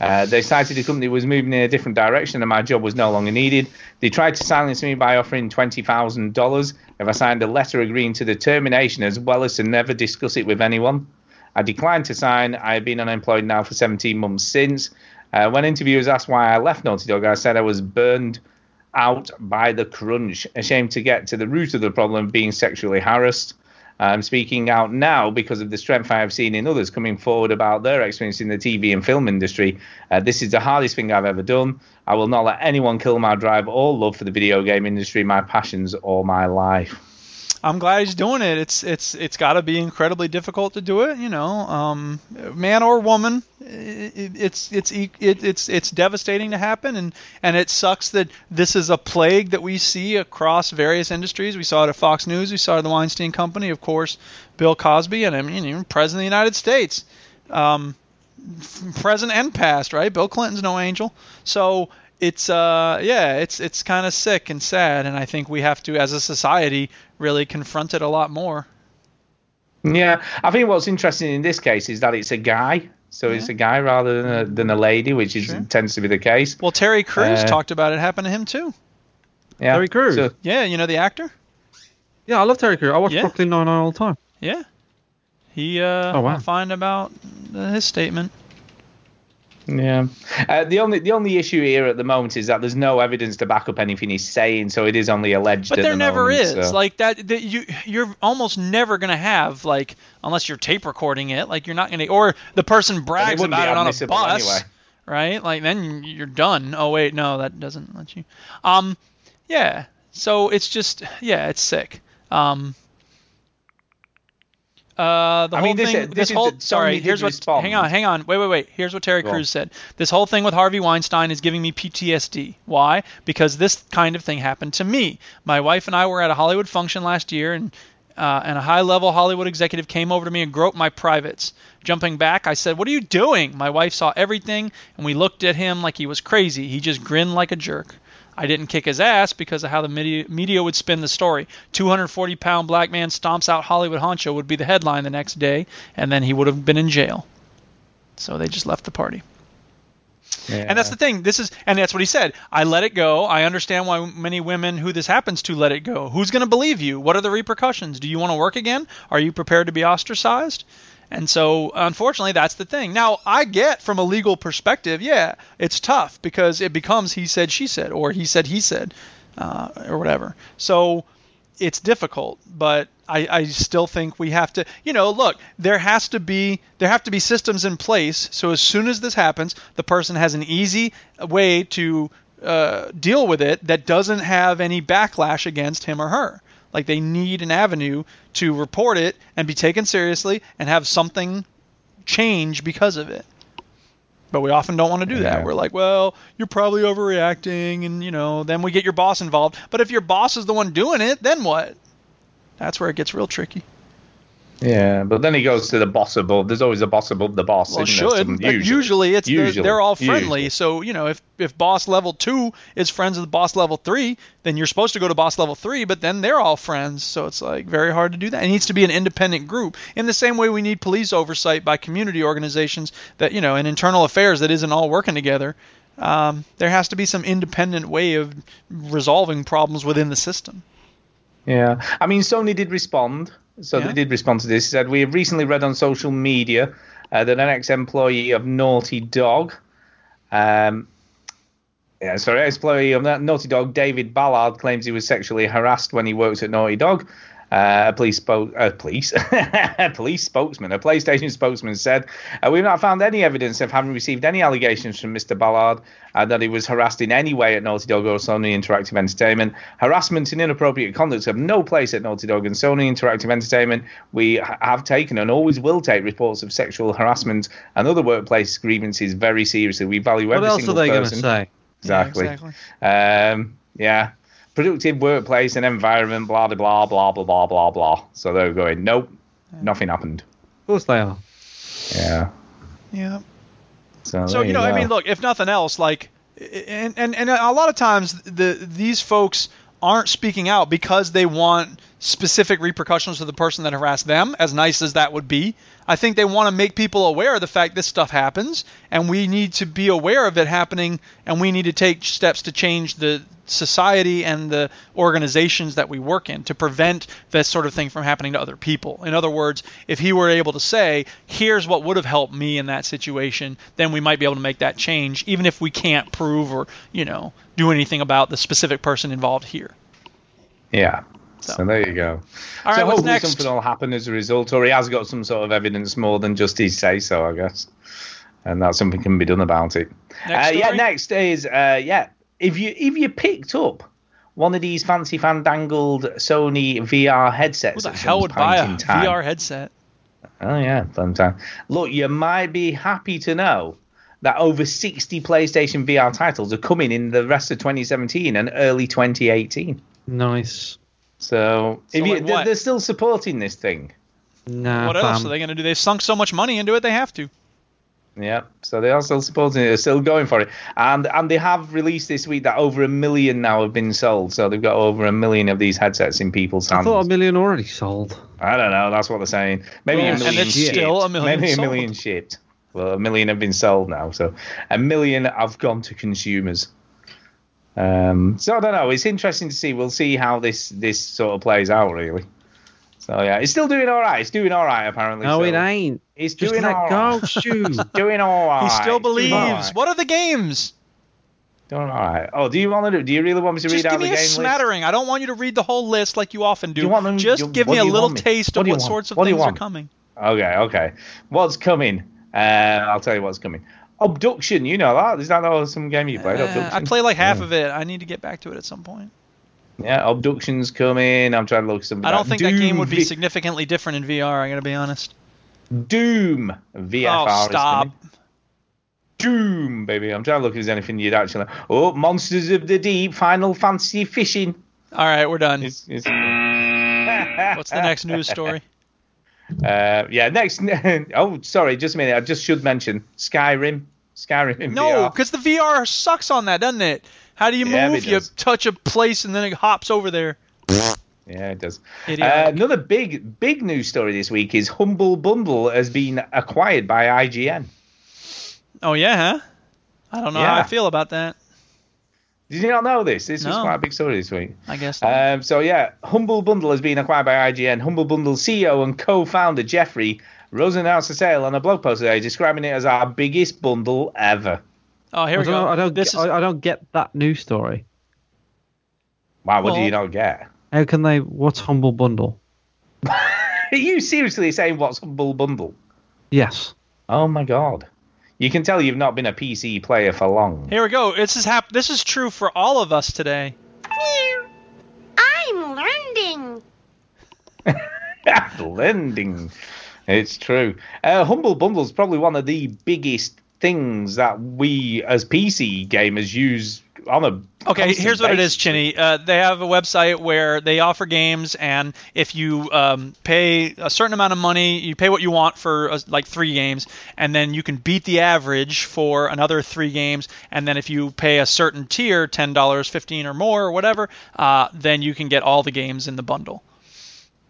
[SPEAKER 2] Uh, they cited the company was moving in a different direction and my job was no longer needed. They tried to silence me by offering $20,000 if I signed a letter agreeing to the termination as well as to never discuss it with anyone. I declined to sign. I have been unemployed now for 17 months since. Uh, when interviewers asked why I left Naughty Dog, I said I was burned out by the crunch, ashamed to get to the root of the problem, being sexually harassed. I'm speaking out now because of the strength I have seen in others coming forward about their experience in the TV and film industry. Uh, this is the hardest thing I've ever done. I will not let anyone kill my drive or love for the video game industry, my passions, or my life.
[SPEAKER 1] I'm glad he's doing it. It's it's it's got to be incredibly difficult to do it, you know. Um, man or woman, it, it's it's e- it, it's it's devastating to happen, and and it sucks that this is a plague that we see across various industries. We saw it at Fox News, we saw it at the Weinstein Company, of course, Bill Cosby, and I mean even President of the United States, um, f- present and past, right? Bill Clinton's no angel, so. It's uh yeah it's it's kind of sick and sad and I think we have to as a society really confront it a lot more.
[SPEAKER 2] Yeah, I think what's interesting in this case is that it's a guy. So it's a guy rather than a, than a lady, which is,
[SPEAKER 1] Sure.
[SPEAKER 2] tends to be the case.
[SPEAKER 1] Well, Terry Crews
[SPEAKER 2] Uh,
[SPEAKER 1] talked about it happened to him too.
[SPEAKER 2] Yeah.
[SPEAKER 4] Terry Crews.
[SPEAKER 2] So-
[SPEAKER 1] Yeah, you know the actor.
[SPEAKER 4] Yeah, I love Terry Crew. I watch
[SPEAKER 1] Yeah.
[SPEAKER 4] Brooklyn Nine Nine all the time.
[SPEAKER 1] Yeah, he. Uh,
[SPEAKER 4] Oh, wow.
[SPEAKER 1] I'll find about uh, his statement.
[SPEAKER 2] Yeah. Uh, the only the only issue here at the moment is that there's no evidence to back up anything he's saying, so it is only alleged.
[SPEAKER 1] But
[SPEAKER 2] at
[SPEAKER 1] there
[SPEAKER 2] the
[SPEAKER 1] never
[SPEAKER 2] moment,
[SPEAKER 1] is
[SPEAKER 2] so-
[SPEAKER 1] like that, that. You you're almost never gonna have like unless you're tape recording it. Like you're not gonna or the person
[SPEAKER 2] But it
[SPEAKER 1] brags
[SPEAKER 2] wouldn't
[SPEAKER 1] about
[SPEAKER 2] be
[SPEAKER 1] it on a
[SPEAKER 2] admissible
[SPEAKER 1] bus.
[SPEAKER 2] anyway.
[SPEAKER 1] right? Like then you're done. Oh wait, no, that doesn't let you. Um, yeah. So it's just yeah, it's sick. Um. Uh, the
[SPEAKER 2] I
[SPEAKER 1] whole
[SPEAKER 2] mean, this-
[SPEAKER 1] thing.
[SPEAKER 2] this
[SPEAKER 1] this
[SPEAKER 2] is-
[SPEAKER 1] whole
[SPEAKER 2] Sony
[SPEAKER 1] sorry.
[SPEAKER 2] did
[SPEAKER 1] Here's what.
[SPEAKER 2] respond.
[SPEAKER 1] Hang on, hang on. Wait, wait, wait. Here's what Terry
[SPEAKER 2] Go on.
[SPEAKER 1] Crews said. This whole thing with Harvey Weinstein is giving me PTSD. Why? Because this kind of thing happened to me. My wife and I were at a Hollywood function last year, and uh, and a high-level Hollywood executive came over to me and groped my privates. Jumping back, I said, "What are you doing?" My wife saw everything, and we looked at him like he was crazy. He just grinned like a jerk. I didn't kick his ass because of how the media, media would spin the story. 240 pound black man stomps out Hollywood honcho would be the headline the next day, and then he would have been in jail. So they just left the party. And that's the thing. This is, and that's what he said. I let it go. I understand why many women who this happens to let it go. Who's going to believe you? What are the repercussions? Do you want to work again? Are you prepared to be ostracized? And so, unfortunately, that's the thing. Now, I get from a legal perspective, yeah, it's tough because it becomes he said, she said, or he said, he said, uh, or whatever. So it's difficult, but I, I still think we have to, you know, look, there has to be there have to be systems in place. So as soon as this happens, the person has an easy way to uh, deal with it that doesn't have any backlash against him or her. Like they need an avenue to report it and be taken seriously and have something change because of it. But we often don't want to do that.
[SPEAKER 2] Yeah.
[SPEAKER 1] We're like, well, you're probably overreacting, and you know, then we get your boss involved. But if your boss is the one doing it, then what? That's where it gets real tricky.
[SPEAKER 2] Yeah, but then he goes to the boss above. There's always a boss above the boss.
[SPEAKER 1] Well,
[SPEAKER 2] isn't there?
[SPEAKER 1] should
[SPEAKER 2] Some-
[SPEAKER 1] but usually, it's they're-
[SPEAKER 2] Usually.
[SPEAKER 1] they're all friendly.
[SPEAKER 2] Usually.
[SPEAKER 1] So you know, if if boss level two is friends with boss level three, then you're supposed to go to boss level three, but then they're all friends. So it's like very hard to do that. It needs to be an independent group. In the same way, we need police oversight by community organizations that you know, and internal affairs that isn't all working together. Um, there has to be some independent way of resolving problems within the system.
[SPEAKER 2] Yeah, I mean, Sony did respond. So
[SPEAKER 1] Yeah.
[SPEAKER 2] they did respond to this. It said we have recently read on social media uh, that an ex-employee of Naughty Dog, um, yeah, sorry, ex-employee of Na- Naughty Dog, David Ballard claims he was sexually harassed when he worked at Naughty Dog. Uh, a police spoke, uh, police, a police spokesman, a PlayStation spokesman said, uh, "We've not found any evidence of having received any allegations from Mr. Ballard uh, that he was harassed in any way at Naughty Dog or Sony Interactive Entertainment. Harassment and inappropriate conduct have no place at Naughty Dog and Sony Interactive Entertainment. We ha- have taken and always will take reports of sexual harassment and other workplace grievances very seriously. We value
[SPEAKER 4] What
[SPEAKER 2] every
[SPEAKER 4] else are
[SPEAKER 2] single
[SPEAKER 4] they going to
[SPEAKER 2] person."
[SPEAKER 4] say?
[SPEAKER 2] Exactly. Um, yeah. Productive workplace and environment, blah, blah, blah, blah, blah, blah, blah, blah. So they were going, nope, nothing happened.
[SPEAKER 4] Of course they are.
[SPEAKER 2] Yeah.
[SPEAKER 1] Yeah.
[SPEAKER 2] So,
[SPEAKER 1] So
[SPEAKER 2] there
[SPEAKER 1] you know, I
[SPEAKER 2] go.
[SPEAKER 1] mean, look, if nothing else, like, and and and a lot of times the these folks aren't speaking out because they want specific repercussions for the person that harassed them. As nice as that would be, I think they want to make people aware of the fact this stuff happens, and we need to be aware of it happening, and we need to take steps to change the society and the organizations that we work in to prevent this sort of thing from happening to other people. In other words, if he were able to say, here's what would have helped me in that situation, then we might be able to make that change, even if we can't prove or, you know, do anything about the specific person involved here.
[SPEAKER 2] Yeah.
[SPEAKER 1] So.
[SPEAKER 2] So. there you go.
[SPEAKER 1] All right,
[SPEAKER 2] so
[SPEAKER 1] what's
[SPEAKER 2] hopefully
[SPEAKER 1] next?
[SPEAKER 2] something will happen as a result, or he has got some sort of evidence more than just his say so, I guess. And that something can be done about it.
[SPEAKER 1] Next
[SPEAKER 2] uh, yeah,
[SPEAKER 1] story?
[SPEAKER 2] next is uh, yeah. If you if you picked up one of these fancy fandangled Sony VR
[SPEAKER 1] Who
[SPEAKER 2] headsets,
[SPEAKER 1] the
[SPEAKER 2] at
[SPEAKER 1] hell
[SPEAKER 2] some
[SPEAKER 1] would buy
[SPEAKER 2] point
[SPEAKER 1] a
[SPEAKER 2] in time-
[SPEAKER 1] VR headset?
[SPEAKER 2] Oh yeah, fun time. Look, you might be happy to know that over 60 PlayStation VR titles are coming in the rest of 2017 and early 2018.
[SPEAKER 4] Nice.
[SPEAKER 2] So,
[SPEAKER 1] So
[SPEAKER 2] if you,
[SPEAKER 1] like
[SPEAKER 2] they're,
[SPEAKER 1] what?
[SPEAKER 2] they're still supporting this thing.
[SPEAKER 4] Nah,
[SPEAKER 1] what else
[SPEAKER 4] fam.
[SPEAKER 1] are they going to do? They've sunk so much money into it, they have to.
[SPEAKER 2] Yeah, so they are still supporting it. They're still going for it, and and they have released this week that over a million now have been sold. So they've got over a million of these headsets in people's
[SPEAKER 4] I
[SPEAKER 2] hands.
[SPEAKER 4] thought a million already sold.
[SPEAKER 2] I don't know. That's what they're saying. Maybe
[SPEAKER 1] Well,
[SPEAKER 2] a
[SPEAKER 1] and
[SPEAKER 2] million.
[SPEAKER 1] it's
[SPEAKER 2] shipped.
[SPEAKER 1] still a million
[SPEAKER 2] Maybe a
[SPEAKER 1] sold.
[SPEAKER 2] million shipped. Well, a million have been sold now, so a million have gone to consumers. Um, so I don't know. It's interesting to see. We'll see how this this sort of plays out, really. So yeah, it's still doing all right. It's doing all right, apparently.
[SPEAKER 4] No,
[SPEAKER 2] so
[SPEAKER 4] it ain't.
[SPEAKER 2] It's
[SPEAKER 4] Just
[SPEAKER 2] doing
[SPEAKER 4] let
[SPEAKER 2] all
[SPEAKER 4] go,
[SPEAKER 2] right.
[SPEAKER 4] Stu.
[SPEAKER 2] Doing all right.
[SPEAKER 1] He still
[SPEAKER 2] It's doing
[SPEAKER 1] believes.
[SPEAKER 2] all right.
[SPEAKER 1] What are the games?
[SPEAKER 2] Doing all right. Oh, do you want to do? Do you really want me to read
[SPEAKER 1] Just give
[SPEAKER 2] out
[SPEAKER 1] me
[SPEAKER 2] the
[SPEAKER 1] a
[SPEAKER 2] game list?
[SPEAKER 1] smattering. I don't want you to read the whole list like you often do.
[SPEAKER 2] You want them-
[SPEAKER 1] Just
[SPEAKER 2] you-
[SPEAKER 1] give
[SPEAKER 2] what
[SPEAKER 1] me a
[SPEAKER 2] do you
[SPEAKER 1] little
[SPEAKER 2] want me-
[SPEAKER 1] taste
[SPEAKER 2] what
[SPEAKER 1] of
[SPEAKER 2] do you
[SPEAKER 1] what
[SPEAKER 2] want?
[SPEAKER 1] sorts of
[SPEAKER 2] What do you
[SPEAKER 1] things are
[SPEAKER 2] want?
[SPEAKER 1] coming.
[SPEAKER 2] Okay, okay. What's coming? Uh, I'll tell you what's coming. Abduction, you know that? Is that all some game you played?
[SPEAKER 1] Uh,
[SPEAKER 2] Abduction.
[SPEAKER 1] I play like half
[SPEAKER 2] Yeah.
[SPEAKER 1] of it. I need to get back to it at some point.
[SPEAKER 2] Yeah, abduction's coming. I'm trying to look something.
[SPEAKER 1] I don't
[SPEAKER 2] up.
[SPEAKER 1] think that
[SPEAKER 2] Doom
[SPEAKER 1] game would be
[SPEAKER 2] V-
[SPEAKER 1] significantly different in VR. I gotta be honest.
[SPEAKER 2] Doom VFR.
[SPEAKER 1] oh
[SPEAKER 2] is
[SPEAKER 1] stop!
[SPEAKER 2] coming. Doom, baby. I'm trying to look if there's anything you'd actually. Oh, Monsters of the Deep, Final Fantasy Fishing.
[SPEAKER 1] All right, we're done.
[SPEAKER 2] Is, is...
[SPEAKER 1] What's the next news story?
[SPEAKER 2] Uh, yeah, next. oh, sorry, just a minute. I just should mention Skyrim. Skyrim. in
[SPEAKER 1] No,
[SPEAKER 2] VR.
[SPEAKER 1] because the VR sucks on that, doesn't it? How do you
[SPEAKER 2] Yeah,
[SPEAKER 1] move?
[SPEAKER 2] it
[SPEAKER 1] You
[SPEAKER 2] does.
[SPEAKER 1] touch a place and then it hops over there.
[SPEAKER 2] Yeah, it does. Uh,
[SPEAKER 1] Idiotic.
[SPEAKER 2] another big, big news story this week is Humble Bundle has been acquired by IGN.
[SPEAKER 1] Oh yeah, huh? I don't know how I
[SPEAKER 2] Yeah.
[SPEAKER 1] feel about that.
[SPEAKER 2] Did you not know this? This was
[SPEAKER 1] No.
[SPEAKER 2] quite a big story this week.
[SPEAKER 1] I guess.
[SPEAKER 2] Uh,
[SPEAKER 1] not.
[SPEAKER 2] Um, so yeah, Humble Bundle has been acquired by IGN. Humble Bundle CEO and E co-founder Jeffrey Rose announced the sale on a blog post today, describing it as our biggest bundle ever.
[SPEAKER 1] Oh, here
[SPEAKER 4] I
[SPEAKER 1] we
[SPEAKER 4] don't,
[SPEAKER 1] go.
[SPEAKER 4] know- I don't.
[SPEAKER 1] This
[SPEAKER 4] get-
[SPEAKER 1] is-
[SPEAKER 4] I, I don't get that news story.
[SPEAKER 2] Wow, what do you
[SPEAKER 1] Well-
[SPEAKER 2] not get?
[SPEAKER 4] How can they? What's humble bundle?
[SPEAKER 2] Are you seriously saying what's humble bundle?
[SPEAKER 4] Yes.
[SPEAKER 2] Oh my god. You can tell you've not been a PC player for long.
[SPEAKER 1] Here we go. This is hap- This is true for all of us today.
[SPEAKER 6] I'm learning.
[SPEAKER 2] Blending. It's true. Uh, Humble Bundle's probably one of the biggest things that we as PC gamers use on a
[SPEAKER 1] Okay,
[SPEAKER 2] constant
[SPEAKER 1] here's what it
[SPEAKER 2] basis.
[SPEAKER 1] is, Chinny. Uh, they have a website where they offer games, and if you um, pay a certain amount of money, you pay what you want for uh, like three games, and then you can beat the average for another three games. And then if you pay a certain tier, ten dollars, fifteen or more, or whatever, uh, then you can get all the games in the bundle.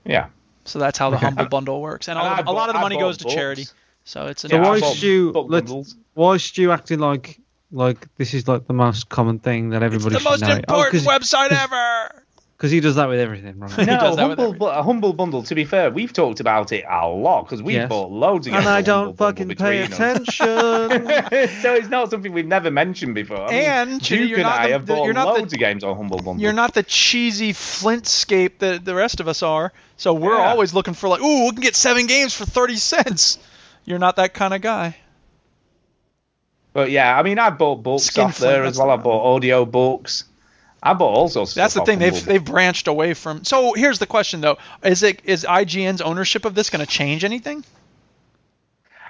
[SPEAKER 2] Yeah.
[SPEAKER 1] So that's how the humble bundle works, and, all
[SPEAKER 2] And I
[SPEAKER 1] of- a lot
[SPEAKER 2] bought-
[SPEAKER 1] of the
[SPEAKER 2] I
[SPEAKER 1] money
[SPEAKER 2] bought
[SPEAKER 1] goes to
[SPEAKER 2] books.
[SPEAKER 1] charity. So it's an
[SPEAKER 4] So
[SPEAKER 2] Yeah,
[SPEAKER 4] why
[SPEAKER 2] I
[SPEAKER 4] is
[SPEAKER 2] bought
[SPEAKER 4] Stu?
[SPEAKER 2] book
[SPEAKER 4] let's-
[SPEAKER 2] bundles.
[SPEAKER 4] Why is Stu acting like like this is like the most common thing that everybody
[SPEAKER 1] the
[SPEAKER 4] should
[SPEAKER 1] most
[SPEAKER 4] know?
[SPEAKER 1] important
[SPEAKER 4] oh,
[SPEAKER 1] website ever.
[SPEAKER 4] Because he does that with everything, right?
[SPEAKER 1] He
[SPEAKER 2] No,
[SPEAKER 1] does that with
[SPEAKER 2] humble, Bu- a humble bundle. To be fair, we've talked about it a lot because we
[SPEAKER 4] Yes.
[SPEAKER 2] bought loads of games.
[SPEAKER 4] and I
[SPEAKER 2] on
[SPEAKER 4] don't
[SPEAKER 2] Humble
[SPEAKER 4] fucking
[SPEAKER 2] Bundle
[SPEAKER 4] pay
[SPEAKER 2] between us.
[SPEAKER 4] attention.
[SPEAKER 2] so it's not something we've never mentioned before. I mean,
[SPEAKER 1] And, Chidi,
[SPEAKER 2] Duke
[SPEAKER 1] you're
[SPEAKER 2] and
[SPEAKER 1] not
[SPEAKER 2] I
[SPEAKER 1] the-
[SPEAKER 2] have
[SPEAKER 1] the-
[SPEAKER 2] bought
[SPEAKER 1] you're not the-
[SPEAKER 2] loads of games on Humble Bundle.
[SPEAKER 1] You're not the cheesy flintscape that the rest of us are. So we're
[SPEAKER 2] Yeah.
[SPEAKER 1] always looking for like, ooh, we can get seven games for thirty cents. You're not that kind of guy.
[SPEAKER 2] But yeah, I mean, I bought books
[SPEAKER 1] Skin
[SPEAKER 2] off there
[SPEAKER 1] flint,
[SPEAKER 2] as
[SPEAKER 1] that's
[SPEAKER 2] well.
[SPEAKER 1] the
[SPEAKER 2] I bought audio books. I bought all sorts. of
[SPEAKER 1] That's
[SPEAKER 2] stuff
[SPEAKER 1] the thing.
[SPEAKER 2] off
[SPEAKER 1] They've
[SPEAKER 2] Humble
[SPEAKER 1] they've branched away from. So here's the question though: Is it is IGN's ownership of this going to change anything?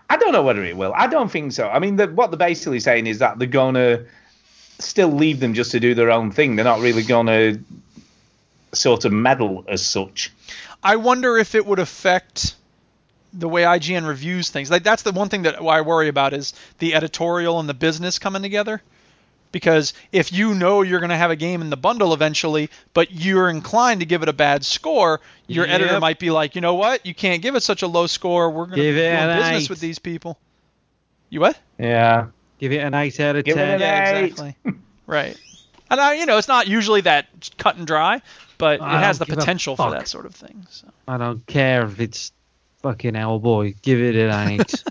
[SPEAKER 2] I don't know whether it will. I don't think so. I mean, the, what they're basically saying is that they're gonna still leave them just to do their own thing. They're not really gonna sort of meddle as such.
[SPEAKER 1] I wonder if it would affect the way IGN reviews things. Like that's the one thing that I worry about is the editorial and the business coming together. Because if you know you're going to have a game in the bundle eventually, but you're inclined to give it a bad score, your
[SPEAKER 4] Yep.
[SPEAKER 1] editor might be like, you know what, you can't give it such a low score. We're going to
[SPEAKER 4] Give
[SPEAKER 1] be
[SPEAKER 4] it
[SPEAKER 1] doing
[SPEAKER 4] an
[SPEAKER 1] business
[SPEAKER 4] eight."
[SPEAKER 1] with these people. You what?
[SPEAKER 2] Yeah.
[SPEAKER 4] Give it an eight out of
[SPEAKER 2] Give it
[SPEAKER 4] ten.
[SPEAKER 2] an
[SPEAKER 1] Yeah,
[SPEAKER 2] Eight.
[SPEAKER 1] exactly. right. And I, you know, it's not usually that cut and dry, but
[SPEAKER 4] I
[SPEAKER 1] it has the
[SPEAKER 4] don't give a
[SPEAKER 1] potential for
[SPEAKER 4] fuck.
[SPEAKER 1] that sort of thing. So.
[SPEAKER 4] I don't care if it's fucking Hellboy. Give it an eight.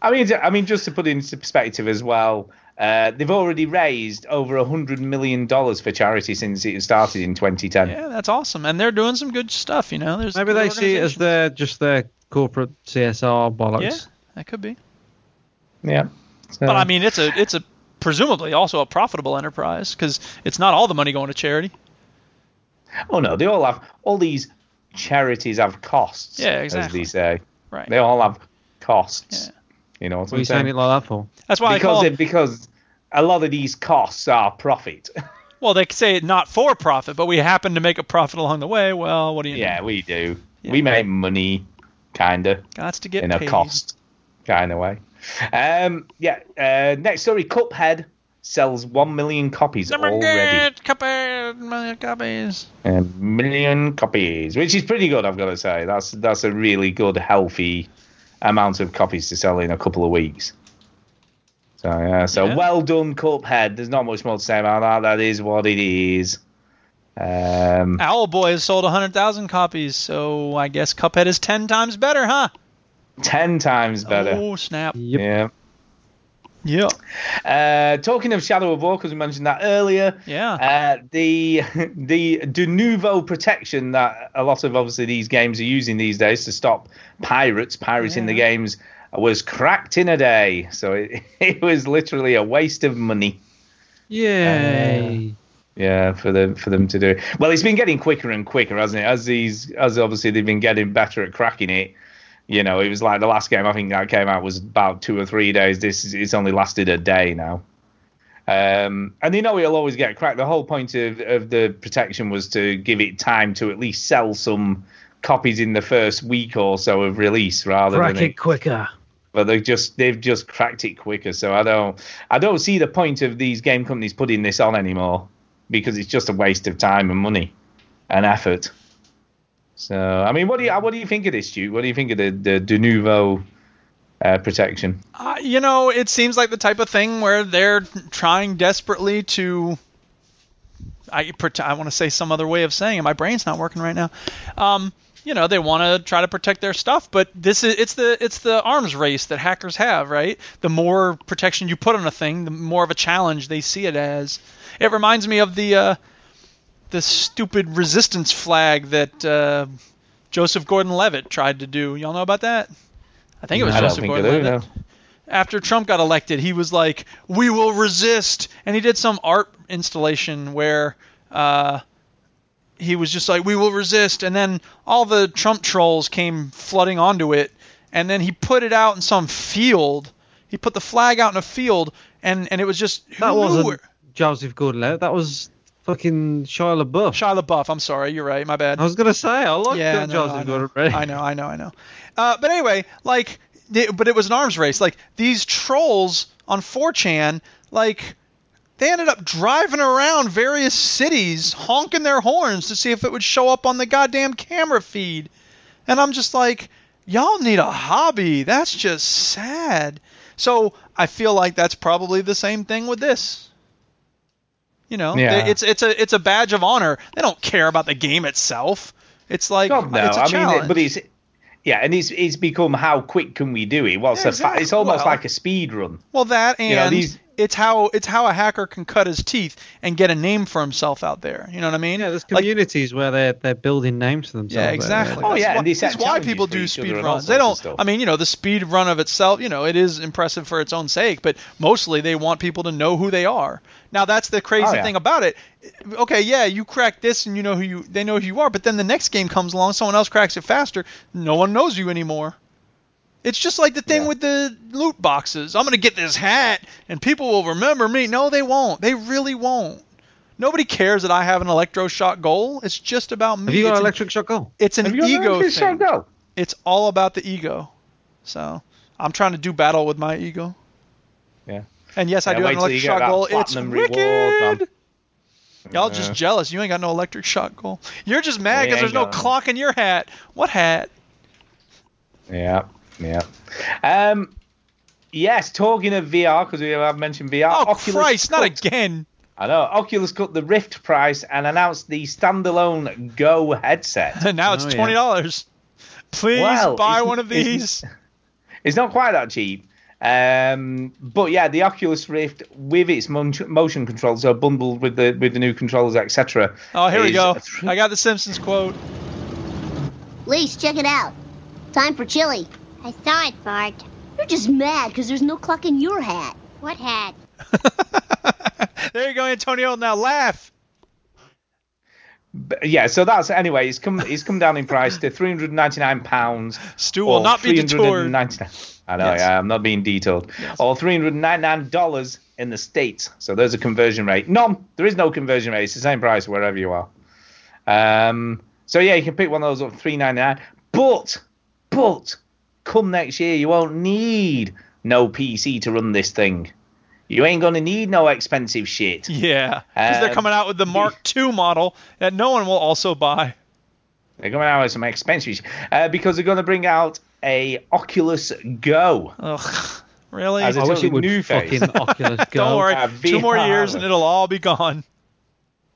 [SPEAKER 2] I mean, I mean, just to put it into perspective as well, uh, they've already raised over a hundred million dollars for charity since it started in 2010.
[SPEAKER 1] Yeah, that's awesome, and they're doing some good stuff. You know, there's
[SPEAKER 4] Maybe
[SPEAKER 1] good
[SPEAKER 4] they see it as
[SPEAKER 1] organizations.
[SPEAKER 4] their just their corporate CSR bollocks.
[SPEAKER 1] yeah, that could be.
[SPEAKER 2] Yeah. So-
[SPEAKER 1] But I mean, it's a it's a presumably also a profitable enterprise because it's not all the money going to charity.
[SPEAKER 2] oh no, they all have all these charities have costs.
[SPEAKER 1] Yeah,
[SPEAKER 2] As
[SPEAKER 1] exactly.
[SPEAKER 2] they say,
[SPEAKER 1] Right.
[SPEAKER 2] they all have costs.
[SPEAKER 1] Yeah.
[SPEAKER 2] You know what
[SPEAKER 4] What are
[SPEAKER 2] I'm
[SPEAKER 4] you saying it
[SPEAKER 2] saying?
[SPEAKER 4] like that for?
[SPEAKER 1] That's why I
[SPEAKER 2] because
[SPEAKER 1] call
[SPEAKER 2] they-
[SPEAKER 1] it.
[SPEAKER 2] because a lot of these costs are profit.
[SPEAKER 1] Well, they say it not for profit, but we happen to make a profit along the way. Well, what do you? know?
[SPEAKER 2] yeah, we do. We make money, kinda.
[SPEAKER 1] Gots to get
[SPEAKER 2] in a
[SPEAKER 1] paid.
[SPEAKER 2] cost kind of way. Um, yeah. Uh, next story: Cuphead sells one million copies
[SPEAKER 1] Never
[SPEAKER 2] already.
[SPEAKER 1] get copies, million copies.
[SPEAKER 2] A million copies, which is pretty good, I've got to say. That's that's a really good, healthy amount of copies to sell in a couple of weeks. So yeah, so
[SPEAKER 1] Yeah.
[SPEAKER 2] well done, Cuphead. There's not much more to say about that. That is what it is. Um,
[SPEAKER 1] Owlboy has sold 100,000 copies, so I guess Cuphead is 10 times better, huh?
[SPEAKER 2] ten times better.
[SPEAKER 1] Oh, snap.
[SPEAKER 2] Yeah.
[SPEAKER 1] Yeah.
[SPEAKER 2] Uh, talking of Shadow of War, because we mentioned that earlier.
[SPEAKER 1] Yeah.
[SPEAKER 2] Uh, the the de novo protection that a lot of obviously these games are using these days to stop pirates pirating the games was cracked in a day. So it, it was literally a waste of money.
[SPEAKER 4] Yay!
[SPEAKER 2] Yeah, for them for them to do. it. Well, it's been getting quicker and quicker, hasn't it? As these as obviously they've been getting better at cracking it. You know, it was like the last game I think that came out was about two or three days. This is, it's only lasted a day now. Um, and you know it'll always get cracked. The whole point of, of the protection was to give it time to at least sell some copies in the first week or so of release, rather
[SPEAKER 4] Crack
[SPEAKER 2] than it
[SPEAKER 4] it quicker.
[SPEAKER 2] but they just they've just cracked it quicker. So I don't I don't see the point of these game companies putting this on anymore because it's just a waste of time and money and effort. So I mean, what do you what do you think of this, Stu? What do you think of the the de novo uh, protection?
[SPEAKER 1] Uh, you know, it seems like the type of thing where they're trying desperately to. I, prote- I want to say some other way of saying it. My brain's not working right now. Um, you know they want to try to protect their stuff but this is it's the it's the arms race that hackers have right the more protection you put on a thing the more of a challenge they see it as it reminds me of the uh, the stupid resistance flag that uh, joseph gordon-levitt tried to do y'all know about that i think it was
[SPEAKER 2] I don't
[SPEAKER 1] joseph
[SPEAKER 2] think I do,
[SPEAKER 1] gordon-levitt
[SPEAKER 2] no.
[SPEAKER 1] after Trump got elected, he was like, "We will resist," and he did some art installation where uh, he was just like, "We will resist," and then all the Trump trolls came flooding onto it, and then he put it out in some field. He put the flag out in a field, and and it was just who
[SPEAKER 4] That
[SPEAKER 1] knew
[SPEAKER 4] wasn't
[SPEAKER 1] where-
[SPEAKER 4] Joseph Gordon-Levitt. That was fucking Shia LaBeouf.
[SPEAKER 1] Shia LaBeouf. I'm sorry, you're right. My bad.
[SPEAKER 4] I was gonna say I like
[SPEAKER 1] yeah,
[SPEAKER 4] that
[SPEAKER 1] no,
[SPEAKER 4] Joseph
[SPEAKER 1] no, I, know.
[SPEAKER 4] Gordon-Levitt.
[SPEAKER 1] I know, I know, I know. Uh, but anyway, like, they, but it was an arms race. Like these trolls on 4chan, like they ended up driving around various cities, honking their horns to see if it would show up on the goddamn camera feed. And I'm just like, y'all need a hobby. That's just sad. So I feel like that's probably the same thing with this. You know,
[SPEAKER 2] Yeah.
[SPEAKER 1] they- it's it's a it's a badge of honor. They don't care about the game itself. It's like
[SPEAKER 2] God, no.
[SPEAKER 1] it's a
[SPEAKER 2] I
[SPEAKER 1] challenge.
[SPEAKER 2] mean, it- but it's yeah, and it's it's become how quick can we do it? Well, it's, a fa-
[SPEAKER 1] exactly.
[SPEAKER 2] it's almost
[SPEAKER 1] Well-
[SPEAKER 2] like a speed run.
[SPEAKER 1] well, that and
[SPEAKER 2] you know, these-
[SPEAKER 1] it's how it's how a hacker can cut his teeth and get a name for himself out there. You know what I mean?
[SPEAKER 4] Yeah, there's
[SPEAKER 1] Like,
[SPEAKER 4] communities where they're they're building names for themselves.
[SPEAKER 1] Yeah,
[SPEAKER 4] though,
[SPEAKER 1] exactly.
[SPEAKER 4] really.
[SPEAKER 2] Oh,
[SPEAKER 1] That's
[SPEAKER 2] yeah,
[SPEAKER 1] why,
[SPEAKER 2] and they set
[SPEAKER 1] that's why
[SPEAKER 2] challenges
[SPEAKER 1] people
[SPEAKER 2] for
[SPEAKER 1] do
[SPEAKER 2] each other
[SPEAKER 1] speed
[SPEAKER 2] and all
[SPEAKER 1] runs. They
[SPEAKER 2] sorts of
[SPEAKER 1] don't.
[SPEAKER 2] stuff.
[SPEAKER 1] I mean, you know, the speed run of itself, you know, it is impressive for its own sake, but mostly they want people to know who they are. Now that's the crazy
[SPEAKER 2] Oh, yeah.
[SPEAKER 1] thing about it. Okay, yeah, you crack this, and you know who you. They know who you are, but then the next game comes along, someone else cracks it faster. No one knows you anymore. It's just like the thing
[SPEAKER 2] Yeah.
[SPEAKER 1] with the loot boxes. I'm gonna get this hat, and people will remember me. No, they won't. They really won't. Nobody cares that I have an electroshock goal. It's just about me.
[SPEAKER 4] Have you got
[SPEAKER 1] It's
[SPEAKER 4] an
[SPEAKER 1] an-
[SPEAKER 4] electric shock goal?
[SPEAKER 1] it's an
[SPEAKER 2] Have you got
[SPEAKER 1] ego
[SPEAKER 2] that?
[SPEAKER 1] thing.
[SPEAKER 2] It's so dull.
[SPEAKER 1] It's all about the ego. So I'm trying to do battle with my ego.
[SPEAKER 2] Yeah.
[SPEAKER 1] And yes, I
[SPEAKER 2] Yeah,
[SPEAKER 1] do have
[SPEAKER 2] wait
[SPEAKER 1] an
[SPEAKER 2] till you
[SPEAKER 1] electric
[SPEAKER 2] get
[SPEAKER 1] shock
[SPEAKER 2] that
[SPEAKER 1] goal. It's
[SPEAKER 2] platinum
[SPEAKER 1] wicked.
[SPEAKER 2] reward, man.
[SPEAKER 1] Y'all just jealous. You ain't got no electric shock goal. You're just mad
[SPEAKER 2] We
[SPEAKER 1] because there's
[SPEAKER 2] ain't
[SPEAKER 1] no
[SPEAKER 2] got
[SPEAKER 1] clock in your hat. What hat?
[SPEAKER 2] Yeah, yeah. Um, yes, talking of VR because we have mentioned VR.
[SPEAKER 1] Oh
[SPEAKER 2] Oculus
[SPEAKER 1] Christ! Not
[SPEAKER 2] cut-
[SPEAKER 1] again.
[SPEAKER 2] I know. Oculus cut the Rift price and announced the standalone Go headset.
[SPEAKER 1] And now it's
[SPEAKER 4] Oh, yeah.
[SPEAKER 1] twenty dollars. Please
[SPEAKER 2] Well,
[SPEAKER 1] buy
[SPEAKER 2] isn't-
[SPEAKER 1] one of
[SPEAKER 2] isn't-
[SPEAKER 1] these.
[SPEAKER 2] It's not quite that cheap. Um, but yeah, the Oculus Rift with its mon- motion controls are bundled with the with the new controllers, etc.
[SPEAKER 1] Oh, here we
[SPEAKER 2] is
[SPEAKER 1] go.
[SPEAKER 2] a thr-
[SPEAKER 1] I got the Simpsons quote.
[SPEAKER 6] Lise, check it out. Time for chili. I saw it, Bart. You're just mad because there's no cluck in your hat. What hat?
[SPEAKER 1] there you go, Antonio. Now laugh.
[SPEAKER 2] But yeah, so that's anyway. It's come it's come down in price to three hundred ninety nine pounds.
[SPEAKER 1] Stu will
[SPEAKER 2] or
[SPEAKER 1] not be detoured.
[SPEAKER 2] 399 I know,
[SPEAKER 1] Yes.
[SPEAKER 2] yeah, I'm not being detailed. Or three hundred ninety nine dollars in the states. So there's a conversion rate. None. There is no conversion rate. It's the same price wherever you are. Um. So yeah, you can pick one of those up for three ninety nine. But, but, come next year, you won't need no PC to run this thing. You ain't gonna need no expensive shit.
[SPEAKER 1] Yeah, because they're
[SPEAKER 2] Um,
[SPEAKER 1] coming out with the Mark II model that no one will also buy.
[SPEAKER 2] They're coming out with some expensive shit uh, because they're gonna bring out a Oculus Go.
[SPEAKER 1] Ugh, really?
[SPEAKER 2] As
[SPEAKER 4] I
[SPEAKER 2] It's
[SPEAKER 4] wish
[SPEAKER 2] only
[SPEAKER 4] it would
[SPEAKER 2] new
[SPEAKER 4] fucking
[SPEAKER 2] face.
[SPEAKER 4] Oculus go.
[SPEAKER 1] Don't worry,
[SPEAKER 2] uh,
[SPEAKER 1] two more
[SPEAKER 2] VR.
[SPEAKER 1] years and it'll all be gone.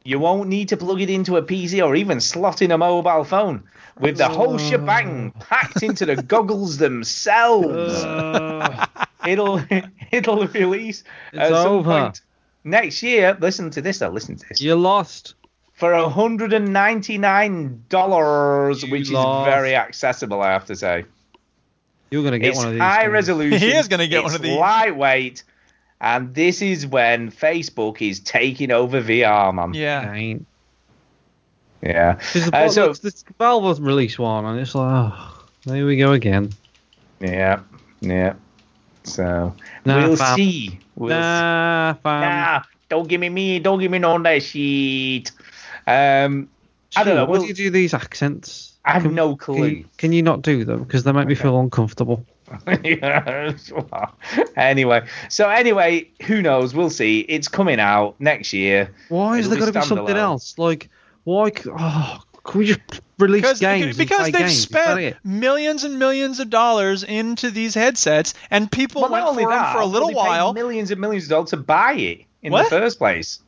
[SPEAKER 2] You won't need to plug it into a PC or even slot in a mobile phone. With the
[SPEAKER 4] Oh.
[SPEAKER 2] whole shebang packed into the goggles themselves,
[SPEAKER 4] Uh,
[SPEAKER 2] it'll it'll release at some
[SPEAKER 4] over.
[SPEAKER 2] point next year. Listen to this, though. Listen to this
[SPEAKER 4] you lost.
[SPEAKER 2] for hundred and ninety nine dollars,
[SPEAKER 4] You
[SPEAKER 2] which
[SPEAKER 4] lost.
[SPEAKER 2] is very accessible, I have to say.
[SPEAKER 4] You're gonna get
[SPEAKER 2] it's
[SPEAKER 4] one of these.
[SPEAKER 2] high
[SPEAKER 4] things.
[SPEAKER 2] resolution.
[SPEAKER 1] He is gonna get
[SPEAKER 2] it's
[SPEAKER 1] one of these.
[SPEAKER 2] Lightweight, and this is when Facebook is taking over VR, man.
[SPEAKER 1] Yeah.
[SPEAKER 4] Ain't.
[SPEAKER 2] Yeah.
[SPEAKER 4] Because
[SPEAKER 2] Uh, so-
[SPEAKER 4] Valve was released one, and it's like, oh, there we go again.
[SPEAKER 2] Yeah, yeah. So
[SPEAKER 4] Nah,
[SPEAKER 2] we'll
[SPEAKER 4] fam.
[SPEAKER 2] see. We'll see.
[SPEAKER 4] Nah, fam.
[SPEAKER 2] Nah, don't give me me. Don't give me none of that shit. Um, I don't know.
[SPEAKER 4] Why
[SPEAKER 2] We'll,
[SPEAKER 4] do you do these accents?
[SPEAKER 2] I have no
[SPEAKER 4] Can
[SPEAKER 2] clue.
[SPEAKER 4] you, can you not do them? Because they make me feel uncomfortable.
[SPEAKER 2] Yes, well, anyway, so anyway, who knows? We'll see. It's coming out next year.
[SPEAKER 4] Why is
[SPEAKER 2] It'll
[SPEAKER 4] there got to be something
[SPEAKER 2] standalone.
[SPEAKER 4] else? Like, why? c- Oh, can we just release
[SPEAKER 1] Because,
[SPEAKER 4] games?
[SPEAKER 1] because
[SPEAKER 4] and
[SPEAKER 1] they've
[SPEAKER 4] play games? Is that
[SPEAKER 1] spent
[SPEAKER 4] it?
[SPEAKER 1] millions and millions of dollars into these headsets, and people
[SPEAKER 2] Well,
[SPEAKER 1] went
[SPEAKER 2] not only
[SPEAKER 1] for them
[SPEAKER 2] that,
[SPEAKER 1] for a little
[SPEAKER 2] they paid
[SPEAKER 1] while.
[SPEAKER 2] millions and millions of dollars to buy it in
[SPEAKER 1] What?
[SPEAKER 2] the first place.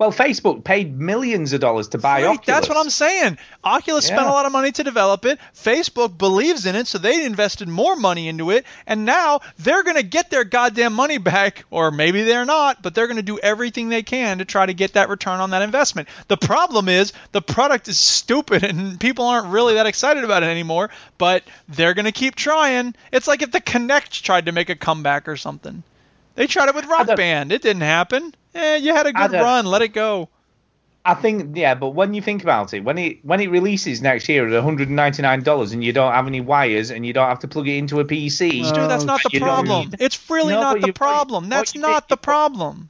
[SPEAKER 2] Well, Facebook paid millions of dollars to buy
[SPEAKER 1] Right,
[SPEAKER 2] Oculus.
[SPEAKER 1] that's what I'm saying. Oculus spent
[SPEAKER 2] Yeah.
[SPEAKER 1] a lot of money to develop it. Facebook believes in it, so they invested more money into it, and now they're going to get their goddamn money back, or maybe they're not, but they're going to do everything they can to try to get that return on that investment. The problem is the product is stupid, and people aren't really that excited about it anymore. But they're going to keep trying. It's like if the Kinect tried to make a comeback or something. They tried it with Rock Band. It didn't happen. Eh, you had a
[SPEAKER 2] I
[SPEAKER 1] good
[SPEAKER 2] don't-
[SPEAKER 1] run. Let it go.
[SPEAKER 2] I think yeah, but when you think about it, when it when it releases next year at 199 dollars, and you don't have any wires, and you don't have to plug it into a PC,
[SPEAKER 1] Dude, that's not
[SPEAKER 2] but
[SPEAKER 1] the
[SPEAKER 2] you Oh, don't
[SPEAKER 1] problem.
[SPEAKER 2] need-
[SPEAKER 1] It's really
[SPEAKER 2] No,
[SPEAKER 1] not
[SPEAKER 2] but
[SPEAKER 1] the
[SPEAKER 2] you-
[SPEAKER 1] problem.
[SPEAKER 2] what
[SPEAKER 1] That's
[SPEAKER 2] you
[SPEAKER 1] not
[SPEAKER 2] did-
[SPEAKER 1] the problem.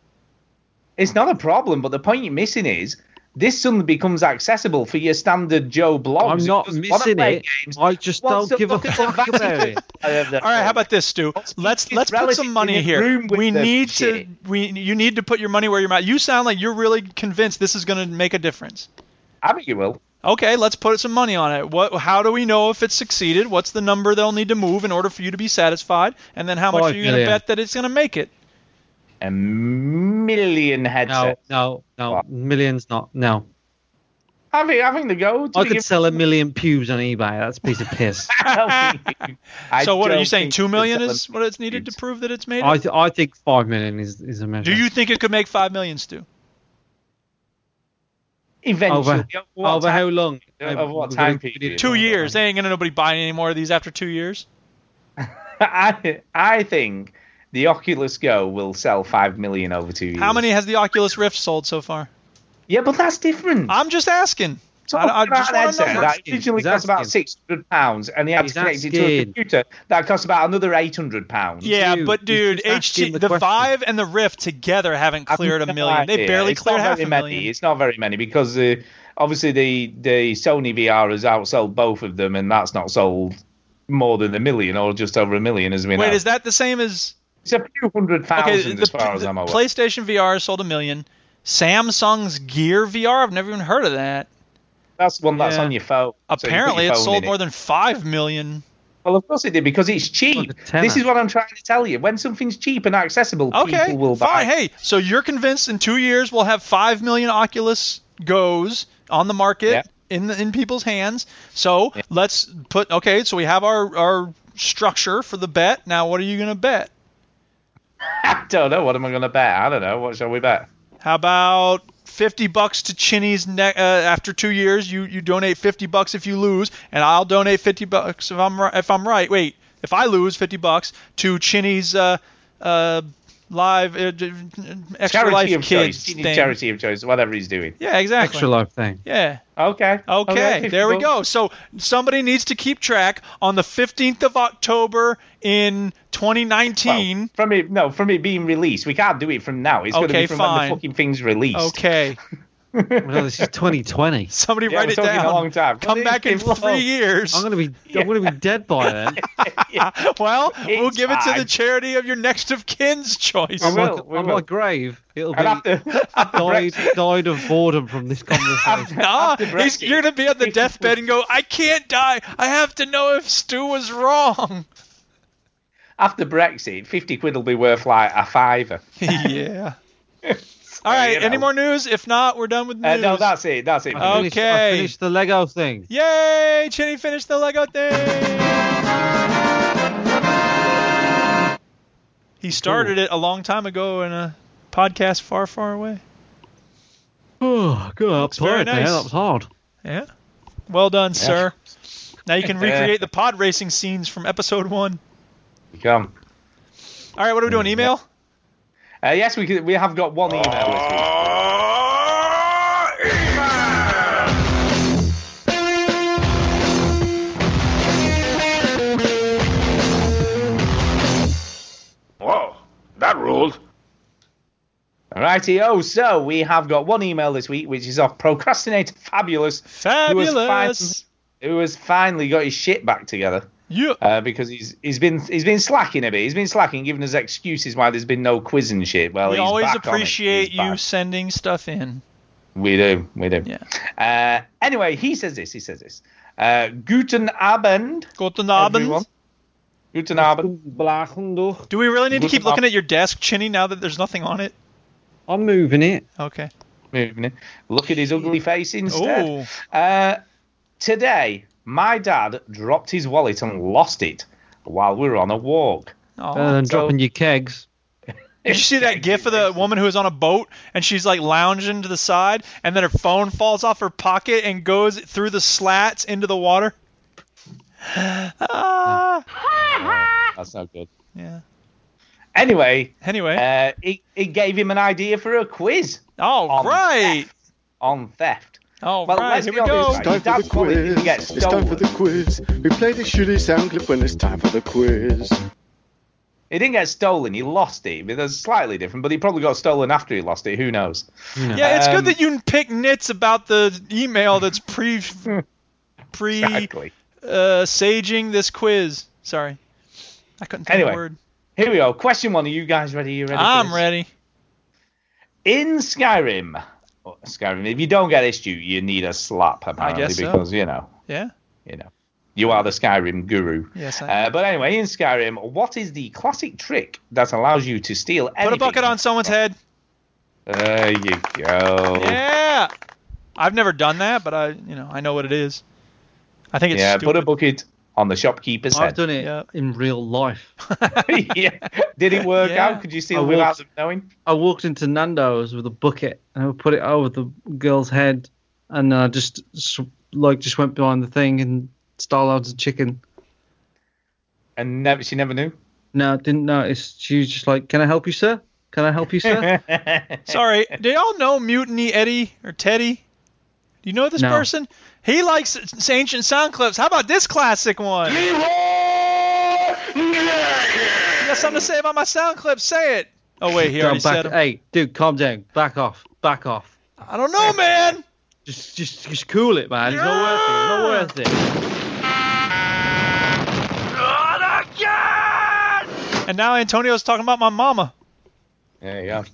[SPEAKER 2] It's not a problem, but the point you're missing is this suddenly becomes accessible for your standard Joe blogs.
[SPEAKER 4] I'm
[SPEAKER 2] who
[SPEAKER 4] not
[SPEAKER 2] doesn't wanna
[SPEAKER 4] missing
[SPEAKER 2] play
[SPEAKER 4] it.
[SPEAKER 2] games. uh,
[SPEAKER 4] I just
[SPEAKER 2] Wants
[SPEAKER 4] don't
[SPEAKER 2] to
[SPEAKER 4] give a
[SPEAKER 2] look at
[SPEAKER 4] fuck
[SPEAKER 2] the
[SPEAKER 4] about
[SPEAKER 2] value
[SPEAKER 4] it.
[SPEAKER 2] of the-
[SPEAKER 1] All right, how about this, Stu? Let's
[SPEAKER 2] it's
[SPEAKER 1] let's put
[SPEAKER 2] relative
[SPEAKER 1] some money
[SPEAKER 2] in a
[SPEAKER 1] here.
[SPEAKER 2] room with
[SPEAKER 1] We
[SPEAKER 2] the
[SPEAKER 1] need to
[SPEAKER 2] shit.
[SPEAKER 1] we you need to put your money where your mouth. You sound like you're really convinced this is going to make a difference.
[SPEAKER 2] I bet you will.
[SPEAKER 1] Okay, let's put some money on it. What how do we know if it's succeeded? What's the number they'll need to move in order for you to be satisfied? And then how much
[SPEAKER 4] Five
[SPEAKER 1] are you going to
[SPEAKER 4] million.
[SPEAKER 1] bet that it's going to make it?
[SPEAKER 2] A million
[SPEAKER 4] No,
[SPEAKER 2] headsets.
[SPEAKER 4] no, no.
[SPEAKER 2] What?
[SPEAKER 4] Millions not. No.
[SPEAKER 2] I think I think the go. To
[SPEAKER 4] I
[SPEAKER 2] the
[SPEAKER 4] could
[SPEAKER 2] give-
[SPEAKER 4] sell a million pubes on eBay. That's a piece of piss.
[SPEAKER 2] I don't think- I
[SPEAKER 1] so what are
[SPEAKER 2] don't
[SPEAKER 1] you saying
[SPEAKER 2] think
[SPEAKER 1] 2
[SPEAKER 2] you
[SPEAKER 1] million
[SPEAKER 2] could
[SPEAKER 1] is
[SPEAKER 2] sell a
[SPEAKER 1] what it's needed to
[SPEAKER 2] million.
[SPEAKER 1] prove that it's made?
[SPEAKER 4] I
[SPEAKER 1] it?
[SPEAKER 4] th- I think five million is is a measure.
[SPEAKER 1] do you think it could make 5 million, Stu?
[SPEAKER 2] eventually?
[SPEAKER 4] over
[SPEAKER 2] Over what
[SPEAKER 4] over
[SPEAKER 2] time-
[SPEAKER 4] how long?
[SPEAKER 2] Over what
[SPEAKER 4] We're
[SPEAKER 2] time
[SPEAKER 4] gonna- we
[SPEAKER 2] period?
[SPEAKER 4] need-
[SPEAKER 1] 2 years. They ain't going to nobody buy any more of these after 2 years.
[SPEAKER 2] I I think the Oculus Go will sell five million over two years.
[SPEAKER 1] How many has the Oculus Rift sold so far?
[SPEAKER 2] Yeah, but that's different.
[SPEAKER 1] I'm just asking. I, I
[SPEAKER 2] Talking
[SPEAKER 1] just
[SPEAKER 2] about
[SPEAKER 1] want to
[SPEAKER 2] headset
[SPEAKER 1] know.
[SPEAKER 2] that
[SPEAKER 4] He's
[SPEAKER 2] originally cost about
[SPEAKER 4] asking.
[SPEAKER 2] six hundred pounds, and he had
[SPEAKER 4] He's
[SPEAKER 2] to connect it to a
[SPEAKER 4] asking.
[SPEAKER 2] computer that cost about another eight hundred pounds.
[SPEAKER 1] Yeah,
[SPEAKER 4] Dude,
[SPEAKER 1] but
[SPEAKER 4] he's
[SPEAKER 1] dude,
[SPEAKER 4] just asking
[SPEAKER 1] HT,
[SPEAKER 4] the
[SPEAKER 1] the
[SPEAKER 4] question.
[SPEAKER 1] Vive and the Rift together haven't cleared a million. They barely
[SPEAKER 2] it's
[SPEAKER 1] cleared
[SPEAKER 2] not
[SPEAKER 1] half
[SPEAKER 2] very
[SPEAKER 1] a
[SPEAKER 2] many.
[SPEAKER 1] million.
[SPEAKER 2] It's not very many because uh, obviously the the Sony VR has outsold both of them, and that's not sold more than a million or just over a million, as we know.
[SPEAKER 1] Wait, is that the same as
[SPEAKER 2] It's a few hundred
[SPEAKER 1] okay?
[SPEAKER 2] thousand
[SPEAKER 1] the,
[SPEAKER 2] as far as
[SPEAKER 1] the
[SPEAKER 2] I'm aware.
[SPEAKER 1] PlayStation VR sold a million. Samsung's Gear VR, I've never even heard of that.
[SPEAKER 2] that's one that's
[SPEAKER 4] Yeah.
[SPEAKER 2] on your phone. So you put
[SPEAKER 1] Apparently,
[SPEAKER 2] your
[SPEAKER 1] it
[SPEAKER 2] phone
[SPEAKER 1] sold
[SPEAKER 2] in
[SPEAKER 1] more than five million.
[SPEAKER 2] Well, of course it did because it's cheap.
[SPEAKER 4] Like a tenner.
[SPEAKER 2] this is what I'm trying to tell you. When something's cheap and accessible,
[SPEAKER 1] Okay,
[SPEAKER 2] people will buy.
[SPEAKER 1] fine. Hey, so you're convinced in two years we'll have five million Oculus Goes on the market
[SPEAKER 2] Yeah.
[SPEAKER 1] in the, in people's hands. So let's put okay. So we have our our structure for the bet. Now, what are you gonna bet?
[SPEAKER 2] I don't know. What am I going to bet? I don't know. What shall we bet?
[SPEAKER 1] How about fifty bucks to Chinny's ne- uh, after two years? You you donate fifty bucks if you lose, and I'll donate fifty bucks if I'm ri- if I'm right. Wait, if I lose fifty bucks to Chinny's uh uh live uh, d- extra
[SPEAKER 2] Charity
[SPEAKER 1] life
[SPEAKER 2] of
[SPEAKER 1] kids
[SPEAKER 2] choice.
[SPEAKER 1] thing.
[SPEAKER 2] Charity of choice. Whatever he's doing.
[SPEAKER 1] Yeah, exactly.
[SPEAKER 4] Extra life thing.
[SPEAKER 1] Yeah.
[SPEAKER 2] Okay.
[SPEAKER 1] Okay,
[SPEAKER 2] if
[SPEAKER 1] there we
[SPEAKER 2] you
[SPEAKER 1] go. So somebody needs to keep track on the 15th of October in
[SPEAKER 2] Well,
[SPEAKER 1] 2019.
[SPEAKER 2] from it, no, from it being released, we can't do it from now. It's going to
[SPEAKER 1] Okay,
[SPEAKER 2] be from when
[SPEAKER 1] fine.
[SPEAKER 2] the fucking thing's released.
[SPEAKER 1] okay.
[SPEAKER 4] Well, this is 2020.
[SPEAKER 1] Somebody
[SPEAKER 2] Yeah,
[SPEAKER 1] write
[SPEAKER 2] we're
[SPEAKER 1] it
[SPEAKER 2] talking
[SPEAKER 1] down.
[SPEAKER 2] a long time.
[SPEAKER 1] Come
[SPEAKER 2] Well,
[SPEAKER 1] back in
[SPEAKER 2] it's been
[SPEAKER 1] three
[SPEAKER 2] long.
[SPEAKER 1] years.
[SPEAKER 4] I'm gonna be I'm gonna be dead by then.
[SPEAKER 1] well, we'll
[SPEAKER 2] It's
[SPEAKER 1] give it to the
[SPEAKER 2] fine.
[SPEAKER 1] charity of your next of kin's choice.
[SPEAKER 2] I
[SPEAKER 4] on my,
[SPEAKER 2] will, we
[SPEAKER 4] on
[SPEAKER 2] will.
[SPEAKER 4] my grave, it'll be
[SPEAKER 2] And after, after
[SPEAKER 4] died,
[SPEAKER 2] Brexit-
[SPEAKER 4] died of boredom from this conversation.
[SPEAKER 1] Nah,
[SPEAKER 2] after
[SPEAKER 1] Ah, he's-
[SPEAKER 2] Brexit,
[SPEAKER 1] you're gonna be on the deathbed and go, I can't die. I have to know if Stu was wrong.
[SPEAKER 2] after Brexit, fifty quid will be worth like a fiver.
[SPEAKER 1] yeah. All right.
[SPEAKER 2] you know.
[SPEAKER 1] Any more news? If not, we're done with news.
[SPEAKER 2] Uh, no, that's it. That's it.
[SPEAKER 4] I
[SPEAKER 1] Oh.
[SPEAKER 4] finished- I
[SPEAKER 1] Okay.
[SPEAKER 4] finished the Lego thing.
[SPEAKER 1] Yay! Chinny finished the Lego thing. He started it a long time ago in a podcast far, far away.
[SPEAKER 4] Oh, good. I'm
[SPEAKER 1] very
[SPEAKER 4] tired
[SPEAKER 1] nice.
[SPEAKER 4] now. That was hard.
[SPEAKER 1] Yeah. Well done, sir. Now you can recreate the pod racing scenes from episode one.
[SPEAKER 2] Come.
[SPEAKER 1] All right, what are we doing?
[SPEAKER 2] Mm-hmm.
[SPEAKER 1] Email?
[SPEAKER 2] Uh, yes, we could, we have got one email. this week.
[SPEAKER 11] Whoa, that ruled.
[SPEAKER 2] Righty-o, so we have got one email this week, which is off Procrastinator Fabulous,
[SPEAKER 1] Fabulous.
[SPEAKER 2] who has finally got his shit back together
[SPEAKER 1] Yeah.
[SPEAKER 2] uh, because he's he's been he's been slacking a bit. He's been slacking, giving us excuses why there's been no quiz and shit. Well,
[SPEAKER 1] we
[SPEAKER 2] he's
[SPEAKER 1] always
[SPEAKER 2] back on it.
[SPEAKER 1] appreciate
[SPEAKER 2] He's
[SPEAKER 1] you
[SPEAKER 2] back.
[SPEAKER 1] sending stuff in.
[SPEAKER 2] We do, we do.
[SPEAKER 1] Yeah.
[SPEAKER 2] Uh, anyway, he says this. He says this. Uh, guten Abend,
[SPEAKER 1] Guten Abend.
[SPEAKER 2] everyone. Guten Abend.
[SPEAKER 1] Do we really need to
[SPEAKER 2] Guten
[SPEAKER 1] keep looking
[SPEAKER 2] Abend.
[SPEAKER 1] at your desk, Chinny, now that there's nothing on it?
[SPEAKER 4] I'm moving it.
[SPEAKER 1] Okay.
[SPEAKER 2] moving in. Look at his ugly face instead. Uh, today, my dad dropped his wallet and lost it while we were on a walk.
[SPEAKER 1] Oh,
[SPEAKER 4] Better than Uh, dropping your kegs.
[SPEAKER 1] Did you see that gif of the woman who was on a boat and she's like lounging to the side and then her phone falls off her pocket and goes through the slats into the water? Ah.
[SPEAKER 2] That's not good.
[SPEAKER 1] Yeah.
[SPEAKER 2] Anyway,
[SPEAKER 1] anyway,
[SPEAKER 2] uh, it, it gave him an idea for a quiz.
[SPEAKER 1] Oh,
[SPEAKER 2] right. on theft.
[SPEAKER 1] Oh,
[SPEAKER 2] um, well,
[SPEAKER 12] right,
[SPEAKER 2] let's
[SPEAKER 12] here
[SPEAKER 2] be
[SPEAKER 12] we go.
[SPEAKER 2] honest,
[SPEAKER 12] It's time for the
[SPEAKER 2] Dad's wallet didn't
[SPEAKER 12] quiz.
[SPEAKER 2] get
[SPEAKER 12] It's time for
[SPEAKER 2] stolen.
[SPEAKER 12] the quiz. We play the shitty sound clip when it's time for the quiz.
[SPEAKER 2] It didn't get stolen. He lost it. But that's slightly different. But he probably got stolen after he lost it. Who knows?
[SPEAKER 1] Yeah, it's
[SPEAKER 2] Um,
[SPEAKER 1] good that you can pick nits about the email that's pre pre
[SPEAKER 2] Exactly.
[SPEAKER 1] uh, saging this quiz. Sorry, I couldn't think of
[SPEAKER 2] Anyway,
[SPEAKER 1] the word.
[SPEAKER 2] here we go. Question one. Are you guys ready? You ready? for
[SPEAKER 1] I'm
[SPEAKER 2] this?
[SPEAKER 1] ready.
[SPEAKER 2] In Skyrim, oh, Skyrim. If you don't get this, you you need a slap. Apparently,
[SPEAKER 1] guess so.
[SPEAKER 2] because you know
[SPEAKER 1] Yeah.
[SPEAKER 2] you are the Skyrim guru.
[SPEAKER 1] Yes. I,
[SPEAKER 2] Uh, but anyway, in Skyrim, what is the classic trick that allows you to steal
[SPEAKER 1] Put a
[SPEAKER 2] anything?
[SPEAKER 1] bucket on someone's head.
[SPEAKER 2] There you go.
[SPEAKER 1] Yeah. I've never done that, but I, you know, I know what it is. I think it's
[SPEAKER 2] yeah,
[SPEAKER 1] stupid.
[SPEAKER 2] put a bucket on the shopkeeper's
[SPEAKER 4] I've
[SPEAKER 2] head.
[SPEAKER 4] done it in real life.
[SPEAKER 2] yeah. Did it work
[SPEAKER 1] Yeah.
[SPEAKER 2] out? Could you steal
[SPEAKER 4] I
[SPEAKER 2] without
[SPEAKER 4] walked-
[SPEAKER 2] them knowing?
[SPEAKER 4] I walked into Nando's with a bucket and I put it over the girl's head, and I just sw- like just went behind the thing and stole loads of chicken.
[SPEAKER 2] And never, she never knew.
[SPEAKER 4] No, didn't notice. She was just like, "Can I help you, sir? Can I help you, sir?"
[SPEAKER 1] Sorry, do y'all know Mutiny Eddie or Teddy? Do you know this
[SPEAKER 4] No.
[SPEAKER 1] person? He likes s- ancient sound clips. How about this classic one? You got something to say about my sound clips? Say it. Oh wait, he
[SPEAKER 4] Go
[SPEAKER 1] already
[SPEAKER 4] back-
[SPEAKER 1] said 'em.
[SPEAKER 4] Hey, dude, calm down. Back off. Back off.
[SPEAKER 1] I don't know, man.
[SPEAKER 4] Just, just, just cool it, man. It's not worth it. It's not worth it.
[SPEAKER 1] And now Antonio's talking about my mama.
[SPEAKER 2] There you go.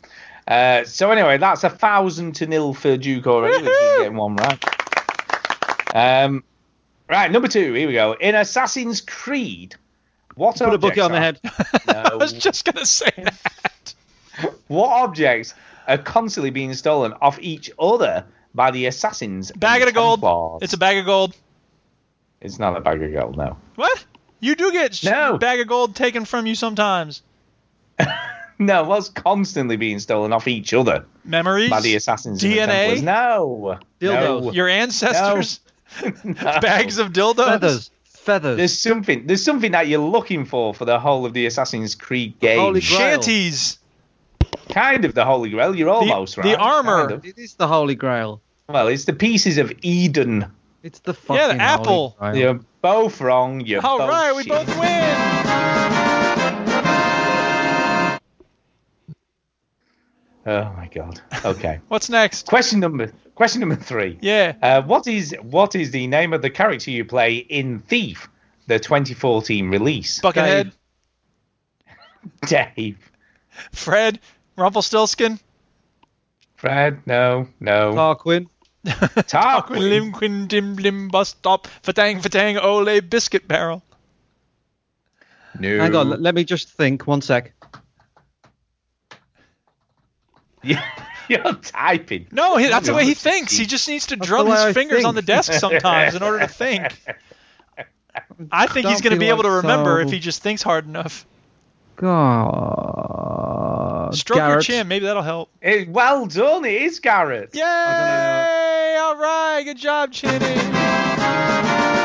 [SPEAKER 2] Uh, so anyway, that's a thousand to nil for Duke already, which is getting one right. Um, right, number two. Here we go. In Assassin's Creed, what
[SPEAKER 4] Put a bucket on the head.
[SPEAKER 1] I
[SPEAKER 2] Oh.
[SPEAKER 1] was just gonna say that.
[SPEAKER 2] What objects are constantly being stolen off each other by the assassins?
[SPEAKER 1] Bag
[SPEAKER 2] and
[SPEAKER 1] of gold.
[SPEAKER 2] Templars?
[SPEAKER 1] It's a bag of gold.
[SPEAKER 2] It's not a bag of gold, no.
[SPEAKER 1] What? You do get sh-
[SPEAKER 2] No.
[SPEAKER 1] bag of gold taken from you sometimes.
[SPEAKER 2] No, what's constantly being stolen off each other
[SPEAKER 1] Memories.
[SPEAKER 2] by the assassins? and the
[SPEAKER 1] DNA.
[SPEAKER 2] Templars? No.
[SPEAKER 4] Dildos.
[SPEAKER 2] No.
[SPEAKER 1] Your ancestors.
[SPEAKER 2] No.
[SPEAKER 1] Bags of dildos.
[SPEAKER 4] Feathers. Feathers.
[SPEAKER 2] There's something. There's something that you're looking for for the whole of the Assassin's Creed game.
[SPEAKER 4] Holy Grail.
[SPEAKER 1] Shanties.
[SPEAKER 2] kind of the Holy Grail. You're almost right.
[SPEAKER 1] the armor.
[SPEAKER 2] Kind of.
[SPEAKER 4] It is the Holy Grail.
[SPEAKER 2] Well, it's the pieces of Eden.
[SPEAKER 4] It's the fucking
[SPEAKER 1] Yeah, the
[SPEAKER 4] Holy
[SPEAKER 1] apple.
[SPEAKER 4] Grail.
[SPEAKER 2] You're both wrong. You're
[SPEAKER 1] All
[SPEAKER 2] both
[SPEAKER 1] right, we
[SPEAKER 2] Oh, shit.
[SPEAKER 1] both win.
[SPEAKER 2] Oh my god. Okay.
[SPEAKER 1] What's next?
[SPEAKER 2] question number. Question number three.
[SPEAKER 1] Yeah.
[SPEAKER 2] Uh, what is what is the name of the character you play in Thief, the 2014 release?
[SPEAKER 1] Buckethead,
[SPEAKER 2] Dave.
[SPEAKER 1] Fred, Rumpelstiltskin,
[SPEAKER 2] Fred. No. No.
[SPEAKER 1] Oh,
[SPEAKER 4] Tarquin.
[SPEAKER 2] Tarquin.
[SPEAKER 1] Lim Quin Dim Lim Bus Stop, Fatang Fatang Ole Biscuit Barrel.
[SPEAKER 2] No.
[SPEAKER 4] Hang on. Let, let me just think. One sec.
[SPEAKER 2] You're typing.
[SPEAKER 1] No, he, that's the way he
[SPEAKER 2] That's the
[SPEAKER 1] thinks. He just needs to
[SPEAKER 4] That's
[SPEAKER 1] drum
[SPEAKER 4] the way
[SPEAKER 1] his
[SPEAKER 4] I
[SPEAKER 1] fingers
[SPEAKER 4] think.
[SPEAKER 1] on the desk sometimes in order to think. I think he's
[SPEAKER 4] Don't
[SPEAKER 1] going to
[SPEAKER 4] be
[SPEAKER 1] be able to
[SPEAKER 4] like
[SPEAKER 1] remember
[SPEAKER 4] so-
[SPEAKER 1] if he just thinks hard enough.
[SPEAKER 4] God.
[SPEAKER 1] Stroke your
[SPEAKER 4] Garrett.
[SPEAKER 1] chin, maybe that'll help.
[SPEAKER 2] Eh, well done. It is Garrett.
[SPEAKER 1] Yay! All right, good job, Chinny. I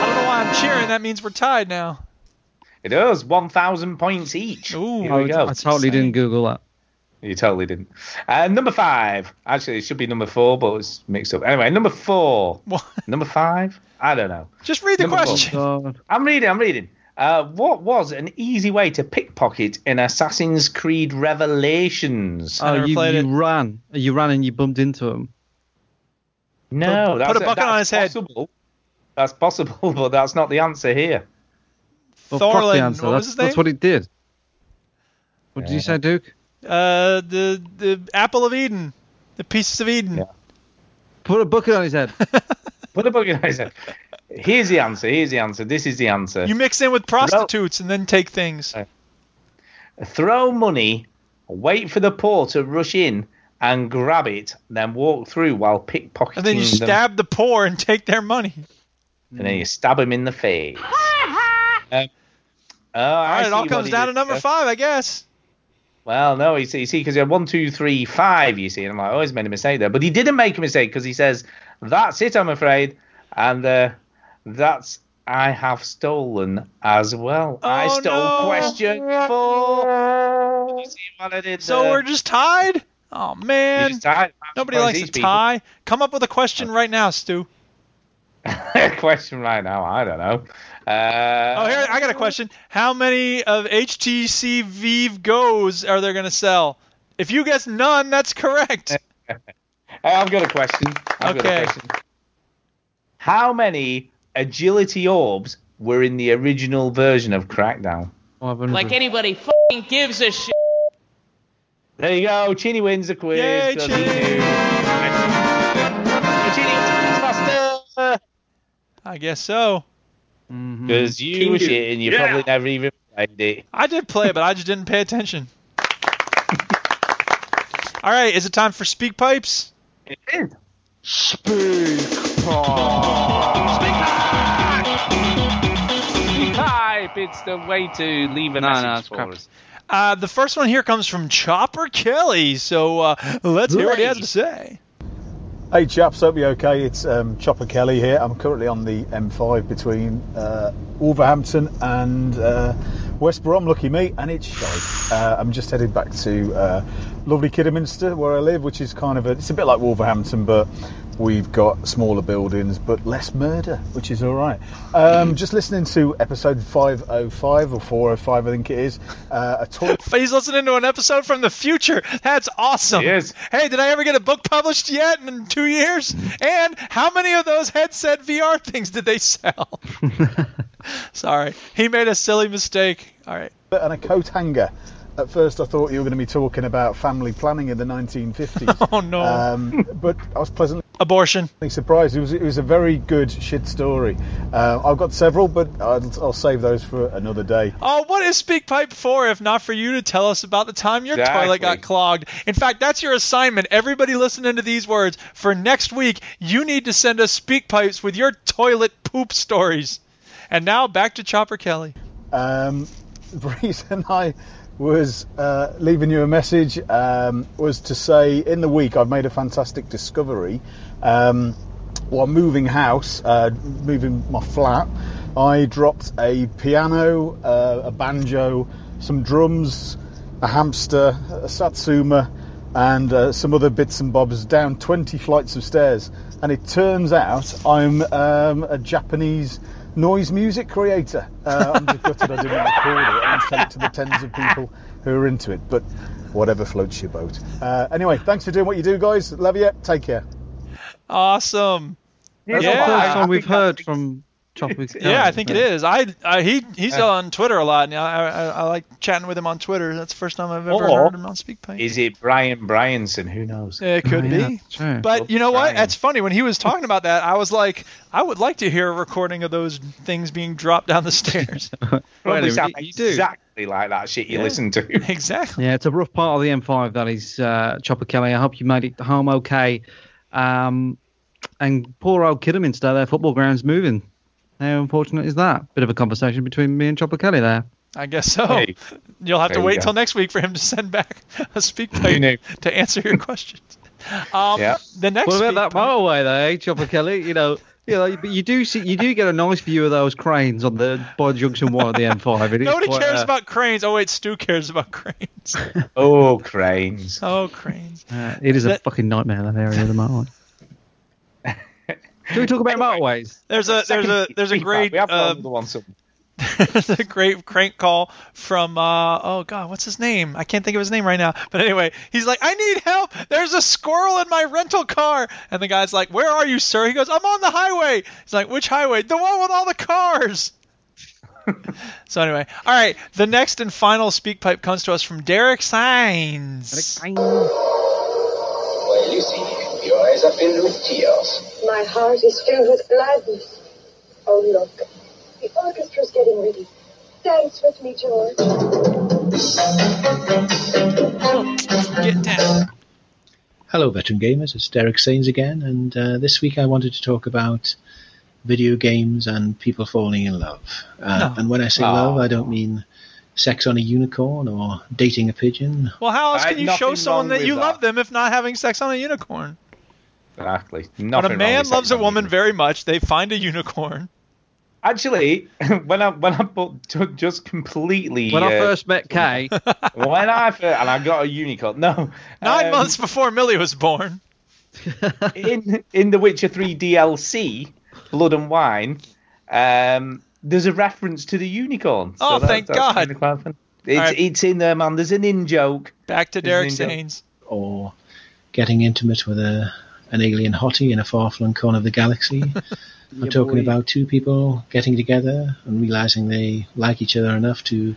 [SPEAKER 1] don't know why I'm cheering. That means we're tied now.
[SPEAKER 2] It does. 1,000 points each.
[SPEAKER 1] Ooh.
[SPEAKER 2] Here
[SPEAKER 4] I,
[SPEAKER 2] we go.
[SPEAKER 4] I totally didn't Google that.
[SPEAKER 2] You totally didn't. Uh, number five. Actually, it should be number four, but it's mixed up. Anyway, number four.
[SPEAKER 1] What?
[SPEAKER 2] Number five? I don't know.
[SPEAKER 1] Just read the
[SPEAKER 2] Number one.
[SPEAKER 1] question.
[SPEAKER 4] Oh, God.
[SPEAKER 2] I'm reading. I'm reading. Uh, what was an easy way to pickpocket in Assassin's Creed Revelations?
[SPEAKER 1] I
[SPEAKER 4] Oh,
[SPEAKER 1] never
[SPEAKER 4] you,
[SPEAKER 1] played it.
[SPEAKER 4] you ran. You ran and you bumped into him.
[SPEAKER 2] no,
[SPEAKER 1] put
[SPEAKER 2] that's
[SPEAKER 1] a bucket
[SPEAKER 2] that's
[SPEAKER 1] on his head.
[SPEAKER 2] possible. That's possible, but that's not the answer here.
[SPEAKER 4] Well, fuck the
[SPEAKER 1] Thorlin,
[SPEAKER 4] answer.
[SPEAKER 1] what
[SPEAKER 4] that's,
[SPEAKER 1] was his
[SPEAKER 4] that's
[SPEAKER 1] name?
[SPEAKER 4] what it did. What did you say, Duke?
[SPEAKER 1] Uh, the the apple of Eden, the pieces of Eden.
[SPEAKER 2] Yeah.
[SPEAKER 4] Put a bucket on his head.
[SPEAKER 2] Put a bucket on his head. Here's the answer. Here's the answer. This is the answer.
[SPEAKER 1] You mix in with prostitutes and then take things.
[SPEAKER 2] Throw money, wait for the poor to rush in, and grab it, then walk through while pickpocketing
[SPEAKER 1] And then you
[SPEAKER 2] them.
[SPEAKER 1] stab the poor and take their money.
[SPEAKER 2] and then you stab him in the face. Um, oh,
[SPEAKER 1] All right, it all comes down to number five, I guess.
[SPEAKER 2] Well, no, you see, you see, because he had one, two, three, five. You see, and I'm like, oh, he's made a mistake there, but he didn't make a mistake because he says, "That's it, I'm afraid," and uh, that's I have stolen as well. I
[SPEAKER 1] Oh,
[SPEAKER 2] stole
[SPEAKER 1] no.
[SPEAKER 2] question four. You see what I did
[SPEAKER 1] So
[SPEAKER 2] there?
[SPEAKER 1] we're just tied? Oh, man.
[SPEAKER 2] just tied.
[SPEAKER 1] Nobody
[SPEAKER 2] Well,
[SPEAKER 1] likes
[SPEAKER 2] these
[SPEAKER 1] a
[SPEAKER 2] people. Uh,
[SPEAKER 1] tie. Come up with a question right now, Stu.
[SPEAKER 2] question right now. I don't know. Uh,
[SPEAKER 1] Oh, here I got a question. How many of HTC Vive goes are they going to sell? If you guess none, that's correct.
[SPEAKER 2] Hey, I've got a question. I've got
[SPEAKER 1] Okay.
[SPEAKER 2] a question. How many agility orbs were in the original version of Crackdown?
[SPEAKER 4] Oh,
[SPEAKER 13] Like anybody fucking gives a shit.
[SPEAKER 2] There you go. Chini wins the quiz.
[SPEAKER 13] Yay,
[SPEAKER 2] Does he
[SPEAKER 13] Chini!
[SPEAKER 2] do?
[SPEAKER 1] I guess so.
[SPEAKER 14] Mm-hmm.
[SPEAKER 2] Because you were
[SPEAKER 1] King
[SPEAKER 2] shit and you
[SPEAKER 1] Yeah.
[SPEAKER 2] probably never even played it.
[SPEAKER 1] I did play, but I just didn't pay attention. All right, is it time for speak pipes?
[SPEAKER 2] It is.
[SPEAKER 1] Speak
[SPEAKER 14] Type, it's the way to leave a message for us.
[SPEAKER 1] Uh, the first one here comes from Chopper Kelly, so uh, let's hear what he has to say.
[SPEAKER 15] Hey chaps, hope you're okay. It's um, Chopper Kelly here. I'm currently on the M5 between uh, Wolverhampton and uh, West Brom, lucky me, and it's shite. Uh, I'm just headed back to uh, lovely Kidderminster where I live, which is kind of a, it's a bit like Wolverhampton, but we've got smaller buildings but less murder, which is all right. Um, just listening to episode 505 or 405, I think it is. Uh, a toy.
[SPEAKER 1] He's listening to an episode from the future. That's awesome. Hey, did I ever get a book published yet in two years? And how many of those headset VR things did they sell? Sorry, he made a silly mistake. All right.
[SPEAKER 15] and a coat hanger. At first, I thought you were going to be talking about family planning in the 1950s.
[SPEAKER 1] Oh no!
[SPEAKER 15] Um, but I was pleasantly
[SPEAKER 1] abortion.
[SPEAKER 15] Surprised. It was it was a very good shit story. Uh, I've got several, but I'll, I'll save those for another day.
[SPEAKER 1] Oh, what is Speak Pipe for if not for you to tell us about the time your
[SPEAKER 15] Exactly.
[SPEAKER 1] toilet got clogged? In fact, that's your assignment. Everybody listening to these words, for next week, you need to send us Speak Pipes with your toilet poop stories. And now back to Chopper Kelly.
[SPEAKER 15] Um, the reason I was uh, leaving you a message um, was to say in the week I've made a fantastic discovery. Um, while moving house, uh, moving my flat, I dropped a piano, uh, a banjo, some drums, a hamster, a satsuma, and uh, some other bits and bobs down 20 flights of stairs. And it turns out I'm um, a Japanese noise music creator. Uh, I'm just gutted I didn't record it and send it to the tens of people who are into it. But whatever floats your boat. Uh, anyway, thanks for doing what you do, guys. Love you. Take care.
[SPEAKER 1] Awesome.
[SPEAKER 4] That's the first time we've heard from Oh, Chopper Kelly.
[SPEAKER 1] Yeah, I think it is. I, I he he's
[SPEAKER 4] Yeah.
[SPEAKER 1] on Twitter a lot, and I, I I like chatting with him on Twitter. That's the first time I've
[SPEAKER 4] Oh.
[SPEAKER 1] ever
[SPEAKER 2] Or-
[SPEAKER 1] heard him on SpeakPipe.
[SPEAKER 2] Is it Brian Bryanson? Who knows?
[SPEAKER 1] It could
[SPEAKER 4] Oh,
[SPEAKER 1] be. But you know what? That's funny. When he was talking about that, I was like, I would like to hear a recording of those things being dropped down the stairs.
[SPEAKER 2] Probably
[SPEAKER 4] Well,
[SPEAKER 2] sound
[SPEAKER 4] you do.
[SPEAKER 2] exactly like that shit you
[SPEAKER 4] Yeah.
[SPEAKER 2] listen to.
[SPEAKER 1] Exactly.
[SPEAKER 4] Yeah, it's a rough part of the M5 that is uh, Chopper Kelly. I hope you made it home okay. Um, and poor old Kidderminster, their football ground's moving. How unfortunate is that? Bit of a conversation between me and Chopper Kelly there.
[SPEAKER 1] I guess so.
[SPEAKER 4] Hey.
[SPEAKER 1] You'll have
[SPEAKER 4] There
[SPEAKER 1] to
[SPEAKER 4] you
[SPEAKER 1] wait
[SPEAKER 4] go.
[SPEAKER 1] till next week for him to send back a speak
[SPEAKER 4] Who knew?
[SPEAKER 1] pipe to answer your questions. Um, The next
[SPEAKER 4] What
[SPEAKER 1] speak
[SPEAKER 4] about that motorway there, eh, Chopper Kelly? You know, you know, but you do see, you do get a nice view of those cranes on the by Junction One of the M5. It is
[SPEAKER 1] Nobody
[SPEAKER 4] quite,
[SPEAKER 1] cares
[SPEAKER 4] uh,
[SPEAKER 1] about cranes. Oh wait, Stu cares about cranes.
[SPEAKER 2] oh, cranes.
[SPEAKER 1] oh, cranes.
[SPEAKER 4] uh, it is a
[SPEAKER 1] That-
[SPEAKER 4] fucking nightmare that area of the motorway. Can we talk about motorways?
[SPEAKER 1] There's a there's a there's a great uh, there's a great crank call from uh, oh god what's his name I can't think of his name right now but anyway he's like I need help there's a squirrel in my rental car and the guy's like where are you sir he goes I'm on the highway he's like which highway the one with all the cars so anyway all right the next and final speak pipe comes to us from Derek Signs
[SPEAKER 16] Why, Lucy, your eyes are filled with tears.
[SPEAKER 17] My heart is filled with gladness. Oh, look. The orchestra's getting ready. Dance with me, George.
[SPEAKER 1] get down
[SPEAKER 18] Hello, veteran gamers. It's Derek Sains again, and uh, this week I wanted to talk about video games and people falling in love. Uh,
[SPEAKER 1] No.
[SPEAKER 18] And when I say
[SPEAKER 1] Aw.
[SPEAKER 18] love, I don't mean sex on a unicorn or dating a pigeon.
[SPEAKER 1] Well, how else
[SPEAKER 18] I-
[SPEAKER 1] can you
[SPEAKER 18] nothing
[SPEAKER 1] show
[SPEAKER 18] wrong
[SPEAKER 1] someone that
[SPEAKER 18] with
[SPEAKER 1] you
[SPEAKER 18] that.
[SPEAKER 1] love them if not having sex on a unicorn?
[SPEAKER 2] Exactly.
[SPEAKER 1] when a
[SPEAKER 2] Nothing wrong
[SPEAKER 1] man
[SPEAKER 2] with
[SPEAKER 1] loves a woman very much, they find a
[SPEAKER 2] Um,
[SPEAKER 1] unicorn.
[SPEAKER 2] Actually, when I when I put, ju- just completely uh,
[SPEAKER 1] When I
[SPEAKER 4] first met Kay,
[SPEAKER 2] when I first, and I got a unicorn. No,
[SPEAKER 1] Nine
[SPEAKER 2] um,
[SPEAKER 1] months before Millie was born.
[SPEAKER 2] in in The Witcher Three DLC, Blood and Wine. Um, there's a reference to the unicorn.
[SPEAKER 1] Oh, thank God.
[SPEAKER 2] God! It's,
[SPEAKER 1] All right.
[SPEAKER 2] it's in there, man. There's an in joke.
[SPEAKER 1] Back to Derek Sains.
[SPEAKER 18] Or getting intimate with a an alien hottie in a far-flung corner of the galaxy. I'm
[SPEAKER 1] Yeah,
[SPEAKER 18] talking
[SPEAKER 1] boy.
[SPEAKER 18] about two people getting together and realizing they like each other enough to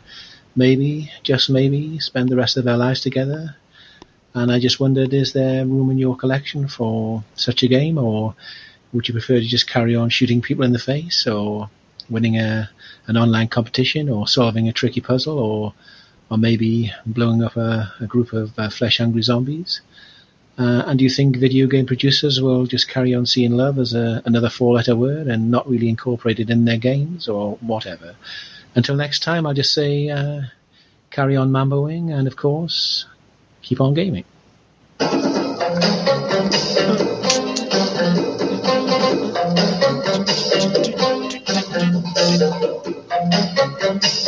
[SPEAKER 18] maybe, just maybe, spend the rest of their lives together. And I just wondered, is there room in your collection for such a game, or would you prefer to just carry on shooting people in the face, or winning a an online competition, or solving a tricky puzzle, or or maybe blowing up a, a group of uh, flesh-hungry zombies? Uh, and do you think video game producers will just carry on seeing love as a, another four-letter word and not really incorporate it in their games or whatever? Until next time, I'll just say uh, carry on mamboing and, of course, keep on gaming.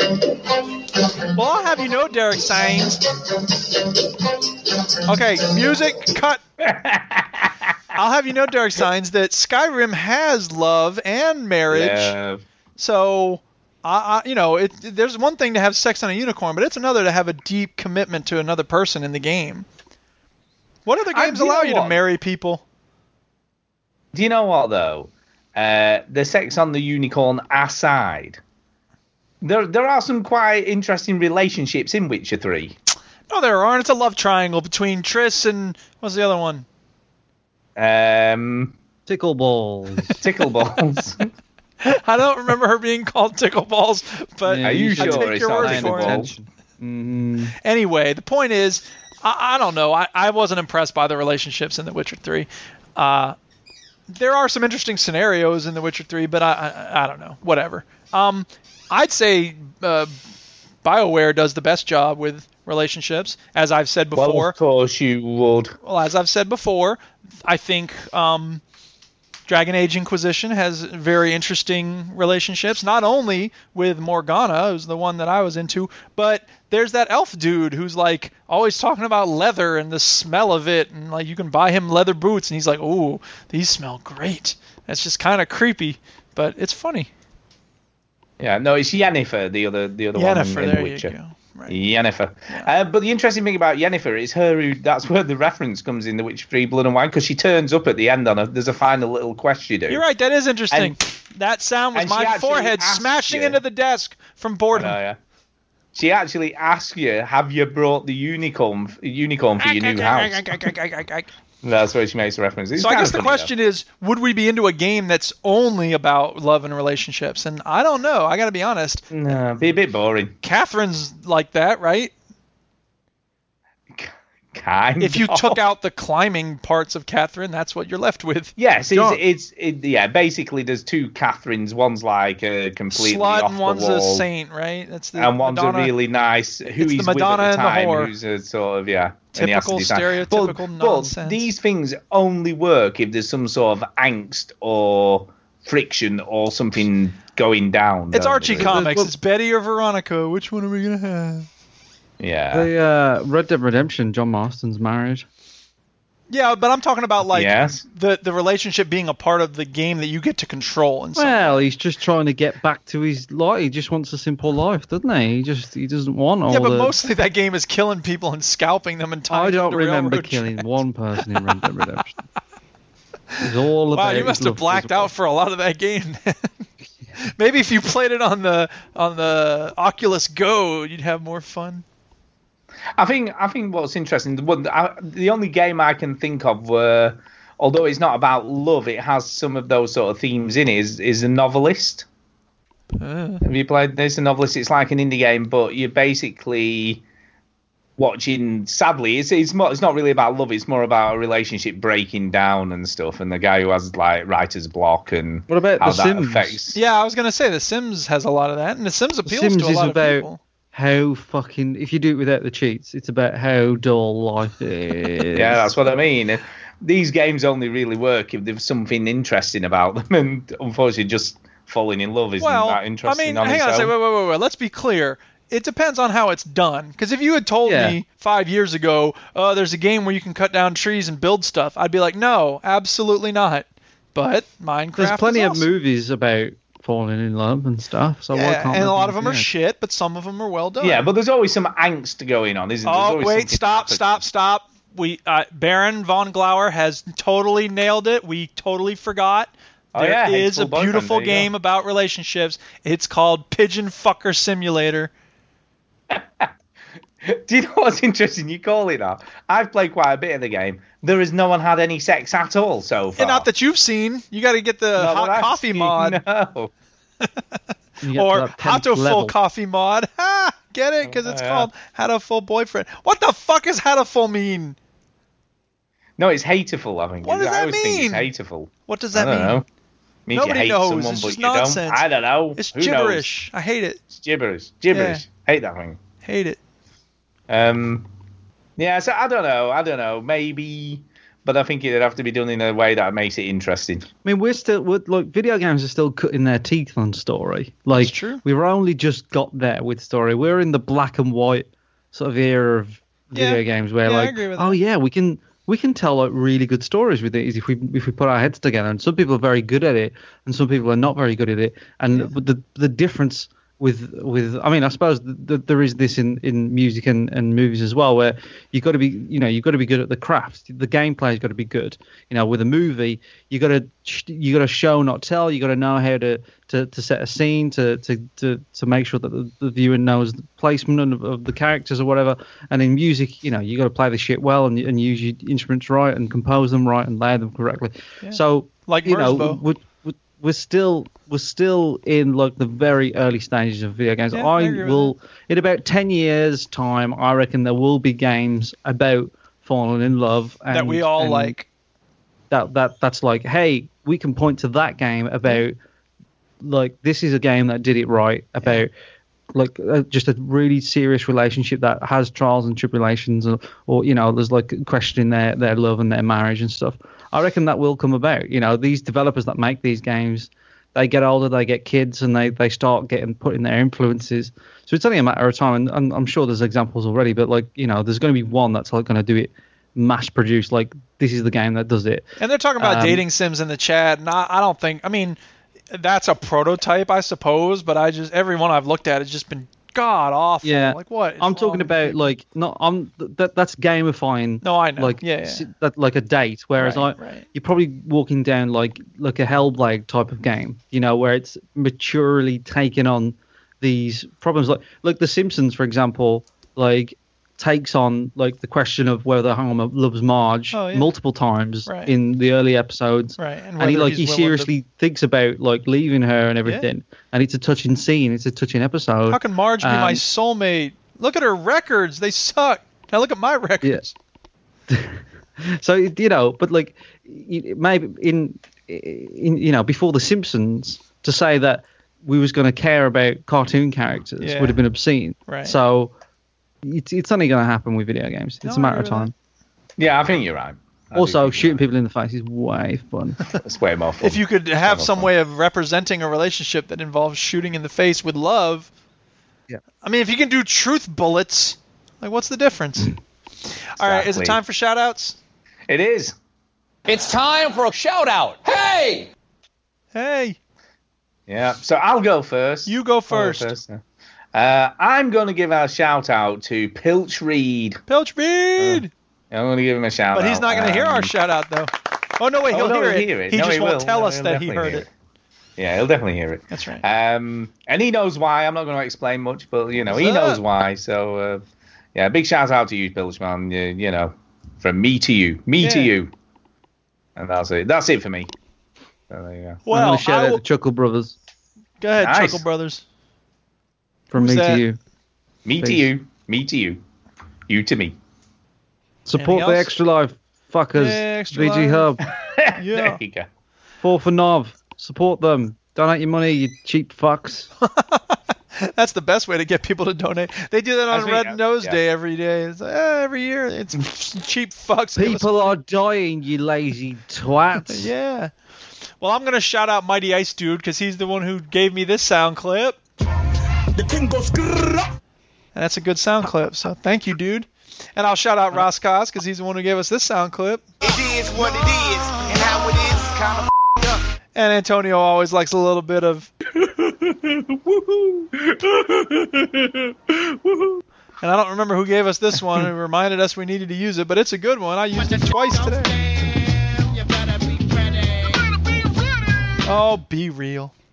[SPEAKER 1] Well, I'll have you know, Derek Sains. Okay, music cut. I'll have you know, Derek Sains, that Skyrim has love and marriage. So, I, I, you know, it, there's one thing to have sex on a unicorn, but it's another to have a deep commitment to another person in the game. What other
[SPEAKER 2] I-
[SPEAKER 1] games
[SPEAKER 2] you
[SPEAKER 1] allow
[SPEAKER 2] know
[SPEAKER 1] you to
[SPEAKER 2] what?
[SPEAKER 1] marry people?
[SPEAKER 2] Do you know what though? Uh, the sex on the unicorn aside, there there are some quite interesting relationships in Witcher Three.
[SPEAKER 1] No, Oh, there aren't. It's a love triangle between Triss and what's the other one?
[SPEAKER 2] Um,
[SPEAKER 4] tickle balls.
[SPEAKER 2] tickle balls.
[SPEAKER 1] I don't remember her being called tickle balls, but
[SPEAKER 2] Are you
[SPEAKER 1] I
[SPEAKER 2] sure
[SPEAKER 1] take
[SPEAKER 2] it's
[SPEAKER 1] your
[SPEAKER 2] not
[SPEAKER 1] word
[SPEAKER 2] tickle
[SPEAKER 1] for it.
[SPEAKER 2] balls?
[SPEAKER 1] Anyway, the point is, I, I don't know. I, I wasn't impressed by the relationships in The Witcher 3. Uh, there are some interesting scenarios in The Witcher 3, but I I, I don't know. Whatever. Um, I'd say uh, BioWare does the best job with relationships, as I've said before.
[SPEAKER 2] Well, of course you would.
[SPEAKER 1] Well, as I've said before, I think um, Dragon Age Inquisition has very interesting relationships, not only with Morgana, who's the one that I was into, but there's that elf dude who's like always talking about leather and the smell of it, and like you can buy him leather boots, and he's like, "Ooh, these smell great." That's just kind of creepy, but it's funny.
[SPEAKER 2] Yeah, no, it's Yennefer, the other the other one in-
[SPEAKER 1] Yennefer,
[SPEAKER 2] in,
[SPEAKER 1] there you
[SPEAKER 2] Witcher.
[SPEAKER 1] go.
[SPEAKER 2] Yennefer. Uh, but the interesting thing about Yennefer is her. Who, that's where the reference comes in the Witcher Three Blood and Wine because she turns up at the end on a. There's a final little quest you do.
[SPEAKER 1] You're right. That is interesting.
[SPEAKER 2] And-
[SPEAKER 1] that sound was
[SPEAKER 2] and she
[SPEAKER 1] my
[SPEAKER 2] actually
[SPEAKER 1] forehead
[SPEAKER 2] asked
[SPEAKER 1] smashing
[SPEAKER 2] you-
[SPEAKER 1] into the desk from boredom.
[SPEAKER 2] I know, yeah. She actually asks you, "Have you brought the unicorn unicorn for your new house?" That's where she makes the reference. It's
[SPEAKER 1] so I
[SPEAKER 2] kind
[SPEAKER 1] guess
[SPEAKER 2] of
[SPEAKER 1] the
[SPEAKER 2] funny, though.
[SPEAKER 1] question is, would we be into a game that's only about love and relationships? And I don't know. I got to be honest.
[SPEAKER 2] No, be a bit boring.
[SPEAKER 1] Catherine's like that, right?
[SPEAKER 2] Kind.
[SPEAKER 1] If you
[SPEAKER 2] of.
[SPEAKER 1] took out the climbing parts of Catherine, that's what you're left with.
[SPEAKER 2] Yes,
[SPEAKER 1] John.
[SPEAKER 2] it's, it's it, yeah. Basically, there's two Catherines. One's like a completely
[SPEAKER 1] slut
[SPEAKER 2] off
[SPEAKER 1] and
[SPEAKER 2] the
[SPEAKER 1] one's
[SPEAKER 2] wall,
[SPEAKER 1] a saint, right? That's the
[SPEAKER 2] and one's
[SPEAKER 1] Madonna,
[SPEAKER 2] a really nice who
[SPEAKER 1] the
[SPEAKER 2] he's
[SPEAKER 1] Madonna and
[SPEAKER 2] with at
[SPEAKER 1] the
[SPEAKER 2] the time,
[SPEAKER 1] whore.
[SPEAKER 2] who's a sort of yeah. and he has to
[SPEAKER 1] typical
[SPEAKER 2] decide.
[SPEAKER 1] stereotypical
[SPEAKER 2] Well,
[SPEAKER 1] nonsense.
[SPEAKER 2] these things only work if there's some sort of angst or friction or something going down.
[SPEAKER 1] it's
[SPEAKER 2] don't
[SPEAKER 1] Archie
[SPEAKER 2] they?
[SPEAKER 1] comics. It's Betty or Veronica. Which one are we gonna have?
[SPEAKER 2] Yeah.
[SPEAKER 4] The uh, Red Dead Redemption. John Marston's married.
[SPEAKER 1] Yeah, but I'm talking about like
[SPEAKER 4] Yes.
[SPEAKER 1] the the relationship being a part of the game that you get to control and stuff.
[SPEAKER 4] Well, he's just trying to get back to his life. He just wants a simple life, doesn't he? He just he doesn't want all
[SPEAKER 1] yeah, but
[SPEAKER 4] the.
[SPEAKER 1] mostly that game is killing people and scalping them and tying
[SPEAKER 4] I
[SPEAKER 1] them
[SPEAKER 4] don't
[SPEAKER 1] to
[SPEAKER 4] remember
[SPEAKER 1] railroad
[SPEAKER 4] killing one person in Red Dead Redemption. It was all
[SPEAKER 1] Wow,
[SPEAKER 4] about
[SPEAKER 1] you
[SPEAKER 4] his
[SPEAKER 1] must
[SPEAKER 4] love
[SPEAKER 1] have
[SPEAKER 4] for
[SPEAKER 1] blacked out for a lot of that game. Maybe if you played it on the on the Oculus Go, you'd have more fun.
[SPEAKER 2] I think I think what's interesting, the one I, the only game I can think of where, although it's not about love, it has some of those sort of themes in it. Is is a novelist?
[SPEAKER 4] Ah.
[SPEAKER 2] Have you played this? A novelist. It's like an indie game, but you're basically watching. Sadly, it's it's, more, it's not really about love. It's more about a relationship breaking down and stuff. And the guy who has like writer's block and
[SPEAKER 4] what about
[SPEAKER 2] how
[SPEAKER 4] The
[SPEAKER 2] that
[SPEAKER 4] Sims?
[SPEAKER 2] affects.
[SPEAKER 1] Yeah, I was gonna say The Sims has a lot of that, and The Sims appeals
[SPEAKER 4] Sims
[SPEAKER 1] to a
[SPEAKER 4] is
[SPEAKER 1] lot
[SPEAKER 4] about
[SPEAKER 1] of people.
[SPEAKER 4] how fucking. If you do it without the cheats, it's about how dull life is.
[SPEAKER 2] Yeah, that's what I mean. And These games only really work if there's something interesting about them, and unfortunately, just falling in love isn't
[SPEAKER 1] well,
[SPEAKER 2] that
[SPEAKER 1] I
[SPEAKER 2] interesting
[SPEAKER 1] mean,
[SPEAKER 2] on
[SPEAKER 1] hang
[SPEAKER 2] its
[SPEAKER 1] on a
[SPEAKER 2] own.
[SPEAKER 1] second. Wait, wait, wait, wait. Let's be clear. It depends on how it's done. Because if you had told
[SPEAKER 2] Yeah.
[SPEAKER 1] me five years ago, oh, there's a game where you can cut down trees and build stuff, I'd be like, no, absolutely not. But Minecraft.
[SPEAKER 4] There's plenty
[SPEAKER 1] is
[SPEAKER 4] of
[SPEAKER 1] awesome.
[SPEAKER 4] movies about falling in love and stuff. So why
[SPEAKER 1] Yeah,
[SPEAKER 4] can't
[SPEAKER 1] and
[SPEAKER 4] we
[SPEAKER 1] a lot
[SPEAKER 4] do
[SPEAKER 1] of them are
[SPEAKER 4] that?
[SPEAKER 1] shit, but some of them are well done.
[SPEAKER 2] Yeah, but there's always some angst going on, isn't there? There's
[SPEAKER 1] Oh
[SPEAKER 2] always
[SPEAKER 1] wait!
[SPEAKER 2] something
[SPEAKER 1] Stop!
[SPEAKER 2] happening.
[SPEAKER 1] Stop! Stop! We uh, Baron von Glauer has totally nailed it. We totally forgot.
[SPEAKER 2] Oh,
[SPEAKER 1] There
[SPEAKER 2] yeah,
[SPEAKER 1] is
[SPEAKER 2] Hateful
[SPEAKER 1] a
[SPEAKER 2] Boyfriend,
[SPEAKER 1] beautiful
[SPEAKER 2] there you go.
[SPEAKER 1] game about relationships. It's called Pigeon Fucker Simulator.
[SPEAKER 2] Uh, Do you know what's interesting? You call it that. I've played quite a bit of the game. There has no one had any sex at all so far.
[SPEAKER 1] And not that you've seen. You got to get the
[SPEAKER 2] Not that
[SPEAKER 1] hot
[SPEAKER 2] I've
[SPEAKER 1] coffee
[SPEAKER 2] seen,
[SPEAKER 1] mod
[SPEAKER 2] No.
[SPEAKER 1] or how to full coffee mod. Ha! Get it? Because it's
[SPEAKER 2] Oh, Yeah.
[SPEAKER 1] called how to full boyfriend. What the fuck is how to full mean?
[SPEAKER 2] No, it's hateful. I think.
[SPEAKER 1] What does
[SPEAKER 2] I
[SPEAKER 1] that
[SPEAKER 2] always think
[SPEAKER 1] mean?
[SPEAKER 2] it's hateful.
[SPEAKER 1] What does
[SPEAKER 2] I
[SPEAKER 1] that
[SPEAKER 2] don't
[SPEAKER 1] mean?
[SPEAKER 2] Know. Means
[SPEAKER 1] Nobody
[SPEAKER 2] you hate
[SPEAKER 1] knows.
[SPEAKER 2] someone,
[SPEAKER 1] It's
[SPEAKER 2] but
[SPEAKER 1] just
[SPEAKER 2] you don't.
[SPEAKER 1] nonsense.
[SPEAKER 2] I don't know.
[SPEAKER 1] It's
[SPEAKER 2] Who knows?
[SPEAKER 1] gibberish. I hate it.
[SPEAKER 2] It's gibberish. Gibberish. Hate that thing.
[SPEAKER 1] Hate it.
[SPEAKER 2] Um, yeah, so I don't know. I don't know. Maybe, but I think it'd have to be done in a way that makes it interesting.
[SPEAKER 4] I mean, we're still we're, like video games are still cutting their teeth on story. Like we've only just got there with story. We're in the black and white sort of era of video
[SPEAKER 1] Yeah.
[SPEAKER 4] games where
[SPEAKER 1] Yeah, I
[SPEAKER 4] like,
[SPEAKER 1] agree with
[SPEAKER 4] oh yeah, we can we can tell like really good stories with these if we if we put our heads together. And some people are very good at it, and some people are not very good at it. And but the the difference with with I mean I suppose th- th- there is this in in music and, and movies as well where you got to be you know you got to be good at the craft the gameplay's got to be good you know with a movie you got to you got to show not tell you got to know how to, to to set a scene to to to, to make sure that the, the viewer knows the placement of, of the characters or whatever and in music you know you got to play the shit well and and use your instruments right and compose them right and layer them correctly so
[SPEAKER 1] Like
[SPEAKER 4] you know
[SPEAKER 1] Merzbow.
[SPEAKER 4] would would- we're still we're still in like the very early stages of video games.
[SPEAKER 1] Yeah, I
[SPEAKER 4] I,
[SPEAKER 1] agree with
[SPEAKER 4] will in about ten years' time, I reckon there will be games about falling in love and,
[SPEAKER 1] That we all
[SPEAKER 4] and
[SPEAKER 1] like.
[SPEAKER 4] That that that's like, hey, we can point to that game about like this is a game that did it right about like uh, just a really serious relationship that has trials and tribulations or, or you know there's like questioning their their love and their marriage and stuff i reckon that will come about you know these developers that make these games they get older they get kids and they they start getting put in their influences so it's only a matter of time and, and i'm sure there's examples already but like you know there's going to be one that's like going to do it mass produced like this is the game that does it
[SPEAKER 1] And they're talking about
[SPEAKER 4] Um,
[SPEAKER 1] dating sims in the chat, and I, I don't think. I mean, that's a prototype, I suppose. But I just every one I've looked at has just been god awful.
[SPEAKER 4] Yeah.
[SPEAKER 1] Like what? is
[SPEAKER 4] I'm talking about like not I'm th- that that's gamifying.
[SPEAKER 1] No, I know.
[SPEAKER 4] Like
[SPEAKER 1] Yeah, yeah.
[SPEAKER 4] s- that like a date. Whereas
[SPEAKER 1] Right,
[SPEAKER 4] like
[SPEAKER 1] right.
[SPEAKER 4] you're probably walking down like like a Hellblade type of game. You know where it's maturely taking on these problems. Like like The Simpsons, for example, like takes on like the question of whether Homer loves Marge
[SPEAKER 1] Oh, yeah.
[SPEAKER 4] multiple times
[SPEAKER 1] Right.
[SPEAKER 4] in the early episodes.
[SPEAKER 1] Right, and
[SPEAKER 4] he
[SPEAKER 1] whether
[SPEAKER 4] like
[SPEAKER 1] he's
[SPEAKER 4] he
[SPEAKER 1] willing to-
[SPEAKER 4] seriously thinks about like leaving her and everything. And it's a touching scene. It's a touching episode.
[SPEAKER 1] How can Marge be my
[SPEAKER 4] Um,
[SPEAKER 1] soulmate? Look at her records; they suck. Now look at my records.
[SPEAKER 4] so you know but like y- maybe in, in you know before the simpsons to say that we was going to care about cartoon characters
[SPEAKER 1] Yeah.
[SPEAKER 4] would have been obscene
[SPEAKER 1] Right.
[SPEAKER 4] so it's, it's only going to happen with video games it's a matter of time
[SPEAKER 2] Yeah, I think you're right.
[SPEAKER 4] also shooting people in the face is way fun
[SPEAKER 2] It's way more fun.
[SPEAKER 1] If you could have some way of representing a relationship that involves shooting in the face with love,
[SPEAKER 4] Yeah.
[SPEAKER 1] I mean, if you can do truth bullets, like what's the difference? All right, is it
[SPEAKER 2] Exactly.
[SPEAKER 1] time for shout-outs?
[SPEAKER 2] It is.
[SPEAKER 1] It's time for a shout-out. Hey! Hey.
[SPEAKER 2] Yeah. So I'll go Oh, first.
[SPEAKER 1] You go first.
[SPEAKER 2] yeah. Uh, I'm going to give a shout out to Pilch Reed.
[SPEAKER 1] Pilch Reed.
[SPEAKER 2] I'm going to give him a shout out.
[SPEAKER 1] But he's not going to hear our shout out though. Oh no, wait,
[SPEAKER 2] Uh, um, Oh,
[SPEAKER 1] he'll
[SPEAKER 2] no,
[SPEAKER 1] hear,
[SPEAKER 2] he'll
[SPEAKER 1] it.
[SPEAKER 2] hear it.
[SPEAKER 1] He
[SPEAKER 2] No,
[SPEAKER 1] just
[SPEAKER 2] he
[SPEAKER 1] won't
[SPEAKER 2] will.
[SPEAKER 1] tell
[SPEAKER 2] No,
[SPEAKER 1] us
[SPEAKER 2] he'll
[SPEAKER 1] that he
[SPEAKER 2] definitely
[SPEAKER 1] heard
[SPEAKER 2] hear
[SPEAKER 1] it.
[SPEAKER 2] Yeah, he'll definitely hear it.
[SPEAKER 1] That's right.
[SPEAKER 2] Um, and he knows why. I'm not going to explain much, but you know,
[SPEAKER 1] What's
[SPEAKER 2] he
[SPEAKER 1] up?
[SPEAKER 2] knows why. So uh, yeah, big shout out to you, Pilchman. You, you know, from me to you, me to
[SPEAKER 1] Yeah.
[SPEAKER 2] you. And that's it. That's it for me. So there you go.
[SPEAKER 4] i'm
[SPEAKER 1] Well,
[SPEAKER 4] going to shout
[SPEAKER 1] I
[SPEAKER 4] out
[SPEAKER 1] will-
[SPEAKER 4] the chuckle brothers
[SPEAKER 1] Go ahead,
[SPEAKER 2] Nice.
[SPEAKER 1] Chuckle Brothers.
[SPEAKER 4] from
[SPEAKER 1] Who's
[SPEAKER 4] me
[SPEAKER 1] that?
[SPEAKER 4] to you
[SPEAKER 2] Me to
[SPEAKER 4] Peace.
[SPEAKER 2] you, me to you. You to me.
[SPEAKER 4] Support
[SPEAKER 2] Anything
[SPEAKER 4] the
[SPEAKER 2] else?
[SPEAKER 4] extra life, fuckers.
[SPEAKER 2] Extra
[SPEAKER 4] VG
[SPEAKER 2] Life.
[SPEAKER 4] Hub.
[SPEAKER 2] There you go.
[SPEAKER 4] Fall for Nov. Support them. Donate your money, you cheap fucks.
[SPEAKER 1] That's the best way to get people to donate. They do that on
[SPEAKER 4] That's me, yeah.
[SPEAKER 1] Red Nose
[SPEAKER 4] Yeah.
[SPEAKER 1] Day every day. It's, eh, every year, it's cheap fucks. Give us-
[SPEAKER 4] People are dying, you lazy twats.
[SPEAKER 1] yeah. Well, I'm gonna shout out Mighty Ice Dude because he's the one who gave me this sound clip. The thing goes. And that's a good sound clip. So thank you, dude. And I'll shout
[SPEAKER 2] Uh,
[SPEAKER 1] out Ross Cos because he's the one who gave us this sound clip.
[SPEAKER 3] It is what it is, and how it is is kind of
[SPEAKER 1] And Antonio always likes a little bit of. And I don't remember who gave us this one and reminded us we needed to use it, but it's a good one. I used it twice today. Oh, be real.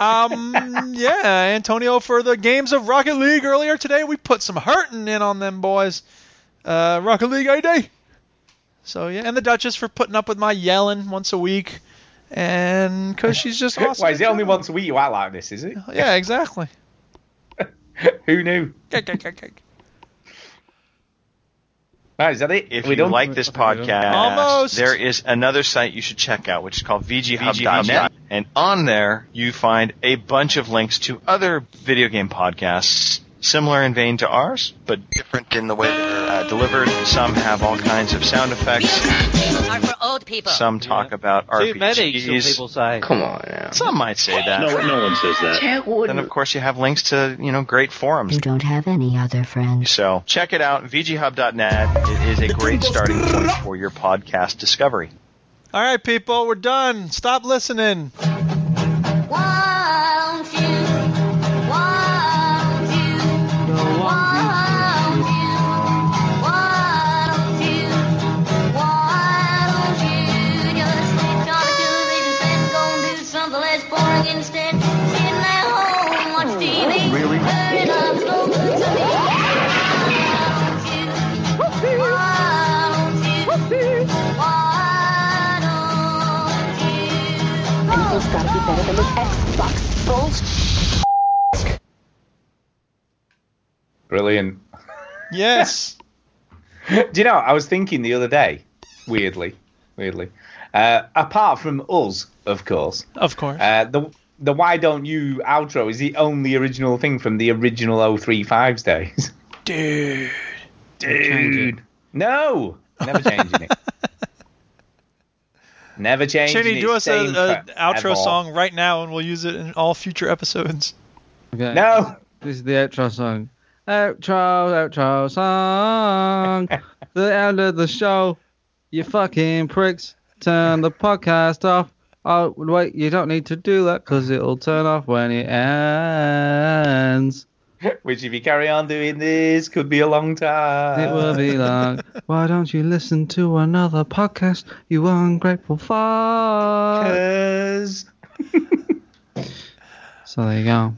[SPEAKER 1] Um, yeah, Antonio, for the games of Rocket League earlier today, we put some hurting in on them boys. Uh, Rocket League A Day. So, yeah, and the Duchess for putting up with my yelling once a week. And because she's just awesome.
[SPEAKER 2] Why is it only once a week you act like this? Is it?
[SPEAKER 1] Yeah, exactly.
[SPEAKER 2] Who knew? Right, is that it?
[SPEAKER 18] If
[SPEAKER 2] We
[SPEAKER 18] you
[SPEAKER 2] done?
[SPEAKER 18] like this podcast,
[SPEAKER 2] Almost.
[SPEAKER 18] Uh, there is another site you should check out, which is called
[SPEAKER 2] VGHub.net.
[SPEAKER 18] VGHub.net. And on there, you find a bunch of links to other video game podcasts similar in vein to ours, but different in the way they're uh, delivered. Some have all kinds of sound effects.
[SPEAKER 6] Are for old people.
[SPEAKER 18] Some talk about RPGs.
[SPEAKER 6] Too many, some people
[SPEAKER 18] say. Come on now. Some might say that.
[SPEAKER 6] No- no one says that. That wouldn't.
[SPEAKER 18] Then, of course, you have links to, you know, great forums.
[SPEAKER 6] You don't have any other friends.
[SPEAKER 18] So check it out, vghub.net. It is a great starting point for your podcast discovery.
[SPEAKER 1] All right, people, we're done. Stop listening.
[SPEAKER 17] Anything's gotta be better than this Xbox bullshit.
[SPEAKER 2] Brilliant.
[SPEAKER 1] Yes.
[SPEAKER 2] Do you know? I was thinking the other day, weirdly, weirdly. Uh, apart from us, of course.
[SPEAKER 1] Of course.
[SPEAKER 2] Uh, the the why don't you outro is the only original thing from the original 035's days.
[SPEAKER 1] Dude.
[SPEAKER 2] Dude. No. Never changing it. Never changing
[SPEAKER 1] Cheney,
[SPEAKER 2] it.
[SPEAKER 1] do us a,
[SPEAKER 2] Same
[SPEAKER 1] a
[SPEAKER 2] forever.
[SPEAKER 1] outro song right now, and we'll use it in all future episodes.
[SPEAKER 4] Okay.
[SPEAKER 2] No.
[SPEAKER 4] This is the outro song. Outro, outro song. the end of the show. You fucking pricks. Turn the podcast off. Oh, wait, you don't need to do that because it'll turn off when it ends.
[SPEAKER 2] Which, if you carry on doing this, could be a long time.
[SPEAKER 4] It will be long. Why don't you listen to another podcast, you ungrateful fuck?
[SPEAKER 2] Cause
[SPEAKER 4] So there you go.